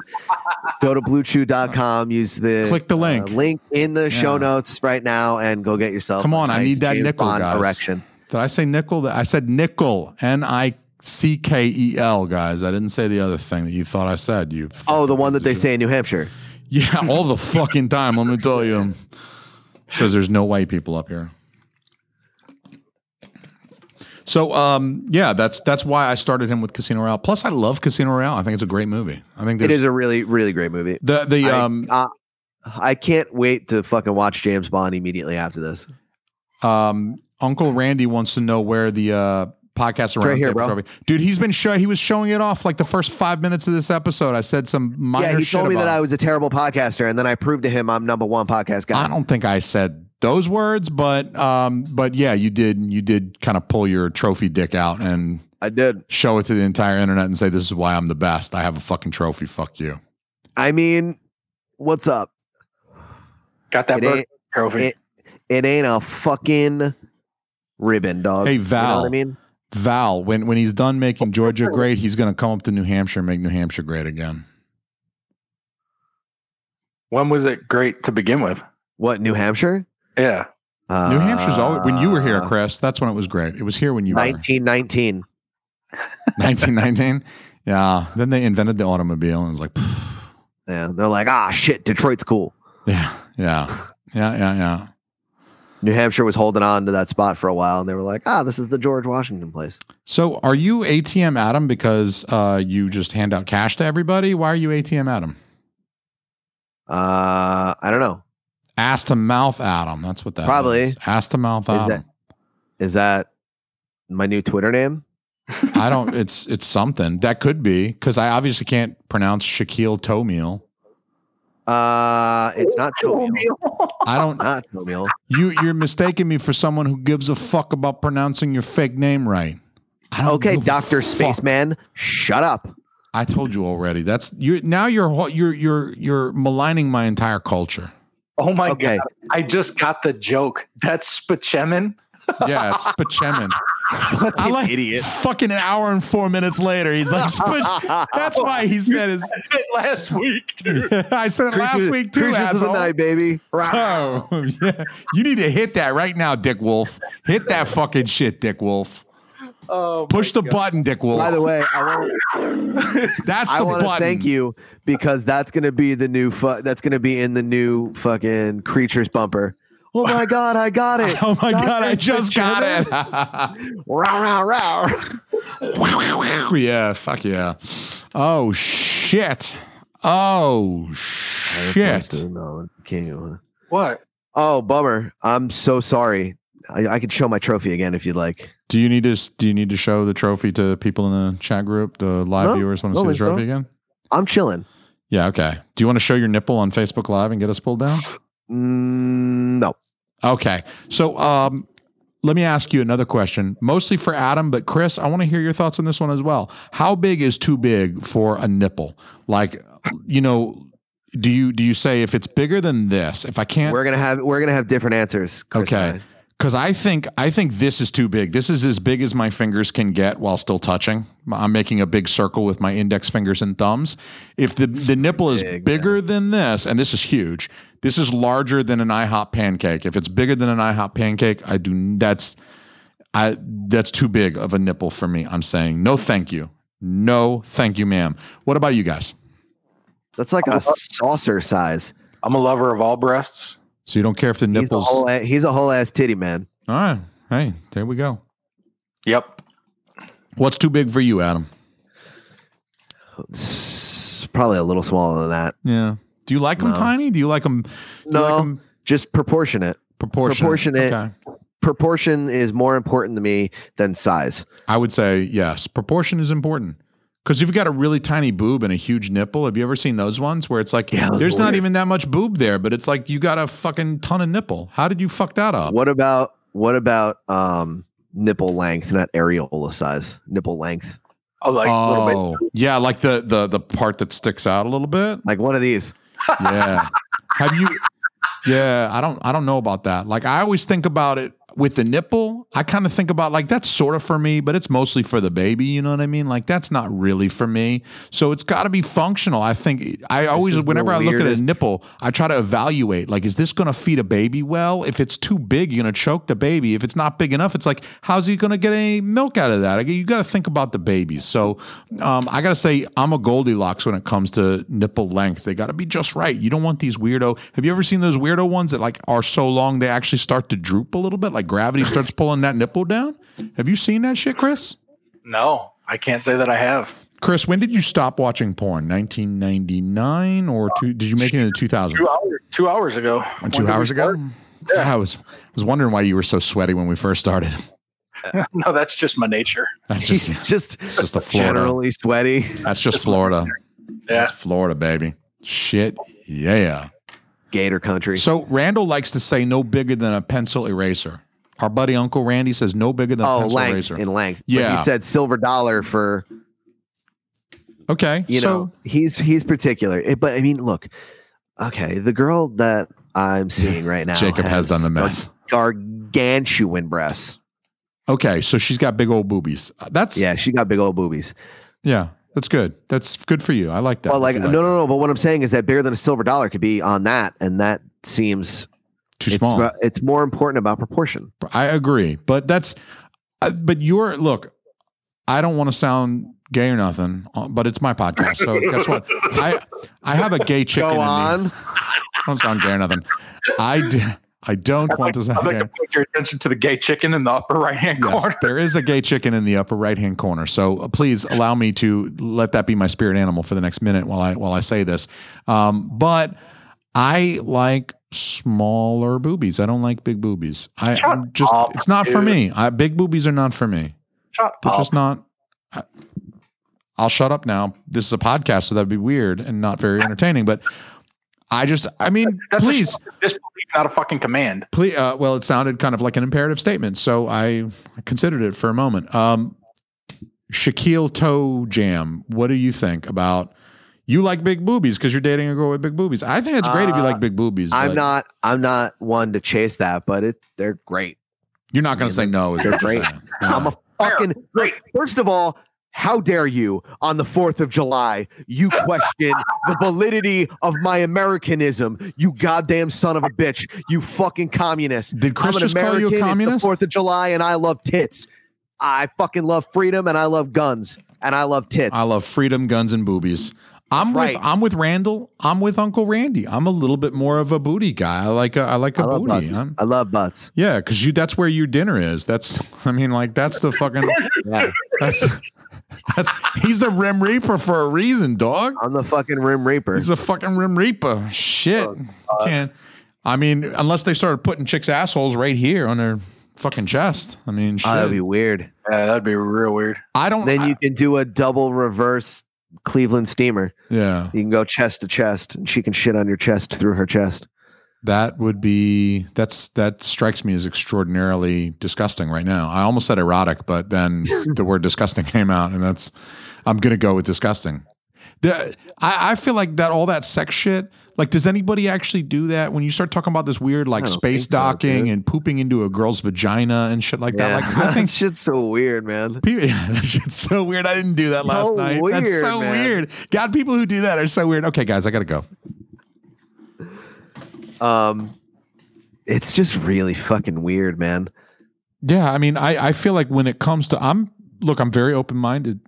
[SPEAKER 5] go to bluechew.com, use the
[SPEAKER 2] Click the
[SPEAKER 5] uh,
[SPEAKER 2] link.
[SPEAKER 5] link in the show
[SPEAKER 2] Yeah.
[SPEAKER 5] notes right now and go get yourself.
[SPEAKER 2] Come
[SPEAKER 5] a
[SPEAKER 2] on, I
[SPEAKER 5] nice
[SPEAKER 2] need that
[SPEAKER 5] James
[SPEAKER 2] nickel,
[SPEAKER 5] Bond
[SPEAKER 2] guys.
[SPEAKER 5] erection.
[SPEAKER 2] Did I say nickel? I said nickel. N I C K E L, guys. I didn't say the other thing that you thought I said. You.
[SPEAKER 5] Oh, the one that they
[SPEAKER 2] fucking-
[SPEAKER 5] say in New Hampshire.
[SPEAKER 2] Yeah, all the fucking time. Let me tell you, because there's no white people up here. So, um, yeah, that's that's why I started him with Casino Royale. Plus, I love Casino Royale. I think it's a great movie. I think
[SPEAKER 5] It
[SPEAKER 2] there's-
[SPEAKER 5] is a really, really great movie.
[SPEAKER 2] the the
[SPEAKER 5] I-
[SPEAKER 2] um
[SPEAKER 5] uh, I can't wait to fucking watch James Bond immediately after this.
[SPEAKER 2] um Uncle Randy wants to know where the uh podcast around
[SPEAKER 5] right here,
[SPEAKER 2] table
[SPEAKER 5] bro.
[SPEAKER 2] trophy. Dude, he's been show he was showing it off like the first five minutes of this episode. I said some minor
[SPEAKER 5] yeah, he
[SPEAKER 2] shit
[SPEAKER 5] told me
[SPEAKER 2] about
[SPEAKER 5] that
[SPEAKER 2] him.
[SPEAKER 5] I was a terrible podcaster, and then I proved to him I'm number one podcast guy.
[SPEAKER 2] I don't think I said those words, but um, but yeah, you did. You did kind of pull your trophy dick out and
[SPEAKER 5] I did.
[SPEAKER 2] show it to the entire internet and say, "This is why I'm the best. I have a fucking trophy. Fuck you."
[SPEAKER 5] I mean, what's up?
[SPEAKER 1] Got that
[SPEAKER 5] It
[SPEAKER 1] bird
[SPEAKER 5] ain't-
[SPEAKER 1] trophy.
[SPEAKER 5] it- it ain't a fucking ribbon, dog.
[SPEAKER 2] Hey,
[SPEAKER 5] You know
[SPEAKER 2] Val.
[SPEAKER 5] what I mean?
[SPEAKER 2] Val, when when he's done making Georgia great, he's gonna come up to New Hampshire and make New Hampshire great again.
[SPEAKER 1] when was it great to begin with?
[SPEAKER 5] What, New Hampshire?
[SPEAKER 1] Yeah.
[SPEAKER 5] Uh,
[SPEAKER 2] New Hampshire's always when you were here, Chris. That's when it was great. It was here when you were <laughs>
[SPEAKER 5] 1919.
[SPEAKER 2] 1919. Yeah. Then they invented the automobile and it was like, <laughs>
[SPEAKER 5] Yeah, they're like, ah, shit, Detroit's cool.
[SPEAKER 2] yeah, yeah, yeah, yeah, yeah.
[SPEAKER 5] New Hampshire was holding on to that spot for a while, and they were like, ah, this is the George Washington place.
[SPEAKER 2] So are you ATM Adam because uh, you just hand out cash to everybody? Why are you ATM Adam?
[SPEAKER 5] Uh, I don't know.
[SPEAKER 2] Ass to mouth Adam. That's what that
[SPEAKER 5] Probably.
[SPEAKER 2] is. Ass to mouth
[SPEAKER 5] Is
[SPEAKER 2] Adam.
[SPEAKER 5] Is that my new Twitter name?
[SPEAKER 2] I don't. It's it's something that could be because I obviously can't pronounce Shaquille Tomeal.
[SPEAKER 5] Uh, it's not Toemeal.
[SPEAKER 2] I don't.
[SPEAKER 5] Not Toemeal.
[SPEAKER 2] You you're mistaking me for someone who gives a fuck about pronouncing your fake name right. <laughs> I don't
[SPEAKER 5] Okay,
[SPEAKER 2] give a
[SPEAKER 5] Doctor
[SPEAKER 2] fuck.
[SPEAKER 5] Spaceman, shut up.
[SPEAKER 2] I told you already. That's you now. You're ho- you're you're you're maligning my entire culture.
[SPEAKER 1] Oh my
[SPEAKER 5] Okay.
[SPEAKER 1] god! I just got the joke. That's Spachemin.
[SPEAKER 2] Yeah,
[SPEAKER 5] <laughs>
[SPEAKER 2] it's Spachemin. I like
[SPEAKER 5] idiot.
[SPEAKER 2] Fucking an hour and four minutes later, he's like, Spach- that's why he Oh, said his.
[SPEAKER 1] last week, dude.
[SPEAKER 2] <laughs> I said it last week too,
[SPEAKER 5] Cruise into the
[SPEAKER 2] asshole.
[SPEAKER 5] night, baby.
[SPEAKER 2] <laughs> Oh, yeah. You need to hit that right now, Dick Wolf. Hit that fucking shit, Dick Wolf.
[SPEAKER 1] Oh,
[SPEAKER 2] Push the button, Dick Wolf.
[SPEAKER 5] By the way, I
[SPEAKER 2] <laughs>
[SPEAKER 5] want
[SPEAKER 2] that's
[SPEAKER 5] I
[SPEAKER 2] the
[SPEAKER 5] want to
[SPEAKER 2] button.
[SPEAKER 5] thank you because that's gonna be the new fu- that's gonna be in the new fucking creatures bumper.
[SPEAKER 2] <laughs>
[SPEAKER 5] Oh my god, I got it!
[SPEAKER 2] Oh my god, I
[SPEAKER 5] Dr.
[SPEAKER 2] just got
[SPEAKER 5] Spaceman.
[SPEAKER 2] it.
[SPEAKER 5] Rah rah rah!
[SPEAKER 2] <laughs> yeah, fuck yeah. Oh shit. Oh shit.
[SPEAKER 5] No, can't you?
[SPEAKER 1] what?
[SPEAKER 5] Oh bummer! I'm so sorry. I, I could show my trophy again if you'd like.
[SPEAKER 2] Do you need to do you need to show the trophy to people in the chat group? The live
[SPEAKER 5] No,
[SPEAKER 2] viewers want to
[SPEAKER 5] don't
[SPEAKER 2] see the
[SPEAKER 5] think so.
[SPEAKER 2] trophy again?
[SPEAKER 5] I'm chilling.
[SPEAKER 2] Yeah, okay. Do you want to show your nipple on Facebook Live and get us pulled down?
[SPEAKER 5] Mm, no.
[SPEAKER 2] Okay. So um let me ask you another question, mostly for Adam, but Chris, I want to hear your thoughts on this one as well. How big is too big for a nipple? Like, you know, do you do you say if it's bigger than this, if I can't
[SPEAKER 5] We're gonna have we're gonna have different answers. Chris and
[SPEAKER 2] Okay.
[SPEAKER 5] I.
[SPEAKER 2] Cause I think I think this is too big. This is as big as my fingers can get while still touching. I'm making a big circle with my index fingers and thumbs. If the, the nipple is
[SPEAKER 5] big,
[SPEAKER 2] bigger than this, and this is huge, this is larger than an IHOP pancake. If it's bigger than an IHOP pancake, I do that's I that's too big of a nipple for me. I'm saying no thank you. No thank you, ma'am. What about you guys?
[SPEAKER 5] That's
[SPEAKER 2] Oh, uh,
[SPEAKER 5] like a saucer size.
[SPEAKER 1] I'm a lover of all breasts.
[SPEAKER 2] So you don't care if the
[SPEAKER 5] He's a
[SPEAKER 2] nipples
[SPEAKER 5] whole a- he's a whole ass titty man.
[SPEAKER 2] All right. Hey, there we go.
[SPEAKER 1] Yep.
[SPEAKER 2] What's too big for you, Adam?
[SPEAKER 5] It's probably a little smaller than that.
[SPEAKER 2] Yeah. Do you like them
[SPEAKER 5] No.
[SPEAKER 2] tiny? Do you like them?
[SPEAKER 5] No, just proportionate.
[SPEAKER 2] proportionate.
[SPEAKER 5] proportionate.
[SPEAKER 2] Okay.
[SPEAKER 5] Proportion is more important to me than size.
[SPEAKER 2] I would say yes. Proportion is important because if you've got a really tiny boob and a huge nipple, have you ever seen those ones where it's like
[SPEAKER 5] those
[SPEAKER 2] there's
[SPEAKER 5] are
[SPEAKER 2] not
[SPEAKER 5] weird.
[SPEAKER 2] even that much boob there, but it's like you got a fucking ton of nipple. How did you fuck that up?
[SPEAKER 5] What about what about um nipple length, not areola size? Nipple length,
[SPEAKER 1] I like a little bit.
[SPEAKER 2] oh, yeah, like the the the part that sticks out a little bit.
[SPEAKER 5] like one of these.
[SPEAKER 2] Yeah. Have you? Yeah, I don't. I don't know about that. Like I always think about it with the nipple. I kind of think about like that's sort of for me, but it's mostly for the baby. You know what I mean? Like that's not really for me. So it's got to be functional. I think I always,
[SPEAKER 5] is the
[SPEAKER 2] whenever I look at a
[SPEAKER 5] weirdest-
[SPEAKER 2] nipple, I try to evaluate like is this going to feed a baby well? If it's too big, you're going to choke the baby. If it's not big enough, it's like how's he going to get any milk out of that? Like, You got to think about the babies. So um, I got to say I'm a Goldilocks when it comes to nipple length. They got to be just right. You don't want these weirdo. Have you ever seen those weirdo ones that like are so long they actually start to droop a little bit? Like gravity starts pulling that nipple down. Have you seen that shit, Chris?
[SPEAKER 1] No, I can't say that I have.
[SPEAKER 2] Chris, when did you stop watching porn? 1999 or two, did you make it in the 2000s?
[SPEAKER 1] Two hours, two hours ago.
[SPEAKER 2] One, Oh, two
[SPEAKER 1] When did
[SPEAKER 2] hours
[SPEAKER 1] we
[SPEAKER 2] ago? Yeah, I was was wondering why you were so sweaty when we first started. <laughs>
[SPEAKER 1] start? No, that's just my nature.
[SPEAKER 2] That's
[SPEAKER 5] He's
[SPEAKER 2] just
[SPEAKER 5] <laughs> just
[SPEAKER 2] just the Florida.
[SPEAKER 5] generally sweaty.
[SPEAKER 2] that's just Florida.
[SPEAKER 1] Yeah.
[SPEAKER 2] That's Florida, baby. Shit, yeah.
[SPEAKER 5] Gator country.
[SPEAKER 2] So Randall likes to say no bigger than a pencil eraser. Our buddy Uncle Randy says no bigger than a
[SPEAKER 5] oh,
[SPEAKER 2] pencil
[SPEAKER 5] length
[SPEAKER 2] eraser.
[SPEAKER 5] in length. but
[SPEAKER 2] Yeah.
[SPEAKER 5] he said silver dollar for
[SPEAKER 2] okay,
[SPEAKER 5] you
[SPEAKER 2] so
[SPEAKER 5] know he's he's particular. It- but I mean, look, okay, the girl that I'm seeing right now,
[SPEAKER 2] Jacob has done the
[SPEAKER 5] gar-
[SPEAKER 2] math.
[SPEAKER 5] Gargantuan breasts.
[SPEAKER 2] okay, so she's got big old boobies. Uh, That's yeah,
[SPEAKER 5] Yeah, she got big old boobies.
[SPEAKER 2] that's good. That's good for you. I like that.
[SPEAKER 5] well, like,
[SPEAKER 2] If you
[SPEAKER 5] no, no, no. But what I'm saying is that bigger than a silver dollar could be on that, and that seems
[SPEAKER 2] too
[SPEAKER 5] it's
[SPEAKER 2] small.
[SPEAKER 5] about- It's, more important about proportion.
[SPEAKER 2] I agree, but that's uh, but you're look. I don't want to sound gay or nothing, uh, but it's my podcast, so guess what? I I have a gay chicken.
[SPEAKER 5] Go
[SPEAKER 2] in me.
[SPEAKER 5] on.
[SPEAKER 2] I don't sound gay or nothing. I d- I don't want to
[SPEAKER 1] I'd <laughs>
[SPEAKER 2] sound
[SPEAKER 1] like
[SPEAKER 2] gay.
[SPEAKER 1] to point your attention to the gay chicken in the upper right hand
[SPEAKER 2] Yes,
[SPEAKER 1] corner.
[SPEAKER 2] there is a gay chicken in the upper right hand corner. So uh, please allow me to let that be my spirit animal for the next minute while I while I say this. Um, but I like smaller boobies. I don't like big boobies. I,
[SPEAKER 1] Shut
[SPEAKER 2] I'm just
[SPEAKER 1] up,
[SPEAKER 2] it's not for
[SPEAKER 1] dude.
[SPEAKER 2] me. I, big boobies are not for me.
[SPEAKER 1] Shut
[SPEAKER 2] They're
[SPEAKER 1] up.
[SPEAKER 2] just not. I, I'll shut up now. This is a podcast, so that'd be weird and not very entertaining. But I just, I
[SPEAKER 5] <laughs>
[SPEAKER 2] mean,
[SPEAKER 1] That's a
[SPEAKER 2] please,
[SPEAKER 1] show of disbelief, not a fucking command.
[SPEAKER 2] please. Uh, well, it sounded kind of like an imperative statement, so I considered it for a moment. Um, Shaquille Toe Jam, what do you think about? You like big boobies because you're dating a girl with big boobies. I think it's great if you
[SPEAKER 5] Uh,
[SPEAKER 2] like big boobies.
[SPEAKER 5] I'm
[SPEAKER 2] but
[SPEAKER 5] not. I'm not one to chase that, but it they're great.
[SPEAKER 2] You're not going to say no. Is
[SPEAKER 5] They're
[SPEAKER 2] what you're
[SPEAKER 5] great.
[SPEAKER 2] saying.
[SPEAKER 5] <laughs> I'm a fucking
[SPEAKER 1] Great.
[SPEAKER 5] First of all, how dare you on the 4th of July, you question the validity of my Americanism, you goddamn son of a bitch, you fucking communist.
[SPEAKER 2] Did Chris
[SPEAKER 5] I'm an
[SPEAKER 2] just call you a
[SPEAKER 5] American, It's
[SPEAKER 2] communist?
[SPEAKER 5] the 4th of July and I love tits. I fucking love freedom and I love guns and I love tits.
[SPEAKER 2] I love freedom, guns, and boobies. I'm
[SPEAKER 5] Right.
[SPEAKER 2] with I'm with Randall. I'm with Uncle Randy. I'm a little bit more of a booty guy. I like a I like a
[SPEAKER 5] I love
[SPEAKER 2] booty.
[SPEAKER 5] butts.
[SPEAKER 2] I'm-
[SPEAKER 5] I love butts.
[SPEAKER 2] yeah, because you that's where your dinner is. That's <laughs> I mean like that's the fucking
[SPEAKER 5] <laughs> Yeah.
[SPEAKER 2] that's that's he's the Rim Reaper for a reason, dog.
[SPEAKER 5] I'm the fucking Rim Reaper.
[SPEAKER 2] He's a fucking Rim Reaper. Shit,
[SPEAKER 5] uh,
[SPEAKER 2] can't. I mean, unless they started putting chicks assholes right here on their fucking chest. I mean, shit.
[SPEAKER 5] Oh, that'd be weird.
[SPEAKER 1] Yeah, Uh, that'd be real weird.
[SPEAKER 2] I don't.
[SPEAKER 5] Then you
[SPEAKER 2] I-
[SPEAKER 5] can do a double reverse Cleveland steamer.
[SPEAKER 2] yeah.
[SPEAKER 5] You can go chest to chest and she can shit on your chest through her chest.
[SPEAKER 2] That would be that's that strikes me as extraordinarily disgusting right now. I almost said erotic, but
[SPEAKER 5] <laughs>
[SPEAKER 2] then the word disgusting came out, and that's I'm gonna go with disgusting. The, I, I feel like that all that sex shit. Like, does anybody actually do that when you start talking about this weird like
[SPEAKER 5] I don't
[SPEAKER 2] space
[SPEAKER 5] think so,
[SPEAKER 2] docking
[SPEAKER 5] dude.
[SPEAKER 2] and pooping into a girl's vagina and shit like that?
[SPEAKER 5] <laughs>
[SPEAKER 2] Like, I
[SPEAKER 5] that
[SPEAKER 2] think
[SPEAKER 5] shit's so weird, man.
[SPEAKER 2] People, <laughs> yeah, that shit's so weird. I didn't do that last
[SPEAKER 5] So
[SPEAKER 2] night. That's
[SPEAKER 5] weird,
[SPEAKER 2] so
[SPEAKER 5] man.
[SPEAKER 2] weird. God, people who do that are so weird. Okay, guys, I gotta go.
[SPEAKER 5] Um, it's just really fucking weird, man.
[SPEAKER 2] Yeah, I mean, I, I feel like when it comes to I'm look, I'm very open minded.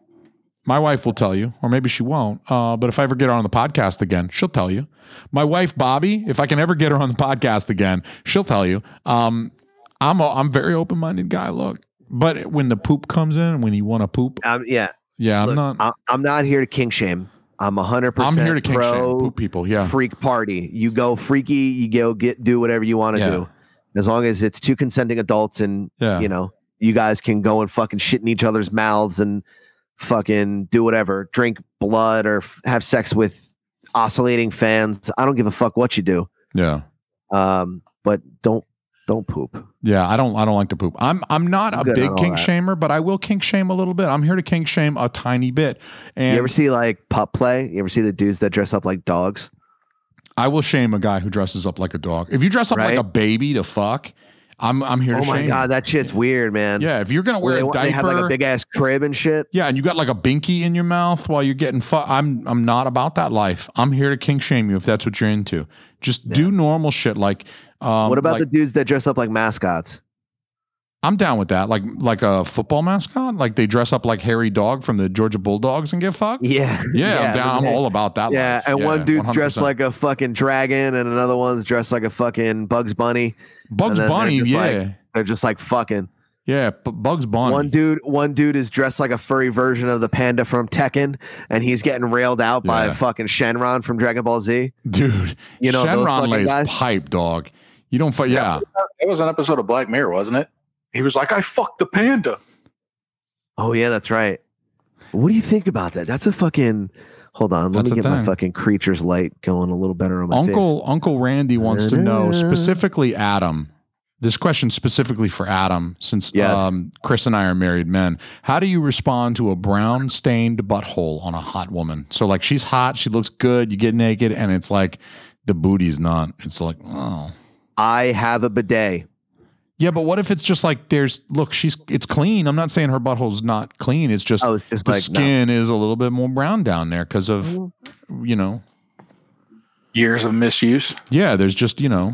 [SPEAKER 2] My wife will tell you, or maybe she won't. Uh, but if I ever get her on the podcast again, she'll tell you. My wife Bobby, if I can ever get her on the podcast again, she'll tell you. Um, I'm a I'm a very open minded guy. Look, but when the poop comes in, when you want to poop,
[SPEAKER 5] Um, yeah,
[SPEAKER 2] yeah, I'm
[SPEAKER 5] look,
[SPEAKER 2] not.
[SPEAKER 5] I- I'm not here to king shame. I'm hundred
[SPEAKER 2] I'm
[SPEAKER 5] percent.
[SPEAKER 2] here to king shame
[SPEAKER 5] pro
[SPEAKER 2] poop people. Yeah,
[SPEAKER 5] freak party. You go freaky. You go get do whatever you want to
[SPEAKER 2] Yeah.
[SPEAKER 5] do, as long as it's two consenting adults and
[SPEAKER 2] yeah.
[SPEAKER 5] you know you guys can go and fucking shit in each other's mouths and fucking do whatever, drink blood or f- have sex with oscillating fans. I don't give a fuck what you do.
[SPEAKER 2] yeah.
[SPEAKER 5] Um, but don't don't poop.
[SPEAKER 2] Yeah, I don't I don't like to poop. I'm I'm not
[SPEAKER 5] I'm
[SPEAKER 2] a
[SPEAKER 5] good on
[SPEAKER 2] big
[SPEAKER 5] all
[SPEAKER 2] kink
[SPEAKER 5] that.
[SPEAKER 2] shamer, but I will kink shame a little bit. I'm here to kink shame a tiny bit. And
[SPEAKER 5] you ever see like pup play? You ever see the dudes that dress up like dogs?
[SPEAKER 2] I will shame a guy who dresses up like a dog. If you dress up like
[SPEAKER 5] Right?
[SPEAKER 2] a baby to fuck, I'm I'm here
[SPEAKER 5] Oh
[SPEAKER 2] to shame.
[SPEAKER 5] my
[SPEAKER 2] you.
[SPEAKER 5] god, that shit's weird, man.
[SPEAKER 2] Yeah, if you're gonna wear
[SPEAKER 5] Where they,
[SPEAKER 2] a
[SPEAKER 5] want- they
[SPEAKER 2] diaper,
[SPEAKER 5] have like a big ass crib and shit.
[SPEAKER 2] yeah, and you got like a binky in your mouth while you're getting fucked. I'm I'm not about that life. I'm here to kink shame you if that's what you're into. Just do normal shit like. Um,
[SPEAKER 5] what about
[SPEAKER 2] like-
[SPEAKER 5] the dudes that dress up like mascots?
[SPEAKER 2] I'm down with that. Like like a football mascot, like they dress up like Harry Dog from the Georgia Bulldogs and get fucked.
[SPEAKER 5] Yeah,
[SPEAKER 2] <laughs> Yeah, I'm down. I'm
[SPEAKER 5] yeah.
[SPEAKER 2] all about that.
[SPEAKER 5] Yeah,
[SPEAKER 2] life.
[SPEAKER 5] and one dude's dressed
[SPEAKER 2] 100%.
[SPEAKER 5] like a fucking dragon, and another one's dressed like a fucking Bugs Bunny.
[SPEAKER 2] Bugs
[SPEAKER 5] and then they're
[SPEAKER 2] Bunny.
[SPEAKER 5] just
[SPEAKER 2] Yeah,
[SPEAKER 5] like- They're just like fucking.
[SPEAKER 2] yeah, B- Bugs Bunny.
[SPEAKER 5] One dude, one dude is dressed like a furry version of the panda from Tekken, and he's getting railed out by
[SPEAKER 2] Yeah.
[SPEAKER 5] fucking Shenron from Dragon Ball Z.
[SPEAKER 2] dude,
[SPEAKER 5] You know those
[SPEAKER 2] Shenron
[SPEAKER 5] fucking
[SPEAKER 2] lays
[SPEAKER 5] guys?
[SPEAKER 2] pipe, dog. You don't fight. Yeah,
[SPEAKER 1] That was an episode of Black Mirror, wasn't it? He was like, I fucked the panda.
[SPEAKER 5] Oh yeah, that's right. What do you think about that? That's a fucking. Hold on, let
[SPEAKER 2] That's a
[SPEAKER 5] me get my
[SPEAKER 2] thing.
[SPEAKER 5] fucking creature's light going a little better on my face.
[SPEAKER 2] Uncle Uncle Randy wants to know
[SPEAKER 5] Da-da-da.
[SPEAKER 2] specifically Adam. This question specifically for Adam, since
[SPEAKER 5] Yes.
[SPEAKER 2] um, Chris and I are married men. How do you respond to a brown stained butthole on a hot woman? So like she's hot, she looks good, you get naked, and it's like the booty's not. It's like oh.
[SPEAKER 5] I have a bidet.
[SPEAKER 2] Yeah, but what if it's just like there's look, she's it's clean. I'm not saying her butthole's not clean. It's just
[SPEAKER 5] I was Oh, just
[SPEAKER 2] the
[SPEAKER 5] like, no.
[SPEAKER 2] skin is a little bit more brown down there because of you know
[SPEAKER 1] Years of misuse.
[SPEAKER 2] yeah. There's just you know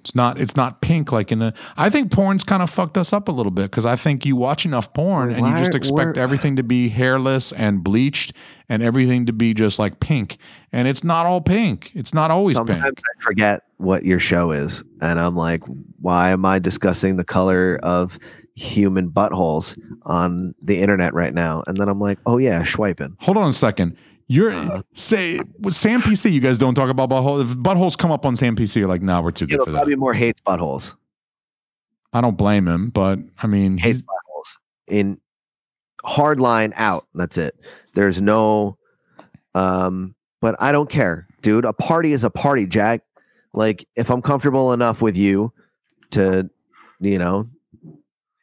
[SPEAKER 2] it's not it's not pink like in the. I think porn's kind of fucked us up a little bit because I think you watch enough porn and you
[SPEAKER 5] Why-
[SPEAKER 2] just expect
[SPEAKER 5] where-
[SPEAKER 2] everything to be hairless and bleached and everything to be just like pink and it's not all pink. It's not always
[SPEAKER 5] Sometimes
[SPEAKER 2] pink.
[SPEAKER 5] I forget what your show is, and I'm like, why am I discussing the color of human buttholes on the internet right now? And then I'm like, oh yeah, swiping.
[SPEAKER 2] Hold on a second. You're
[SPEAKER 5] Uh-huh.
[SPEAKER 2] say with Sam PC. You guys don't talk about butthole. If buttholes come up on Sam PC, you're like, nah, we're too
[SPEAKER 5] You
[SPEAKER 2] good
[SPEAKER 5] know,
[SPEAKER 2] for that.
[SPEAKER 5] probably more hates buttholes.
[SPEAKER 2] I don't blame him, but I mean,
[SPEAKER 5] Hates
[SPEAKER 2] he's,
[SPEAKER 5] buttholes. In hard line out. That's it. There's no um, but I don't care. dude. A party is a party, Jack. Like, if I'm comfortable enough with you to, you know,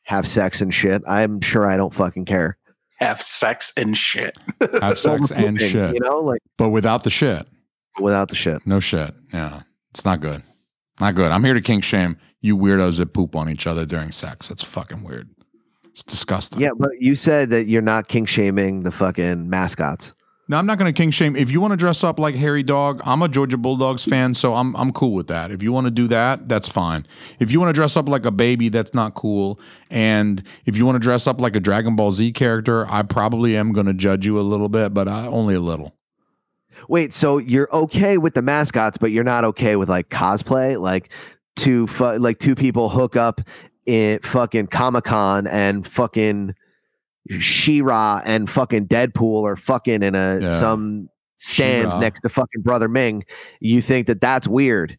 [SPEAKER 5] have sex and shit, I'm sure I don't fucking care.
[SPEAKER 1] Have sex and shit.
[SPEAKER 2] Have sex and
[SPEAKER 5] Overpooping,
[SPEAKER 2] shit,
[SPEAKER 5] You know, like
[SPEAKER 2] but without the shit.
[SPEAKER 5] without the shit.
[SPEAKER 2] No shit. Yeah. It's not good. Not good. I'm here to kink shame you weirdos that poop on each other during sex. That's fucking weird. It's disgusting.
[SPEAKER 5] Yeah, but you said that you're not king shaming the fucking mascots.
[SPEAKER 2] Now I'm not gonna kink shame. If you want to dress up like Harry Dog, I'm a Georgia Bulldogs fan, so I'm I'm cool with that. If you want to do that, that's fine. If you want to dress up like a baby, that's not cool. And if you want to dress up like a Dragon Ball Z character, I probably am gonna judge you a little bit, but I, only a little.
[SPEAKER 5] Wait, so you're okay with the mascots, but you're not okay with like cosplay, like two fu- like two people hook up in fucking Comic Con and fucking She-Ra and fucking Deadpool or fucking in a
[SPEAKER 2] Yeah.
[SPEAKER 5] some stand
[SPEAKER 2] She-Ra.
[SPEAKER 5] next to fucking brother Ming. You think that that's weird?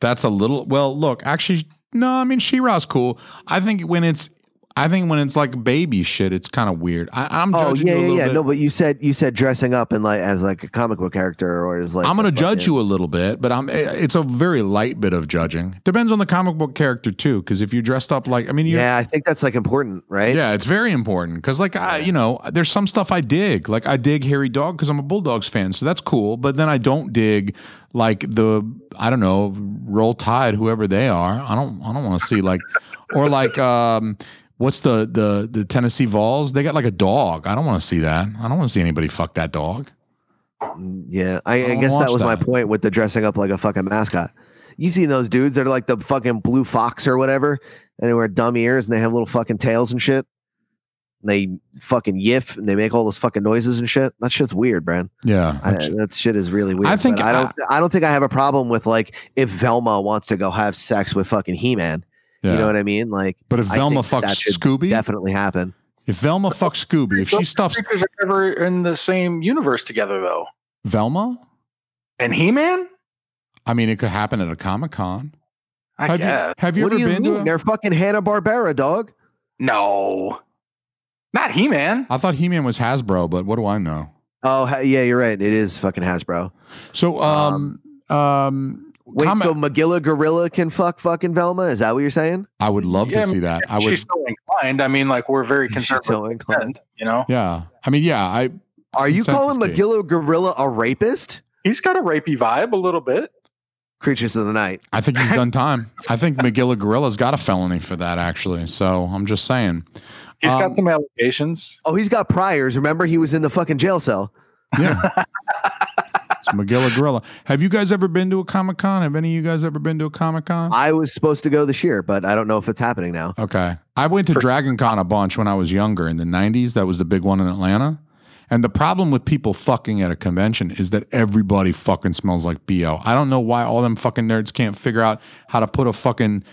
[SPEAKER 2] That's a little. Well, look, actually, no. I mean, She-Ra's cool. I think when it's, I think when it's like baby shit, it's kind of weird. I, I'm
[SPEAKER 5] Oh
[SPEAKER 2] judging
[SPEAKER 5] yeah,
[SPEAKER 2] you a
[SPEAKER 5] yeah,
[SPEAKER 2] little
[SPEAKER 5] yeah.
[SPEAKER 2] bit.
[SPEAKER 5] No, but you said you said dressing up and like as like a comic book character or as like
[SPEAKER 2] I'm
[SPEAKER 5] a
[SPEAKER 2] going to judge
[SPEAKER 5] fucking-
[SPEAKER 2] you a little bit, but I'm. eh, It's a very light bit of judging. Depends on the comic book character too, because if you're dressed up like, I mean, you're,
[SPEAKER 5] Yeah, I think that's like important, right?
[SPEAKER 2] Yeah, it's very important because, like, I, you know, there's some stuff I dig. Like, I dig Harry Dog because I'm a Bulldogs fan, so that's cool. But then I don't dig like the I don't know Roll Tide, whoever they are. I don't I don't want to see like or like um what's the the the Tennessee Vols? They got like a dog. I don't want to see that. I don't want to see anybody fuck that dog.
[SPEAKER 5] Yeah, I, I
[SPEAKER 2] wanna
[SPEAKER 5] guess
[SPEAKER 2] watch
[SPEAKER 5] that was my
[SPEAKER 2] that.
[SPEAKER 5] point with the dressing up like a fucking mascot. You see those dudes that are like the fucking blue fox or whatever, and they wear dumb ears and they have little fucking tails and shit. And they fucking yiff and they make all those fucking noises and shit. That shit's weird, Brad.
[SPEAKER 2] Yeah,
[SPEAKER 5] I, that shit is really weird.
[SPEAKER 2] I
[SPEAKER 5] but
[SPEAKER 2] think
[SPEAKER 5] I don't. I don't think I have a problem with like if Velma wants to go have sex with fucking He Man.
[SPEAKER 2] yeah.
[SPEAKER 5] You know what I mean? Like,
[SPEAKER 2] but if
[SPEAKER 5] I
[SPEAKER 2] Velma
[SPEAKER 5] think that
[SPEAKER 2] fucks
[SPEAKER 5] should
[SPEAKER 2] Scooby,
[SPEAKER 5] definitely happen.
[SPEAKER 2] if Velma fucks Scooby, if she stuffs
[SPEAKER 1] Characters are never in the same universe together though.
[SPEAKER 2] Velma,
[SPEAKER 1] And He Man,
[SPEAKER 2] I mean, it could happen at a Comic Con.
[SPEAKER 1] I
[SPEAKER 2] Have
[SPEAKER 1] guess.
[SPEAKER 2] you, have you
[SPEAKER 5] what
[SPEAKER 2] ever
[SPEAKER 5] do you
[SPEAKER 2] been
[SPEAKER 5] mean?
[SPEAKER 2] to? A,
[SPEAKER 5] They're fucking Hanna Barbera, dog.
[SPEAKER 1] No, not He Man.
[SPEAKER 2] I thought He Man was Hasbro, but what do I know?
[SPEAKER 5] Oh ha- yeah, you're right. It is fucking Hasbro.
[SPEAKER 2] So, um, um,
[SPEAKER 5] Wait,
[SPEAKER 2] comment-
[SPEAKER 5] so Magilla Gorilla can fuck fucking Velma? Is that what you're saying?
[SPEAKER 2] I would love
[SPEAKER 1] Yeah,
[SPEAKER 2] to see that. I would,
[SPEAKER 1] She's so inclined. I mean, like we're very concerned.
[SPEAKER 5] So
[SPEAKER 1] with
[SPEAKER 5] inclined.
[SPEAKER 1] consent, you know,
[SPEAKER 2] yeah. I mean, yeah. I
[SPEAKER 5] Are you
[SPEAKER 2] Consent
[SPEAKER 5] calling
[SPEAKER 2] is key.
[SPEAKER 5] Magilla Gorilla a rapist?
[SPEAKER 1] he's got a rapey vibe a little bit.
[SPEAKER 5] Creatures of the Night.
[SPEAKER 2] I think he's
[SPEAKER 5] <laughs>
[SPEAKER 2] done time. I think McGilla Gorilla's got a felony for that actually. So I'm just saying.
[SPEAKER 1] He's
[SPEAKER 2] Um,
[SPEAKER 1] got some
[SPEAKER 5] <laughs>
[SPEAKER 1] allegations.
[SPEAKER 5] Oh, he's got priors. Remember, he was in the fucking jail cell.
[SPEAKER 2] Yeah. it's McGilla Gorilla. Have you guys ever been to a Comic Con? Have any of you guys ever been to a Comic Con?
[SPEAKER 5] I was supposed to go this year, but I don't know if it's happening now.
[SPEAKER 2] Okay. I went to Dragon Con a bunch when I was younger in the 90s. That was the big one in Atlanta. And the problem with people fucking at a convention is that everybody fucking smells like BO. I don't know why all them fucking nerds can't figure out how to put a fucking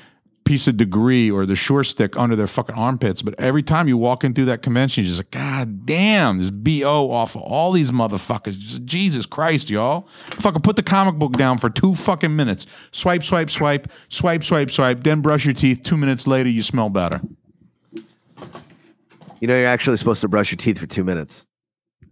[SPEAKER 2] piece of degree or the shore stick under their fucking armpits. But every time you walk in through that convention, you're just like, God damn, this BO off of all these motherfuckers. Just, Jesus Christ, y'all. Fucking put the comic book down for two fucking minutes. Swipe, swipe, swipe, swipe, swipe, swipe, then brush your teeth. Two minutes later, you smell better.
[SPEAKER 5] You know, you're actually supposed to brush your teeth for two minutes.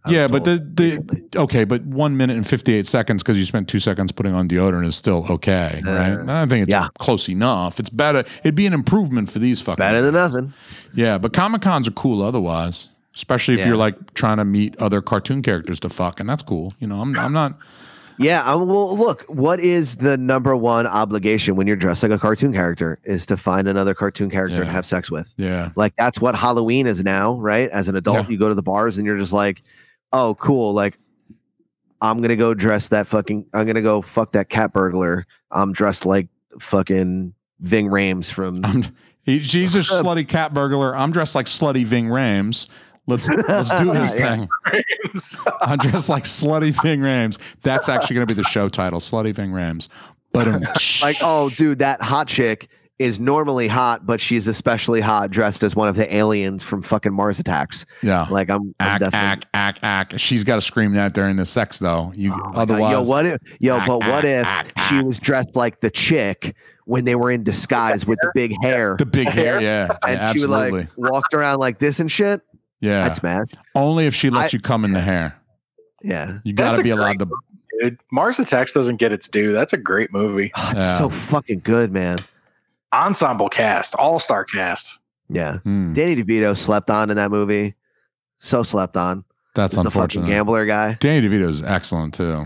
[SPEAKER 5] I was
[SPEAKER 2] yeah, but the,
[SPEAKER 5] told recently.
[SPEAKER 2] the okay, but one minute and fifty eight seconds because you spent two seconds putting on deodorant is still okay, right? I think it's
[SPEAKER 5] Uh, yeah.
[SPEAKER 2] close enough. It's better. It'd be an improvement for these fucking.
[SPEAKER 5] better than nothing.
[SPEAKER 2] yeah, but comic cons are cool otherwise, especially if
[SPEAKER 5] Yeah.
[SPEAKER 2] you're like trying to meet other cartoon characters to fuck, and that's cool. You know, I'm I'm not.
[SPEAKER 5] Yeah. I, well, look, what is the number one obligation when you're dressed like a cartoon character? Is to find another cartoon character
[SPEAKER 2] Yeah.
[SPEAKER 5] to have sex with.
[SPEAKER 2] Yeah,
[SPEAKER 5] Like that's what Halloween is now, right? As an adult,
[SPEAKER 2] Yeah.
[SPEAKER 5] you go to the bars and you're just like, "Oh, cool!" Like, I'm gonna go dress that fucking. I'm gonna go fuck that cat burglar. I'm dressed like fucking Ving
[SPEAKER 2] <laughs>
[SPEAKER 5] Rames from.
[SPEAKER 2] I'm. He,
[SPEAKER 5] <laughs>
[SPEAKER 2] she's a slutty cat burglar. I'm dressed like slutty Ving Rams. Let's let's do this
[SPEAKER 5] <laughs> Yeah.
[SPEAKER 2] thing. I'm dressed like slutty Ving Rams. That's actually going to be the show title, slutty Ving Rams. But um,
[SPEAKER 5] like, oh, dude, that hot chick is normally hot, but she's especially hot dressed as one of the aliens from fucking Mars Attacks.
[SPEAKER 2] yeah.
[SPEAKER 5] Like, I'm, I'm
[SPEAKER 2] ack,
[SPEAKER 5] Oh, definitely-
[SPEAKER 2] ack, ack, ack. She's got to scream that during the sex, though. You
[SPEAKER 5] Like,
[SPEAKER 2] otherwise,
[SPEAKER 5] Oh yo, what if, yo,
[SPEAKER 2] Ack,
[SPEAKER 5] but what if
[SPEAKER 2] ack, ack,
[SPEAKER 5] she
[SPEAKER 2] ack.
[SPEAKER 5] was dressed like the chick when they were in disguise with the big hair?
[SPEAKER 2] the big hair, yeah, yeah,
[SPEAKER 5] <laughs> and she
[SPEAKER 2] absolutely,
[SPEAKER 5] would like walked around like this and shit.
[SPEAKER 2] yeah.
[SPEAKER 5] That's mad.
[SPEAKER 2] Only if she lets
[SPEAKER 5] I-
[SPEAKER 2] you come in the hair,
[SPEAKER 5] Yeah.
[SPEAKER 2] you got
[SPEAKER 1] That's
[SPEAKER 2] to
[SPEAKER 1] a
[SPEAKER 2] be allowed to.
[SPEAKER 1] dude. Mars Attacks doesn't get its due. That's a great movie.
[SPEAKER 5] Oh, it's
[SPEAKER 2] Yeah.
[SPEAKER 5] so fucking good, man.
[SPEAKER 1] Ensemble cast, all star cast.
[SPEAKER 5] Yeah.
[SPEAKER 2] Hmm.
[SPEAKER 5] Danny DeVito slept on in that movie. So slept on.
[SPEAKER 2] That's
[SPEAKER 5] He's the fucking
[SPEAKER 2] unfortunate.
[SPEAKER 5] gambler guy.
[SPEAKER 2] Danny DeVito's excellent
[SPEAKER 5] <laughs>
[SPEAKER 2] too.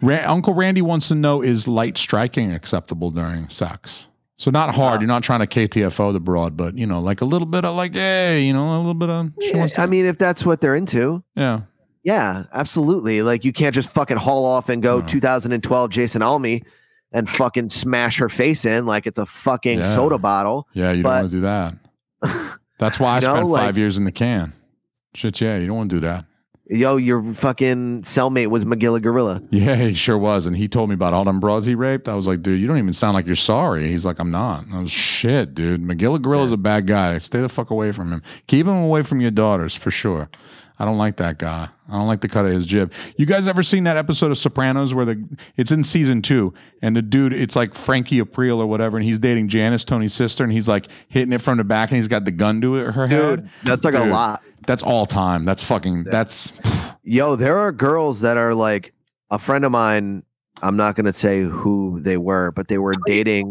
[SPEAKER 2] Ra- Uncle Randy wants to know is light striking acceptable during sex? So not
[SPEAKER 5] Uh,
[SPEAKER 2] hard. You're not trying to KTFO the broad, but you know, like a little bit of like, hey, you know, a little bit of. She
[SPEAKER 5] Yeah,
[SPEAKER 2] wants to,
[SPEAKER 5] I mean, if that's what they're into,
[SPEAKER 2] yeah.
[SPEAKER 5] yeah, absolutely. Like you can't just fucking haul off and go
[SPEAKER 2] No.
[SPEAKER 5] 2012 Jason Almy and fucking smash her face in like it's a fucking
[SPEAKER 2] Yeah.
[SPEAKER 5] soda bottle.
[SPEAKER 2] Yeah, you
[SPEAKER 5] But-
[SPEAKER 2] don't want to do that.
[SPEAKER 5] <laughs>
[SPEAKER 2] That's why I
[SPEAKER 5] You know,
[SPEAKER 2] spent five
[SPEAKER 5] like-
[SPEAKER 2] years in the can. Shit, yeah, you don't want to do that.
[SPEAKER 5] Yo, your fucking cellmate was McGilla Gorilla.
[SPEAKER 2] Yeah, he sure was. And he told me about all them bras he raped. I was like, dude, you don't even sound like you're sorry. He's like, I'm not. And I was shit, dude. McGilligrill is a bad guy. Stay the fuck away from him. Keep him away from your daughters for sure. I don't like that guy. I don't like the cut of his jib. You guys ever seen that episode of Sopranos where the it's in season two and the dude it's like Frankie April or whatever and he's dating Janice Tony's sister and he's like hitting it from the back and he's got the gun to her head.
[SPEAKER 5] That's like a
[SPEAKER 2] Dude,
[SPEAKER 5] lot.
[SPEAKER 2] That's all time. That's fucking. That's
[SPEAKER 5] Yo, there are girls that are like a friend of mine. I'm not going to say who they were, but they were dating.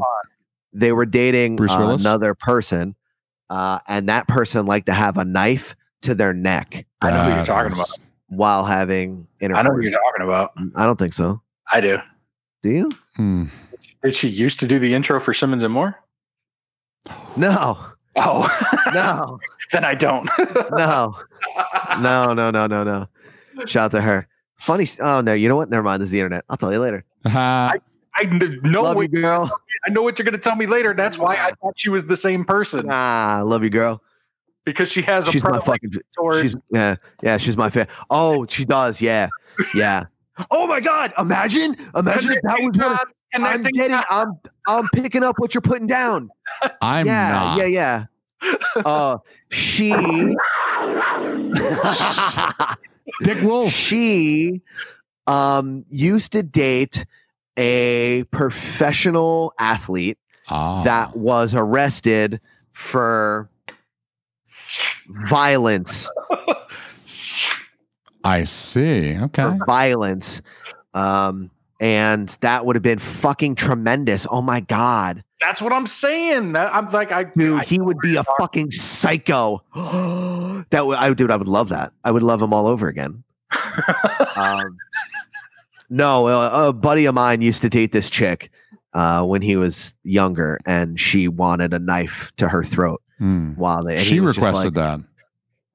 [SPEAKER 5] They were dating
[SPEAKER 2] Bruce
[SPEAKER 5] uh,
[SPEAKER 2] Willis?
[SPEAKER 5] another person, uh, and that person liked to have a knife to their neck
[SPEAKER 1] I know who you're talking
[SPEAKER 2] That's-
[SPEAKER 5] while having
[SPEAKER 1] I
[SPEAKER 5] intercourse.
[SPEAKER 1] know what you're talking about.
[SPEAKER 5] I don't think so.
[SPEAKER 1] I do.
[SPEAKER 5] Do you?
[SPEAKER 2] Hmm.
[SPEAKER 1] Did she used to do the intro for Simmons and More?
[SPEAKER 5] No, <laughs>
[SPEAKER 1] Oh, <laughs>
[SPEAKER 5] no,
[SPEAKER 1] then I don't.
[SPEAKER 5] no, no, no, no, no, no. Shout out to her. Funny. s- Oh no, you know what? Never mind. This is the internet. I'll tell you later.
[SPEAKER 2] Ha.
[SPEAKER 1] I kn- know
[SPEAKER 5] Love
[SPEAKER 1] what
[SPEAKER 5] you, girl.
[SPEAKER 1] I know what you're going to tell me later. That's why I thought she was the same person
[SPEAKER 5] Ah, love you, girl.
[SPEAKER 1] because she has a
[SPEAKER 5] She's my
[SPEAKER 1] predilection
[SPEAKER 5] fucking.
[SPEAKER 1] towards.
[SPEAKER 5] She's yeah, yeah, she's my fan. Oh, she does, yeah, yeah. oh my god, imagine, imagine if that was what
[SPEAKER 1] and
[SPEAKER 5] I'm getting. I'm I'm picking up what you're putting down.
[SPEAKER 2] <laughs> I'm
[SPEAKER 5] yeah,
[SPEAKER 2] not.
[SPEAKER 5] yeah, yeah. Uh, she,
[SPEAKER 2] Dick Wolf.
[SPEAKER 5] she, um, used to date a professional athlete
[SPEAKER 2] Ah.
[SPEAKER 5] that was arrested for violence.
[SPEAKER 2] I see. Okay.
[SPEAKER 5] for violence. Um, and that would have been fucking tremendous. Oh my god,
[SPEAKER 1] That's what I'm saying. That- I'm like, I,
[SPEAKER 5] dude,
[SPEAKER 1] I-
[SPEAKER 5] he would be a fucking psycho. <gasps> that would, I dude, I would love that. I would love him all over again. <laughs> um, no, uh, a, a buddy of mine used to date this chick uh, when he was younger, and she wanted a knife to her throat
[SPEAKER 2] Hmm.
[SPEAKER 5] while they. and he
[SPEAKER 2] She
[SPEAKER 5] was just
[SPEAKER 2] requested
[SPEAKER 5] like-
[SPEAKER 2] that.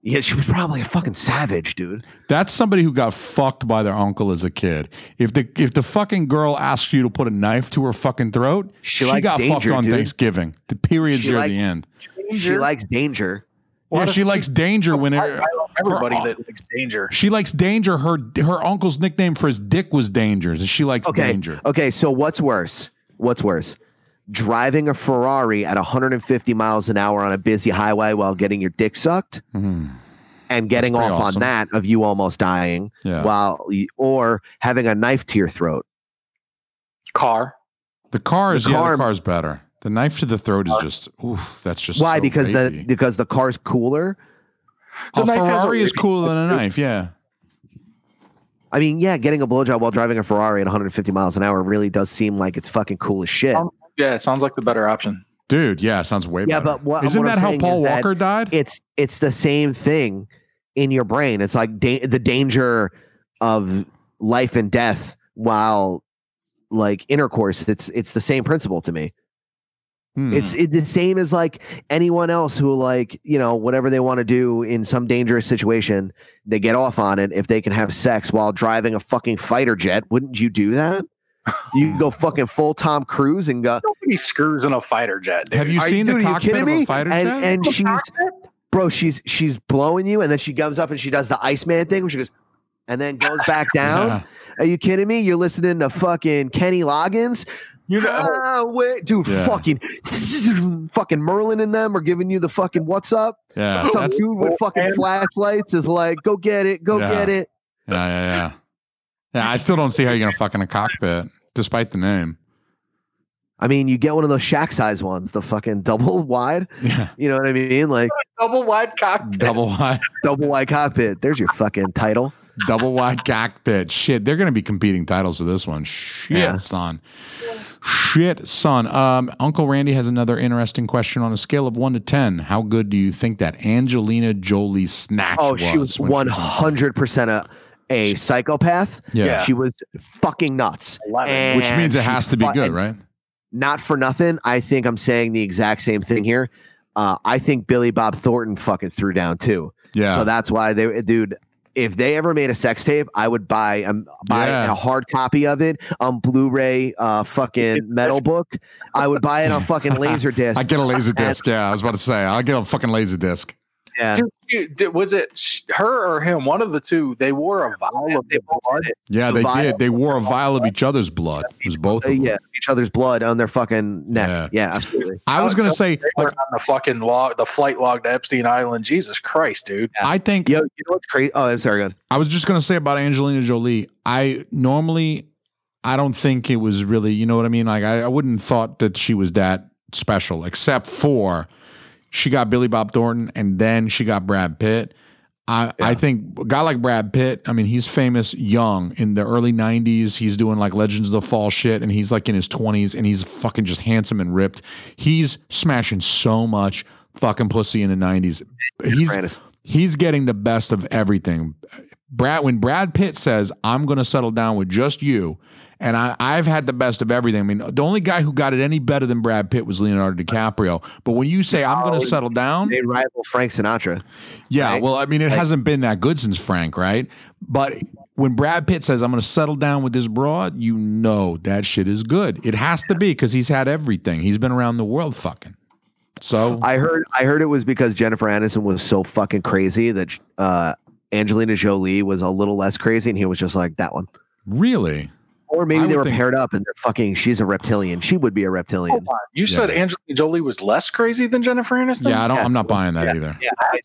[SPEAKER 5] Yeah, she was probably a fucking savage, dude.
[SPEAKER 2] That's somebody who got fucked by their uncle as a kid. If the if the fucking girl asks you to put a knife to her fucking throat, she,
[SPEAKER 5] She likes
[SPEAKER 2] got
[SPEAKER 5] danger,
[SPEAKER 2] fucked on
[SPEAKER 5] dude.
[SPEAKER 2] Thanksgiving. The period's
[SPEAKER 5] She
[SPEAKER 2] near
[SPEAKER 5] like-
[SPEAKER 2] the end.
[SPEAKER 5] She likes danger.
[SPEAKER 1] What
[SPEAKER 2] yeah,
[SPEAKER 1] if
[SPEAKER 2] she likes danger when
[SPEAKER 1] I, I
[SPEAKER 2] her,
[SPEAKER 1] love everybody
[SPEAKER 2] her-
[SPEAKER 1] that likes danger.
[SPEAKER 2] she likes danger. Her her uncle's nickname for his dick was danger. and She likes
[SPEAKER 5] Okay.
[SPEAKER 2] danger.
[SPEAKER 5] Okay. So what's worse? What's worse? Driving a Ferrari at 150 miles an hour on a busy highway while getting your dick sucked
[SPEAKER 2] Hmm.
[SPEAKER 5] and getting
[SPEAKER 2] pretty
[SPEAKER 5] off
[SPEAKER 2] awesome.
[SPEAKER 5] on that of you almost dying
[SPEAKER 2] Yeah.
[SPEAKER 5] while y- or having a knife to your throat.
[SPEAKER 1] Car.
[SPEAKER 2] the car is
[SPEAKER 5] the
[SPEAKER 2] yeah,
[SPEAKER 5] car-
[SPEAKER 2] the car's better. The knife to the throat is just oof. That's just
[SPEAKER 5] Why?
[SPEAKER 2] so
[SPEAKER 5] because the
[SPEAKER 2] rapey.
[SPEAKER 5] because the car's cooler.
[SPEAKER 1] The
[SPEAKER 2] a
[SPEAKER 1] knife has a
[SPEAKER 2] Ferrari is
[SPEAKER 1] rapey
[SPEAKER 2] cooler than a knife. Yeah.
[SPEAKER 5] I mean, yeah, getting a blowjob while driving a Ferrari at 150 miles an hour really does seem like it's fucking cool as shit.
[SPEAKER 1] Um, Yeah, it sounds like the better option.
[SPEAKER 2] Dude, yeah, it sounds way
[SPEAKER 5] Yeah,
[SPEAKER 2] better.
[SPEAKER 5] but what-
[SPEAKER 2] isn't
[SPEAKER 5] what I'm
[SPEAKER 2] that how
[SPEAKER 5] saying
[SPEAKER 2] Paul
[SPEAKER 5] is that
[SPEAKER 2] Walker died?
[SPEAKER 5] it's it's the same thing in your brain. It's like da- the danger of life and death while like intercourse. It's it's the same principle to me.
[SPEAKER 2] Hmm.
[SPEAKER 5] It's it, the same as like anyone else who like you know whatever they want to do in some dangerous situation, they get off on it. If they can have sex while driving a fucking fighter jet, wouldn't you do that? You go fucking full Tom Cruise and go.
[SPEAKER 1] Nobody screws in a fighter jet. Dude.
[SPEAKER 2] Have you
[SPEAKER 5] Are
[SPEAKER 2] seen
[SPEAKER 5] dude,
[SPEAKER 2] the
[SPEAKER 5] are you
[SPEAKER 2] cockpit
[SPEAKER 5] kidding
[SPEAKER 2] of
[SPEAKER 5] me?
[SPEAKER 2] a fighter
[SPEAKER 5] and,
[SPEAKER 2] jet?
[SPEAKER 5] And she's, bro, she's she's blowing you, and then she comes up and she does the Iceman thing, where she goes, and then goes back down.
[SPEAKER 2] <laughs> Yeah.
[SPEAKER 5] Are you kidding me? You're listening to fucking Kenny Loggins,
[SPEAKER 1] You know,
[SPEAKER 5] Ah, wait, dude.
[SPEAKER 2] Yeah.
[SPEAKER 5] Fucking, <laughs> fucking Merlin and them are giving you the fucking what's up. <laughs>
[SPEAKER 2] yeah,
[SPEAKER 5] Some
[SPEAKER 2] that's-
[SPEAKER 5] dude with fucking
[SPEAKER 1] And-
[SPEAKER 5] flashlights is like, go get it, go
[SPEAKER 2] Yeah.
[SPEAKER 5] get it.
[SPEAKER 2] yeah, yeah, yeah. Yeah, I still don't see how you're gonna fuck in a cockpit, despite the name. <laughs>
[SPEAKER 5] I mean, you get one of those shack size ones, the fucking double <laughs> wide.
[SPEAKER 2] Yeah,
[SPEAKER 5] You know what I mean? Like
[SPEAKER 1] <laughs> double wide cockpit.
[SPEAKER 5] <laughs>
[SPEAKER 2] double wide.
[SPEAKER 5] double wide cockpit. There's your fucking title.
[SPEAKER 2] double wide cockpit. Shit, they're going to be competing titles for this one. Shit,
[SPEAKER 5] Yeah.
[SPEAKER 2] son. Shit, son. Um, Uncle Randy has another interesting question. On a scale of one to ten, how good do you think that Angelina Jolie snatch?
[SPEAKER 5] Oh, she was
[SPEAKER 2] when
[SPEAKER 5] one hundred percent a a psychopath.
[SPEAKER 2] Yeah. Yeah.
[SPEAKER 5] she was fucking nuts.
[SPEAKER 2] was- Which means it
[SPEAKER 5] And
[SPEAKER 2] has
[SPEAKER 5] she's
[SPEAKER 2] to be
[SPEAKER 5] fu-
[SPEAKER 2] good,
[SPEAKER 5] and
[SPEAKER 2] right?
[SPEAKER 5] Not for nothing. I think I'm saying the exact same thing here. Uh, I think Billy Bob Thornton fucking threw down too.
[SPEAKER 2] Yeah.
[SPEAKER 5] So that's why they, dude. If they ever made a sex tape, I would buy um, buy
[SPEAKER 2] Yeah.
[SPEAKER 5] a hard copy of it on Blu-ray, uh, fucking
[SPEAKER 2] <laughs>
[SPEAKER 5] metal book. I would buy it on fucking Laserdisc.
[SPEAKER 2] I get a
[SPEAKER 5] <laughs>
[SPEAKER 2] laser disc. Yeah, I was about to say, I'll get a fucking laser disc.
[SPEAKER 5] yeah.
[SPEAKER 1] Dude, you- did- was it sh- her or him? One of the two. They wore a vial of
[SPEAKER 5] They both
[SPEAKER 1] blood.
[SPEAKER 2] Yeah, they
[SPEAKER 5] Vial.
[SPEAKER 2] did. They wore a vial of each other's blood. It was both
[SPEAKER 5] Uh,
[SPEAKER 2] of them.
[SPEAKER 5] yeah, each other's blood on their fucking neck. Yeah, absolutely.
[SPEAKER 2] I was
[SPEAKER 1] Oh,
[SPEAKER 2] going to
[SPEAKER 1] so
[SPEAKER 2] say,
[SPEAKER 1] They were
[SPEAKER 2] like,
[SPEAKER 1] on the fucking log, the flight log to Epstein Island. Jesus Christ, dude.
[SPEAKER 2] I think
[SPEAKER 5] Yo, you know what's crazy? Oh, I'm sorry, go ahead.
[SPEAKER 2] I was just gonna say about Angelina Jolie. I normally, I don't think it was really, you know what I mean. Like I, I wouldn't thought that she was that special, except for she got Billy Bob Thornton and then she got Brad Pitt. I, I think a guy like Brad Pitt, I mean, he's famous young in the early 90s. He's doing like Legends of the Fall shit and he's like in his 20s and he's fucking just handsome and ripped. He's smashing so much fucking pussy in the 90s. He's,
[SPEAKER 5] Aniston.
[SPEAKER 2] he's getting the best of everything. Brad, when Brad Pitt says, I'm going to settle down with just you, and I, I've had the best of everything. I mean, the only guy who got it any better than Brad Pitt was Leonardo DiCaprio. But when you say, I'm going to settle down,
[SPEAKER 5] They rival Frank Sinatra.
[SPEAKER 2] yeah,
[SPEAKER 5] Oh, Right?
[SPEAKER 2] well, I mean, it hasn't been that good since Frank, right? But when Brad Pitt says, I'm going to settle down with this broad, you know that shit is good. It has to be because he's had everything. He's been around the world fucking. So,
[SPEAKER 5] I heard. I heard it was because Jennifer Aniston was so fucking crazy that uh, Angelina Jolie was a little less crazy, and he was just like that one.
[SPEAKER 2] really?
[SPEAKER 5] Or
[SPEAKER 2] I
[SPEAKER 5] maybe
[SPEAKER 2] would
[SPEAKER 5] they were
[SPEAKER 2] think- Oh,
[SPEAKER 5] paired up, and they're fucking. She's a reptilian. She would be a reptilian.
[SPEAKER 1] You
[SPEAKER 2] Yeah.
[SPEAKER 1] said Angelina Jolie was less crazy than Jennifer Aniston.
[SPEAKER 2] Yeah, I don't, I'm not
[SPEAKER 5] Absolutely.
[SPEAKER 2] buying that either.
[SPEAKER 5] Yeah, I,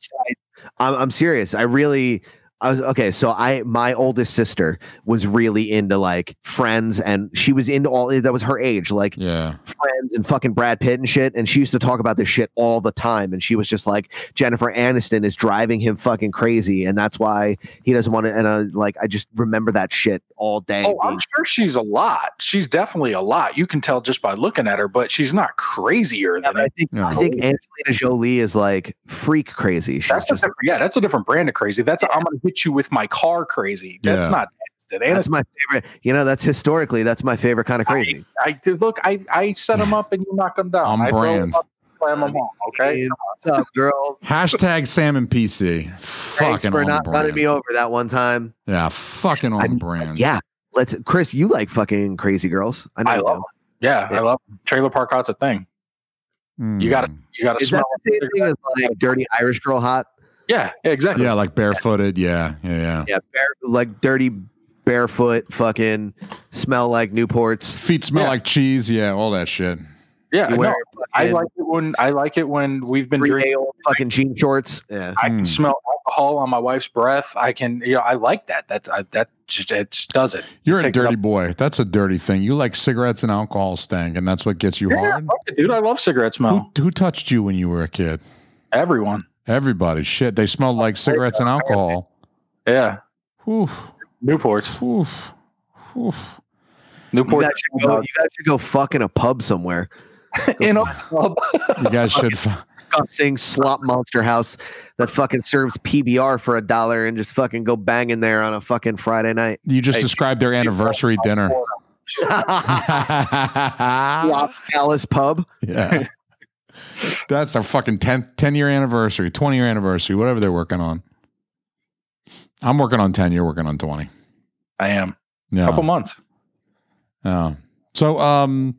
[SPEAKER 5] I, am I'm serious. I really. I was, okay, so I my oldest sister was really into like Friends, and she was into all that was her age, like
[SPEAKER 2] Yeah.
[SPEAKER 5] friends and fucking Brad Pitt and shit. And she used to talk about this shit all the time. And she was just like, Jennifer Aniston is driving him fucking crazy. And that's why he doesn't want to. And I, like, I just remember that shit all day.
[SPEAKER 1] Oh, I'm
[SPEAKER 5] dude.
[SPEAKER 1] sure she's a lot. She's definitely a lot. You can tell just by looking at her, but she's not crazier than
[SPEAKER 5] And I
[SPEAKER 1] it.
[SPEAKER 5] think
[SPEAKER 2] Yeah.
[SPEAKER 5] I think Angelina Jolie is like freak crazy. She's
[SPEAKER 1] That's a
[SPEAKER 5] just
[SPEAKER 1] different, yeah, that's a different brand of crazy. That's I'm gonna hit you with my car crazy. That's
[SPEAKER 2] Yeah.
[SPEAKER 1] not Aniston. Aniston
[SPEAKER 5] that's my favorite. You know, that's historically that's my favorite kind of crazy.
[SPEAKER 1] I do look. I I set them up and you knock them down.
[SPEAKER 2] On
[SPEAKER 1] I throw 'em
[SPEAKER 2] brand.
[SPEAKER 1] up, slam them on. Okay.
[SPEAKER 5] Dude, What's up, girl?
[SPEAKER 2] Hashtag salmon PC.
[SPEAKER 5] Thanks
[SPEAKER 2] Fucking
[SPEAKER 5] for
[SPEAKER 2] on
[SPEAKER 5] not running
[SPEAKER 2] brand.
[SPEAKER 5] me over that one time.
[SPEAKER 2] Yeah, fucking on brand.
[SPEAKER 5] Yeah, let's. Chris, you like fucking crazy girls? know
[SPEAKER 1] I
[SPEAKER 5] you
[SPEAKER 1] love
[SPEAKER 5] do.
[SPEAKER 1] Yeah,
[SPEAKER 5] Yeah.
[SPEAKER 1] I love 'em. trailer park hot's a thing.
[SPEAKER 2] Hmm.
[SPEAKER 1] You gotta- You got to
[SPEAKER 5] Is that
[SPEAKER 1] smell.
[SPEAKER 5] the same thing as like dirty Irish girl hot?
[SPEAKER 1] Yeah, yeah, exactly.
[SPEAKER 2] Yeah, like barefooted. Yeah, yeah, yeah.
[SPEAKER 5] Yeah, bare, like dirty barefoot, fucking smell like Newports.
[SPEAKER 2] Feet smell
[SPEAKER 1] Yeah.
[SPEAKER 2] like cheese. Yeah, all that shit.
[SPEAKER 1] Yeah,
[SPEAKER 5] You
[SPEAKER 1] no,
[SPEAKER 5] wear
[SPEAKER 1] I
[SPEAKER 5] fucking
[SPEAKER 1] like it when I like it when we've been
[SPEAKER 5] three
[SPEAKER 1] drinking.
[SPEAKER 5] day old fucking jean shorts. Yeah,
[SPEAKER 1] I can
[SPEAKER 2] Mm.
[SPEAKER 1] smell alcohol on my wife's breath. I can, you know, I like that. That I, that just, it just does it.
[SPEAKER 2] You're a
[SPEAKER 1] Take it
[SPEAKER 2] dirty
[SPEAKER 1] up.
[SPEAKER 2] boy. That's a dirty thing. You like cigarettes and alcohol stank, and that's what gets you
[SPEAKER 1] Yeah,
[SPEAKER 2] hard.
[SPEAKER 1] fuck it, dude, I love cigarette smell.
[SPEAKER 2] Who, who touched you when you were a kid?
[SPEAKER 1] Everyone.
[SPEAKER 2] Everybody. Shit, they
[SPEAKER 1] Oh,
[SPEAKER 2] smelled like cigarettes and alcohol.
[SPEAKER 1] Yeah,
[SPEAKER 2] Oof,
[SPEAKER 1] Newports.
[SPEAKER 2] oof, oof.
[SPEAKER 5] you
[SPEAKER 1] Newport
[SPEAKER 5] guys, should go, you guys should go fuck in a pub somewhere.
[SPEAKER 1] <laughs> in a club.
[SPEAKER 2] You
[SPEAKER 1] <laughs>
[SPEAKER 2] guys should. f-
[SPEAKER 5] Disgusting slop monster house that fucking serves PBR for a dollar and just fucking go bang in there on a fucking Friday night. <laughs>
[SPEAKER 2] You just
[SPEAKER 1] Hey,
[SPEAKER 2] described their anniversary dinner. <laughs>
[SPEAKER 5] Slop Palace Pub.
[SPEAKER 2] Yeah. <laughs> That's a fucking 10, 10 year anniversary, 20 year anniversary, whatever they're working on. I'm working on 10, you're working on 20.
[SPEAKER 1] I am.
[SPEAKER 2] Yeah.
[SPEAKER 1] Couple months.
[SPEAKER 2] Yeah. So, um,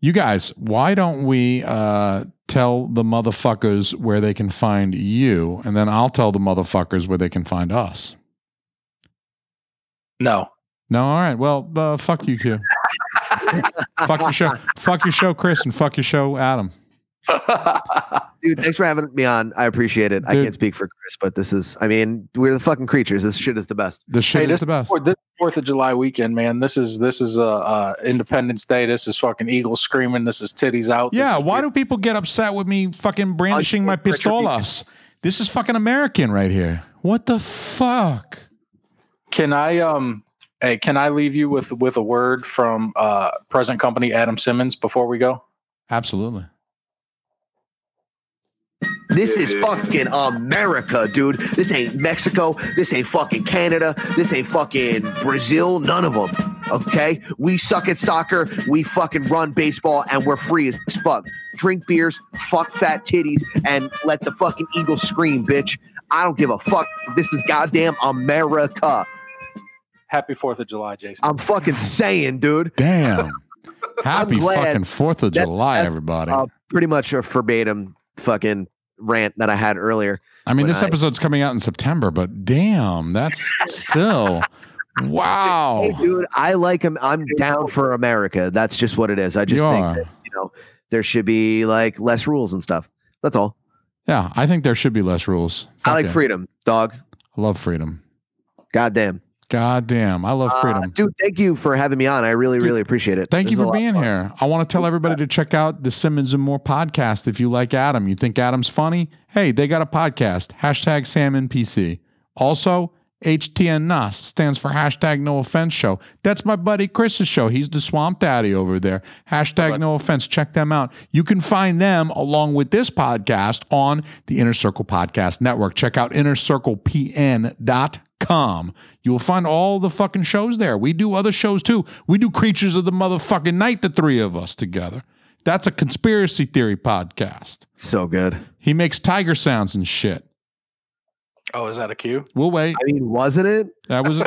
[SPEAKER 2] you guys, why don't we uh, tell the motherfuckers where they can find you, and then I'll tell the motherfuckers where they can find us. <laughs>
[SPEAKER 1] No.
[SPEAKER 2] No, all right. Well, uh, fuck
[SPEAKER 1] <laughs>
[SPEAKER 2] you, Q. fuck your show. Fuck your show, Chris, and fuck your show, Adam.
[SPEAKER 5] Dude, thanks for having me on. I appreciate it. I
[SPEAKER 2] Dude.
[SPEAKER 5] can't speak for Chris, but this is, I mean, we're the fucking creatures. This shit is the best.
[SPEAKER 2] This shit
[SPEAKER 1] Hey,
[SPEAKER 2] is the best.
[SPEAKER 1] Fourth- this Fourth of July weekend, man. This is this is uh, uh Independence Day. This is fucking Eagles screaming. This is titties out. This
[SPEAKER 2] Yeah,
[SPEAKER 1] is-
[SPEAKER 2] why do people get upset with me fucking brandishing my
[SPEAKER 5] Richard Beacon.
[SPEAKER 2] pistolas? This is fucking American right here. What the fuck?
[SPEAKER 1] Can I um hey, can I leave you with with a word from uh present company Adam Simmons before we go?
[SPEAKER 2] Absolutely.
[SPEAKER 5] This is fucking America, dude. This ain't Mexico. This ain't fucking Canada. This ain't fucking Brazil. None of them. Okay? We suck at soccer. We fucking run baseball and we're free as fuck. Drink beers, fuck fat titties, and let the fucking Eagles scream, bitch. I don't give a fuck. This is goddamn America.
[SPEAKER 1] Happy 4th of July, Jason.
[SPEAKER 5] I'm fucking saying, dude. <laughs>
[SPEAKER 2] Damn. Happy
[SPEAKER 5] glad
[SPEAKER 2] fucking Fourth of
[SPEAKER 5] that-
[SPEAKER 2] July,
[SPEAKER 5] that's,
[SPEAKER 2] everybody.
[SPEAKER 5] Uh, pretty much a verbatim fucking rant that I had earlier.
[SPEAKER 2] I mean,
[SPEAKER 5] when
[SPEAKER 2] this
[SPEAKER 5] I-
[SPEAKER 2] episode's coming out in September, but damn,
[SPEAKER 5] <laughs>
[SPEAKER 2] that's still wow.
[SPEAKER 5] Hey, dude, I like him. I'm down for America. That's just what it is. I just
[SPEAKER 2] You
[SPEAKER 5] think
[SPEAKER 2] are.
[SPEAKER 5] that, you know there should be like less rules and stuff. That's all.
[SPEAKER 2] Yeah, I think there should be less rules.
[SPEAKER 5] I
[SPEAKER 2] Fuck
[SPEAKER 5] like
[SPEAKER 2] it.
[SPEAKER 5] freedom, dog.
[SPEAKER 2] I love freedom.
[SPEAKER 5] Goddamn,
[SPEAKER 2] God damn, I love freedom.
[SPEAKER 5] Uh, dude. Thank you for having me on. I really, really appreciate it.
[SPEAKER 2] Mm. Thank you
[SPEAKER 5] This is a
[SPEAKER 2] for
[SPEAKER 5] lot of
[SPEAKER 2] being
[SPEAKER 5] fun.
[SPEAKER 2] here. I want to tell everybody to check out the Simmons and More podcast if you like Adam. You think Adam's funny? Hey, they got a podcast. Hashtag SamNPC. Also, HTN NOS stands for hashtag no offense show. That's my buddy Chris's show. He's the swamp daddy over there. Hashtag no offense. Check them out. You can find them along with this podcast on the Inner Circle Podcast Network. Check out innercirclepn.com com. You will find all the fucking shows there. We do other shows too. We do Creatures of the Motherfucking Night, the three of us together. That's a conspiracy theory podcast.
[SPEAKER 5] So good.
[SPEAKER 2] He makes tiger sounds and shit.
[SPEAKER 1] Oh, is that a cue?
[SPEAKER 2] We'll wait.
[SPEAKER 5] I mean, wasn't it?
[SPEAKER 2] That was.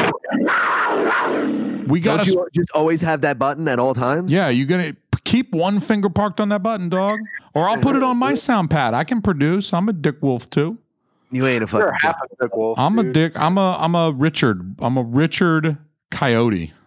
[SPEAKER 2] We got
[SPEAKER 5] Don't
[SPEAKER 2] to.
[SPEAKER 5] you just always have that button at all times?
[SPEAKER 2] Yeah, you gonna keep one finger parked on that button, dog, or I'll put it on my sound pad. I can produce. I'm a dick wolf too.
[SPEAKER 5] You ain't a fucking.
[SPEAKER 1] You're half a dick wolf.
[SPEAKER 2] I'm a
[SPEAKER 1] dude.
[SPEAKER 2] dick. I'm a. I'm a Richard. I'm a Richard Coyote.
[SPEAKER 5] <laughs>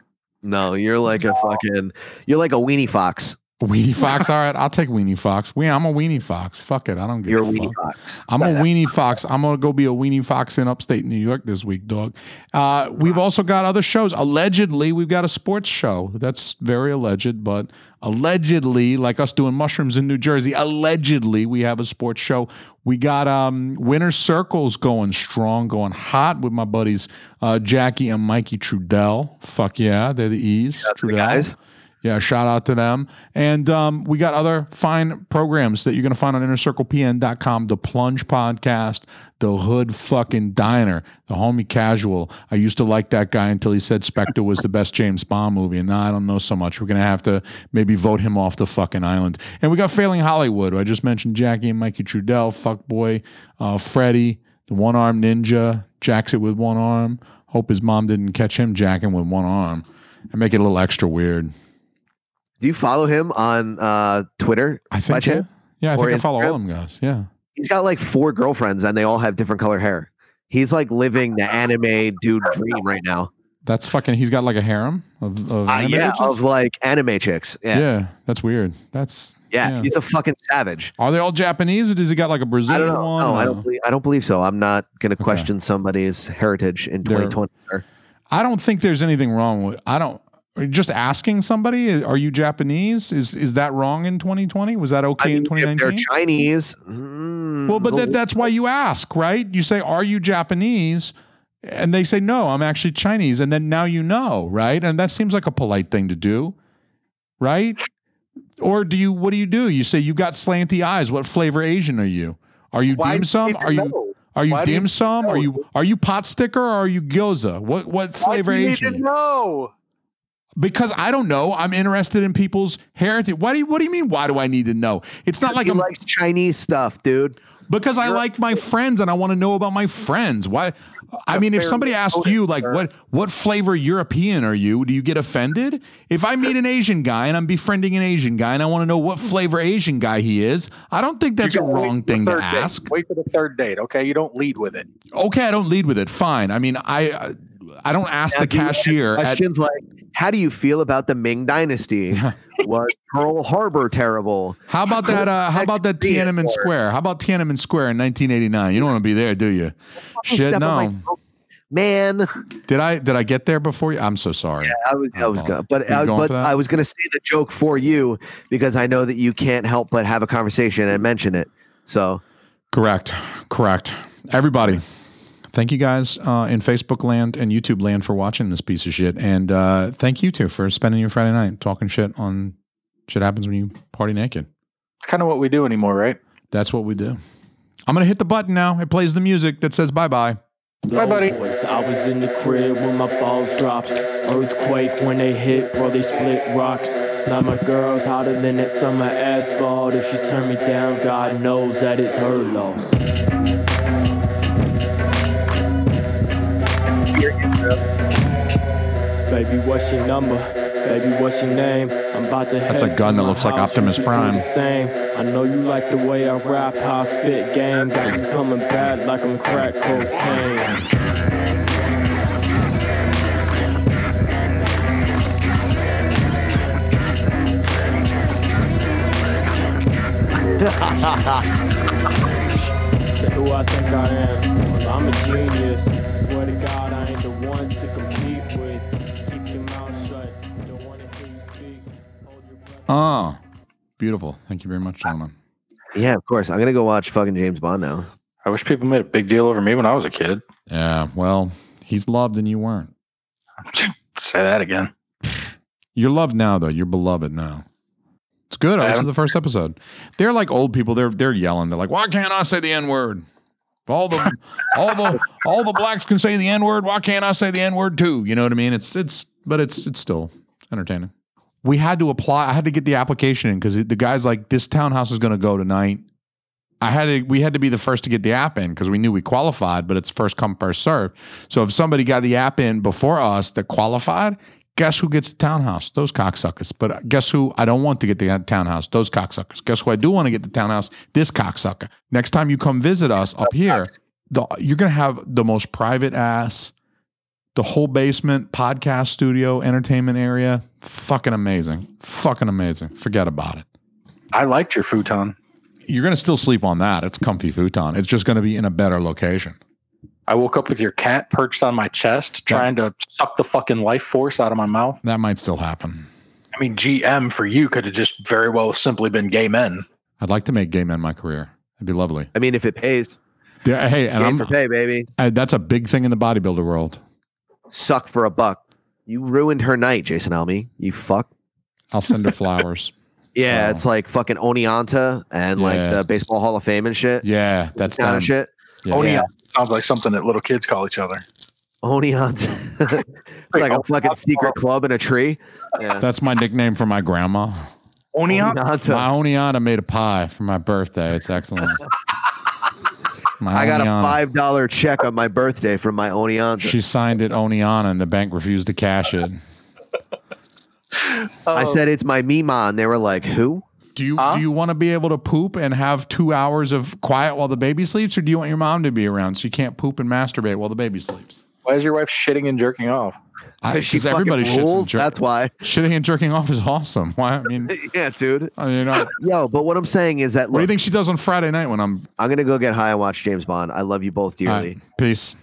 [SPEAKER 5] No, you're like a fucking. You're like a weenie fox.
[SPEAKER 2] Weenie Fox. All right, I'll take Weenie Fox. We, I'm a Weenie Fox. Fuck it. I don't give
[SPEAKER 5] You're a
[SPEAKER 2] a fuck.
[SPEAKER 5] weenie fox.
[SPEAKER 2] I'm a weenie fox. I'm gonna go be a weenie fox in upstate New York this week, dog. Uh, we've also got other shows. Allegedly, we've got a sports show. That's very alleged, but allegedly, like us doing mushrooms in New Jersey, allegedly we have a sports show. We got um, winter circles going strong, going hot with my buddies uh, Jackie and Mikey Trudell. Fuck yeah, they're the E's. Trudell.
[SPEAKER 5] guys.
[SPEAKER 2] Yeah, shout out to them. And um, we got other fine programs that you're going to find on innercirclepn.com the Plunge Podcast, the Hood fucking Diner, the Homie Casual. I used to like that guy until he said Spectre was the best James Bond movie. And now I don't know so much. We're going to have to maybe vote him off the fucking island. And we got Failing Hollywood. who I just mentioned Jackie and Mikey Trudell, Fuckboy, uh, Freddie, the One Arm Ninja, jacks it with one arm. Hope his mom didn't catch him jacking with one arm and make it a little extra weird.
[SPEAKER 5] Do you follow him on uh, Twitter?
[SPEAKER 2] I
[SPEAKER 5] by
[SPEAKER 2] think yeah.
[SPEAKER 5] chance?
[SPEAKER 2] yeah, I
[SPEAKER 5] Or
[SPEAKER 2] think I follow
[SPEAKER 5] Instagram?
[SPEAKER 2] all them guys. Yeah,
[SPEAKER 5] he's got like four girlfriends and they all have different color hair. He's like living the anime dude dream right now.
[SPEAKER 2] that's fucking. He's got like a harem of, of <laughs>
[SPEAKER 5] Uh,
[SPEAKER 2] anime
[SPEAKER 5] yeah,
[SPEAKER 2] bitches?
[SPEAKER 5] of like anime chicks.
[SPEAKER 2] yeah.
[SPEAKER 5] Yeah, yeah,
[SPEAKER 2] that's weird. That's yeah.
[SPEAKER 5] He's a fucking savage.
[SPEAKER 2] Are they all Japanese or does he got like a
[SPEAKER 5] I
[SPEAKER 2] Brazilian
[SPEAKER 5] don't know.
[SPEAKER 2] one?
[SPEAKER 5] No, I
[SPEAKER 2] or-
[SPEAKER 5] don't believe. I don't believe so. I'm not gonna question somebody's heritage in
[SPEAKER 2] They're-
[SPEAKER 5] 2020. sir.
[SPEAKER 2] I don't think there's anything wrong with. I don't. Just asking somebody, are you Japanese? Is is that wrong in 2020? Was that okay
[SPEAKER 5] I
[SPEAKER 2] in
[SPEAKER 5] mean, if they're
[SPEAKER 2] 2019?
[SPEAKER 5] Chinese. mm,
[SPEAKER 2] Well, but
[SPEAKER 1] Mm-hmm.
[SPEAKER 5] the-
[SPEAKER 2] that, that's why you ask, right? You say, "Are you Japanese?" And they say, "No, I'm actually Chinese." And then now you know, right? And that seems like a polite thing to do, right? Or do you? What do you do? You say, "You got slanty eyes." What flavor Asian are you? Are you
[SPEAKER 1] Why
[SPEAKER 2] dim
[SPEAKER 1] do
[SPEAKER 2] sum?
[SPEAKER 1] need to
[SPEAKER 2] Are you
[SPEAKER 1] know?
[SPEAKER 2] are you
[SPEAKER 1] Why do you
[SPEAKER 2] dim
[SPEAKER 1] need to
[SPEAKER 2] sum? Are
[SPEAKER 1] know?
[SPEAKER 2] you are you pot sticker or are you gyoza? What what
[SPEAKER 1] Why
[SPEAKER 2] flavor
[SPEAKER 1] do you
[SPEAKER 2] Asian?
[SPEAKER 1] Need to
[SPEAKER 2] are you?
[SPEAKER 1] know?
[SPEAKER 2] Because I don't know. I'm interested in people's heritage. Why do you, what do you mean? Why do I need to know? It's not like
[SPEAKER 5] he
[SPEAKER 2] I'm
[SPEAKER 5] likes Chinese stuff, dude.
[SPEAKER 2] because I like my friends and I want to know about my friends. Why? I mean, if
[SPEAKER 1] fair
[SPEAKER 2] somebody asked
[SPEAKER 1] notice,
[SPEAKER 2] you, like,
[SPEAKER 1] sir.
[SPEAKER 2] what what flavor European are you? Do you get offended? If I meet an Asian guy and I'm befriending an Asian guy and I want to know what flavor Asian guy he is, I don't think that's a
[SPEAKER 1] gotta wait
[SPEAKER 2] wrong
[SPEAKER 1] for the
[SPEAKER 2] thing to
[SPEAKER 1] third date.
[SPEAKER 2] ask.
[SPEAKER 1] Wait for the third date, okay? You don't lead with it.
[SPEAKER 2] Okay, I don't lead with it. Fine. I mean, I I don't ask
[SPEAKER 5] Now,
[SPEAKER 2] the
[SPEAKER 5] do you have
[SPEAKER 2] cashier. At,
[SPEAKER 5] Questions like, "How do you feel about the Ming
[SPEAKER 2] <laughs>
[SPEAKER 5] Dynasty? Was Pearl Harbor terrible?"
[SPEAKER 2] how about that? Uh, how about that
[SPEAKER 5] Korean
[SPEAKER 2] Tiananmen
[SPEAKER 5] War.
[SPEAKER 2] Square? How about Tiananmen Square in 1989? You don't want to be there, do you? Shit,
[SPEAKER 5] Step on
[SPEAKER 2] no.
[SPEAKER 5] my- Man,
[SPEAKER 2] Did I did I get there before you? I'm so sorry.
[SPEAKER 5] I was, I was
[SPEAKER 2] Oh,
[SPEAKER 5] going, but
[SPEAKER 2] you
[SPEAKER 5] I,
[SPEAKER 2] going
[SPEAKER 5] but
[SPEAKER 2] for that?
[SPEAKER 5] I was going to say the joke for you because I know that you can't help but have a conversation and mention it. So
[SPEAKER 2] Correct. Correct. Everybody, thank you guys uh, in Facebook land and YouTube land for watching this piece of shit, and uh, thank you too for spending your Friday night talking shit on shit happens when you party naked.
[SPEAKER 1] It's kind of what we do anymore, right?
[SPEAKER 2] That's what we do. I'm gonna hit the button now. It plays the music that says bye bye. Oh,
[SPEAKER 1] Bye, buddy.
[SPEAKER 8] Boys. I was in the crib when my balls dropped. Earthquake when they hit, bro, they split rocks. Now my girl's hotter than that summer asphalt. If she turn me down, God knows that it's her loss. Baby, what's your number? Baby, what's your name? I'm about to
[SPEAKER 2] That's a
[SPEAKER 8] head
[SPEAKER 2] gun
[SPEAKER 8] to
[SPEAKER 2] that
[SPEAKER 8] my
[SPEAKER 2] looks like
[SPEAKER 8] house.
[SPEAKER 2] Optimus
[SPEAKER 8] You should do
[SPEAKER 2] Prime.
[SPEAKER 8] the same. I know you like the way I rap, how I spit game. Got you coming bad like I'm crack cocaine. Say who I think I am. Well, I'm a genius. Swear to God, I ain't the one to compete with. Keep your mouth shut. Don't want to hear you speak. Hold your breath.
[SPEAKER 2] Ah, beautiful. Thank you very much, gentlemen.
[SPEAKER 5] Yeah, of course. I'm gonna go watch fucking James Bond now.
[SPEAKER 1] I wish people made a big deal over me when I was a kid. <laughs>
[SPEAKER 2] Yeah, well, he's loved and you weren't.
[SPEAKER 1] Say that again.
[SPEAKER 2] You're loved now, though. You're beloved now. It's good. I
[SPEAKER 1] I
[SPEAKER 2] listened
[SPEAKER 1] don't-
[SPEAKER 2] to the first episode. They're like old people. They're they're yelling. They're like, why can't I say the n word? All the all the all the blacks can say the n word. Why can't I say the n word too? You know what I mean? It's it's but it's it's still entertaining. We had to apply. I had to get the application in because the guy's like, this townhouse is going to go tonight. I had to, we had to be the first to get the app in because we knew we qualified, but it's first come, first served. So if somebody got the app in before us that qualified, guess who gets the townhouse? Those cocksuckers. But uh, guess who I don't want to get the uh, townhouse? Those cocksuckers. Guess who I do want to get the townhouse? This cocksucker. Next time you come visit us up here, the, you're going to have the most private ass, the whole basement, podcast studio, entertainment area. Fucking amazing. Fucking amazing. Forget about it
[SPEAKER 1] I liked your futon.
[SPEAKER 2] you're going to still sleep on that. It's comfy futon. It's just going to be in a better location.
[SPEAKER 1] I woke up with your cat perched on my chest,
[SPEAKER 2] Yeah.
[SPEAKER 1] trying to suck the fucking life force out of my mouth.
[SPEAKER 2] That might still happen.
[SPEAKER 1] I mean, GM for you could have just very well simply been gay men.
[SPEAKER 2] I'd like to make gay men my career. It'd be lovely.
[SPEAKER 5] I mean, if it pays,
[SPEAKER 2] Yeah, hey, and
[SPEAKER 5] game
[SPEAKER 2] I'm,
[SPEAKER 5] for pay, baby.
[SPEAKER 2] uh, that's a big thing in the bodybuilder world.
[SPEAKER 5] Suck for a buck. You ruined her night, Jason Elmy. You fuck.
[SPEAKER 2] I'll
[SPEAKER 5] <laughs>
[SPEAKER 2] send her flowers.
[SPEAKER 5] Yeah,
[SPEAKER 2] So-
[SPEAKER 5] it's like fucking Oneonta and
[SPEAKER 2] Yeah.
[SPEAKER 5] like the Baseball Hall of Fame and shit.
[SPEAKER 2] Yeah, that's
[SPEAKER 5] kind
[SPEAKER 2] them.
[SPEAKER 5] of shit.
[SPEAKER 2] Yeah.
[SPEAKER 1] Oni sounds like something that little kids call each other.
[SPEAKER 5] Oneonta. <laughs> it's like a fucking secret club in a tree. Yeah.
[SPEAKER 2] That's my nickname for my grandma.
[SPEAKER 1] Onion?
[SPEAKER 2] My
[SPEAKER 5] Oneonta.
[SPEAKER 2] Oneonta made a pie for my birthday. It's excellent.
[SPEAKER 5] <laughs>
[SPEAKER 2] My
[SPEAKER 5] I got a
[SPEAKER 2] Oneonta.
[SPEAKER 5] five dollar check on my birthday from my Oneonta.
[SPEAKER 2] She signed it Oneonta, and the bank refused to cash it.
[SPEAKER 5] I said it's my Mima, and they were like, "Who?"
[SPEAKER 2] Do you do you want to be able to poop and have two hours of quiet while the baby sleeps, or do you want your mom to be around so you can't poop and masturbate while the baby sleeps?
[SPEAKER 1] Why is your wife shitting and jerking off?
[SPEAKER 2] I,
[SPEAKER 5] She
[SPEAKER 2] 'cause
[SPEAKER 5] fucking rules.
[SPEAKER 2] and jer-
[SPEAKER 5] That's why. <laughs>
[SPEAKER 2] shitting and jerking off is awesome. Why? I mean,
[SPEAKER 5] yeah, dude.
[SPEAKER 2] I mean, I-
[SPEAKER 5] Yo, but what I'm saying is that
[SPEAKER 2] what do you
[SPEAKER 5] look,
[SPEAKER 2] think she does on Friday night when I'm
[SPEAKER 5] I'm gonna go get high and watch James Bond. I love you both
[SPEAKER 2] all
[SPEAKER 5] dearly.
[SPEAKER 2] right, peace?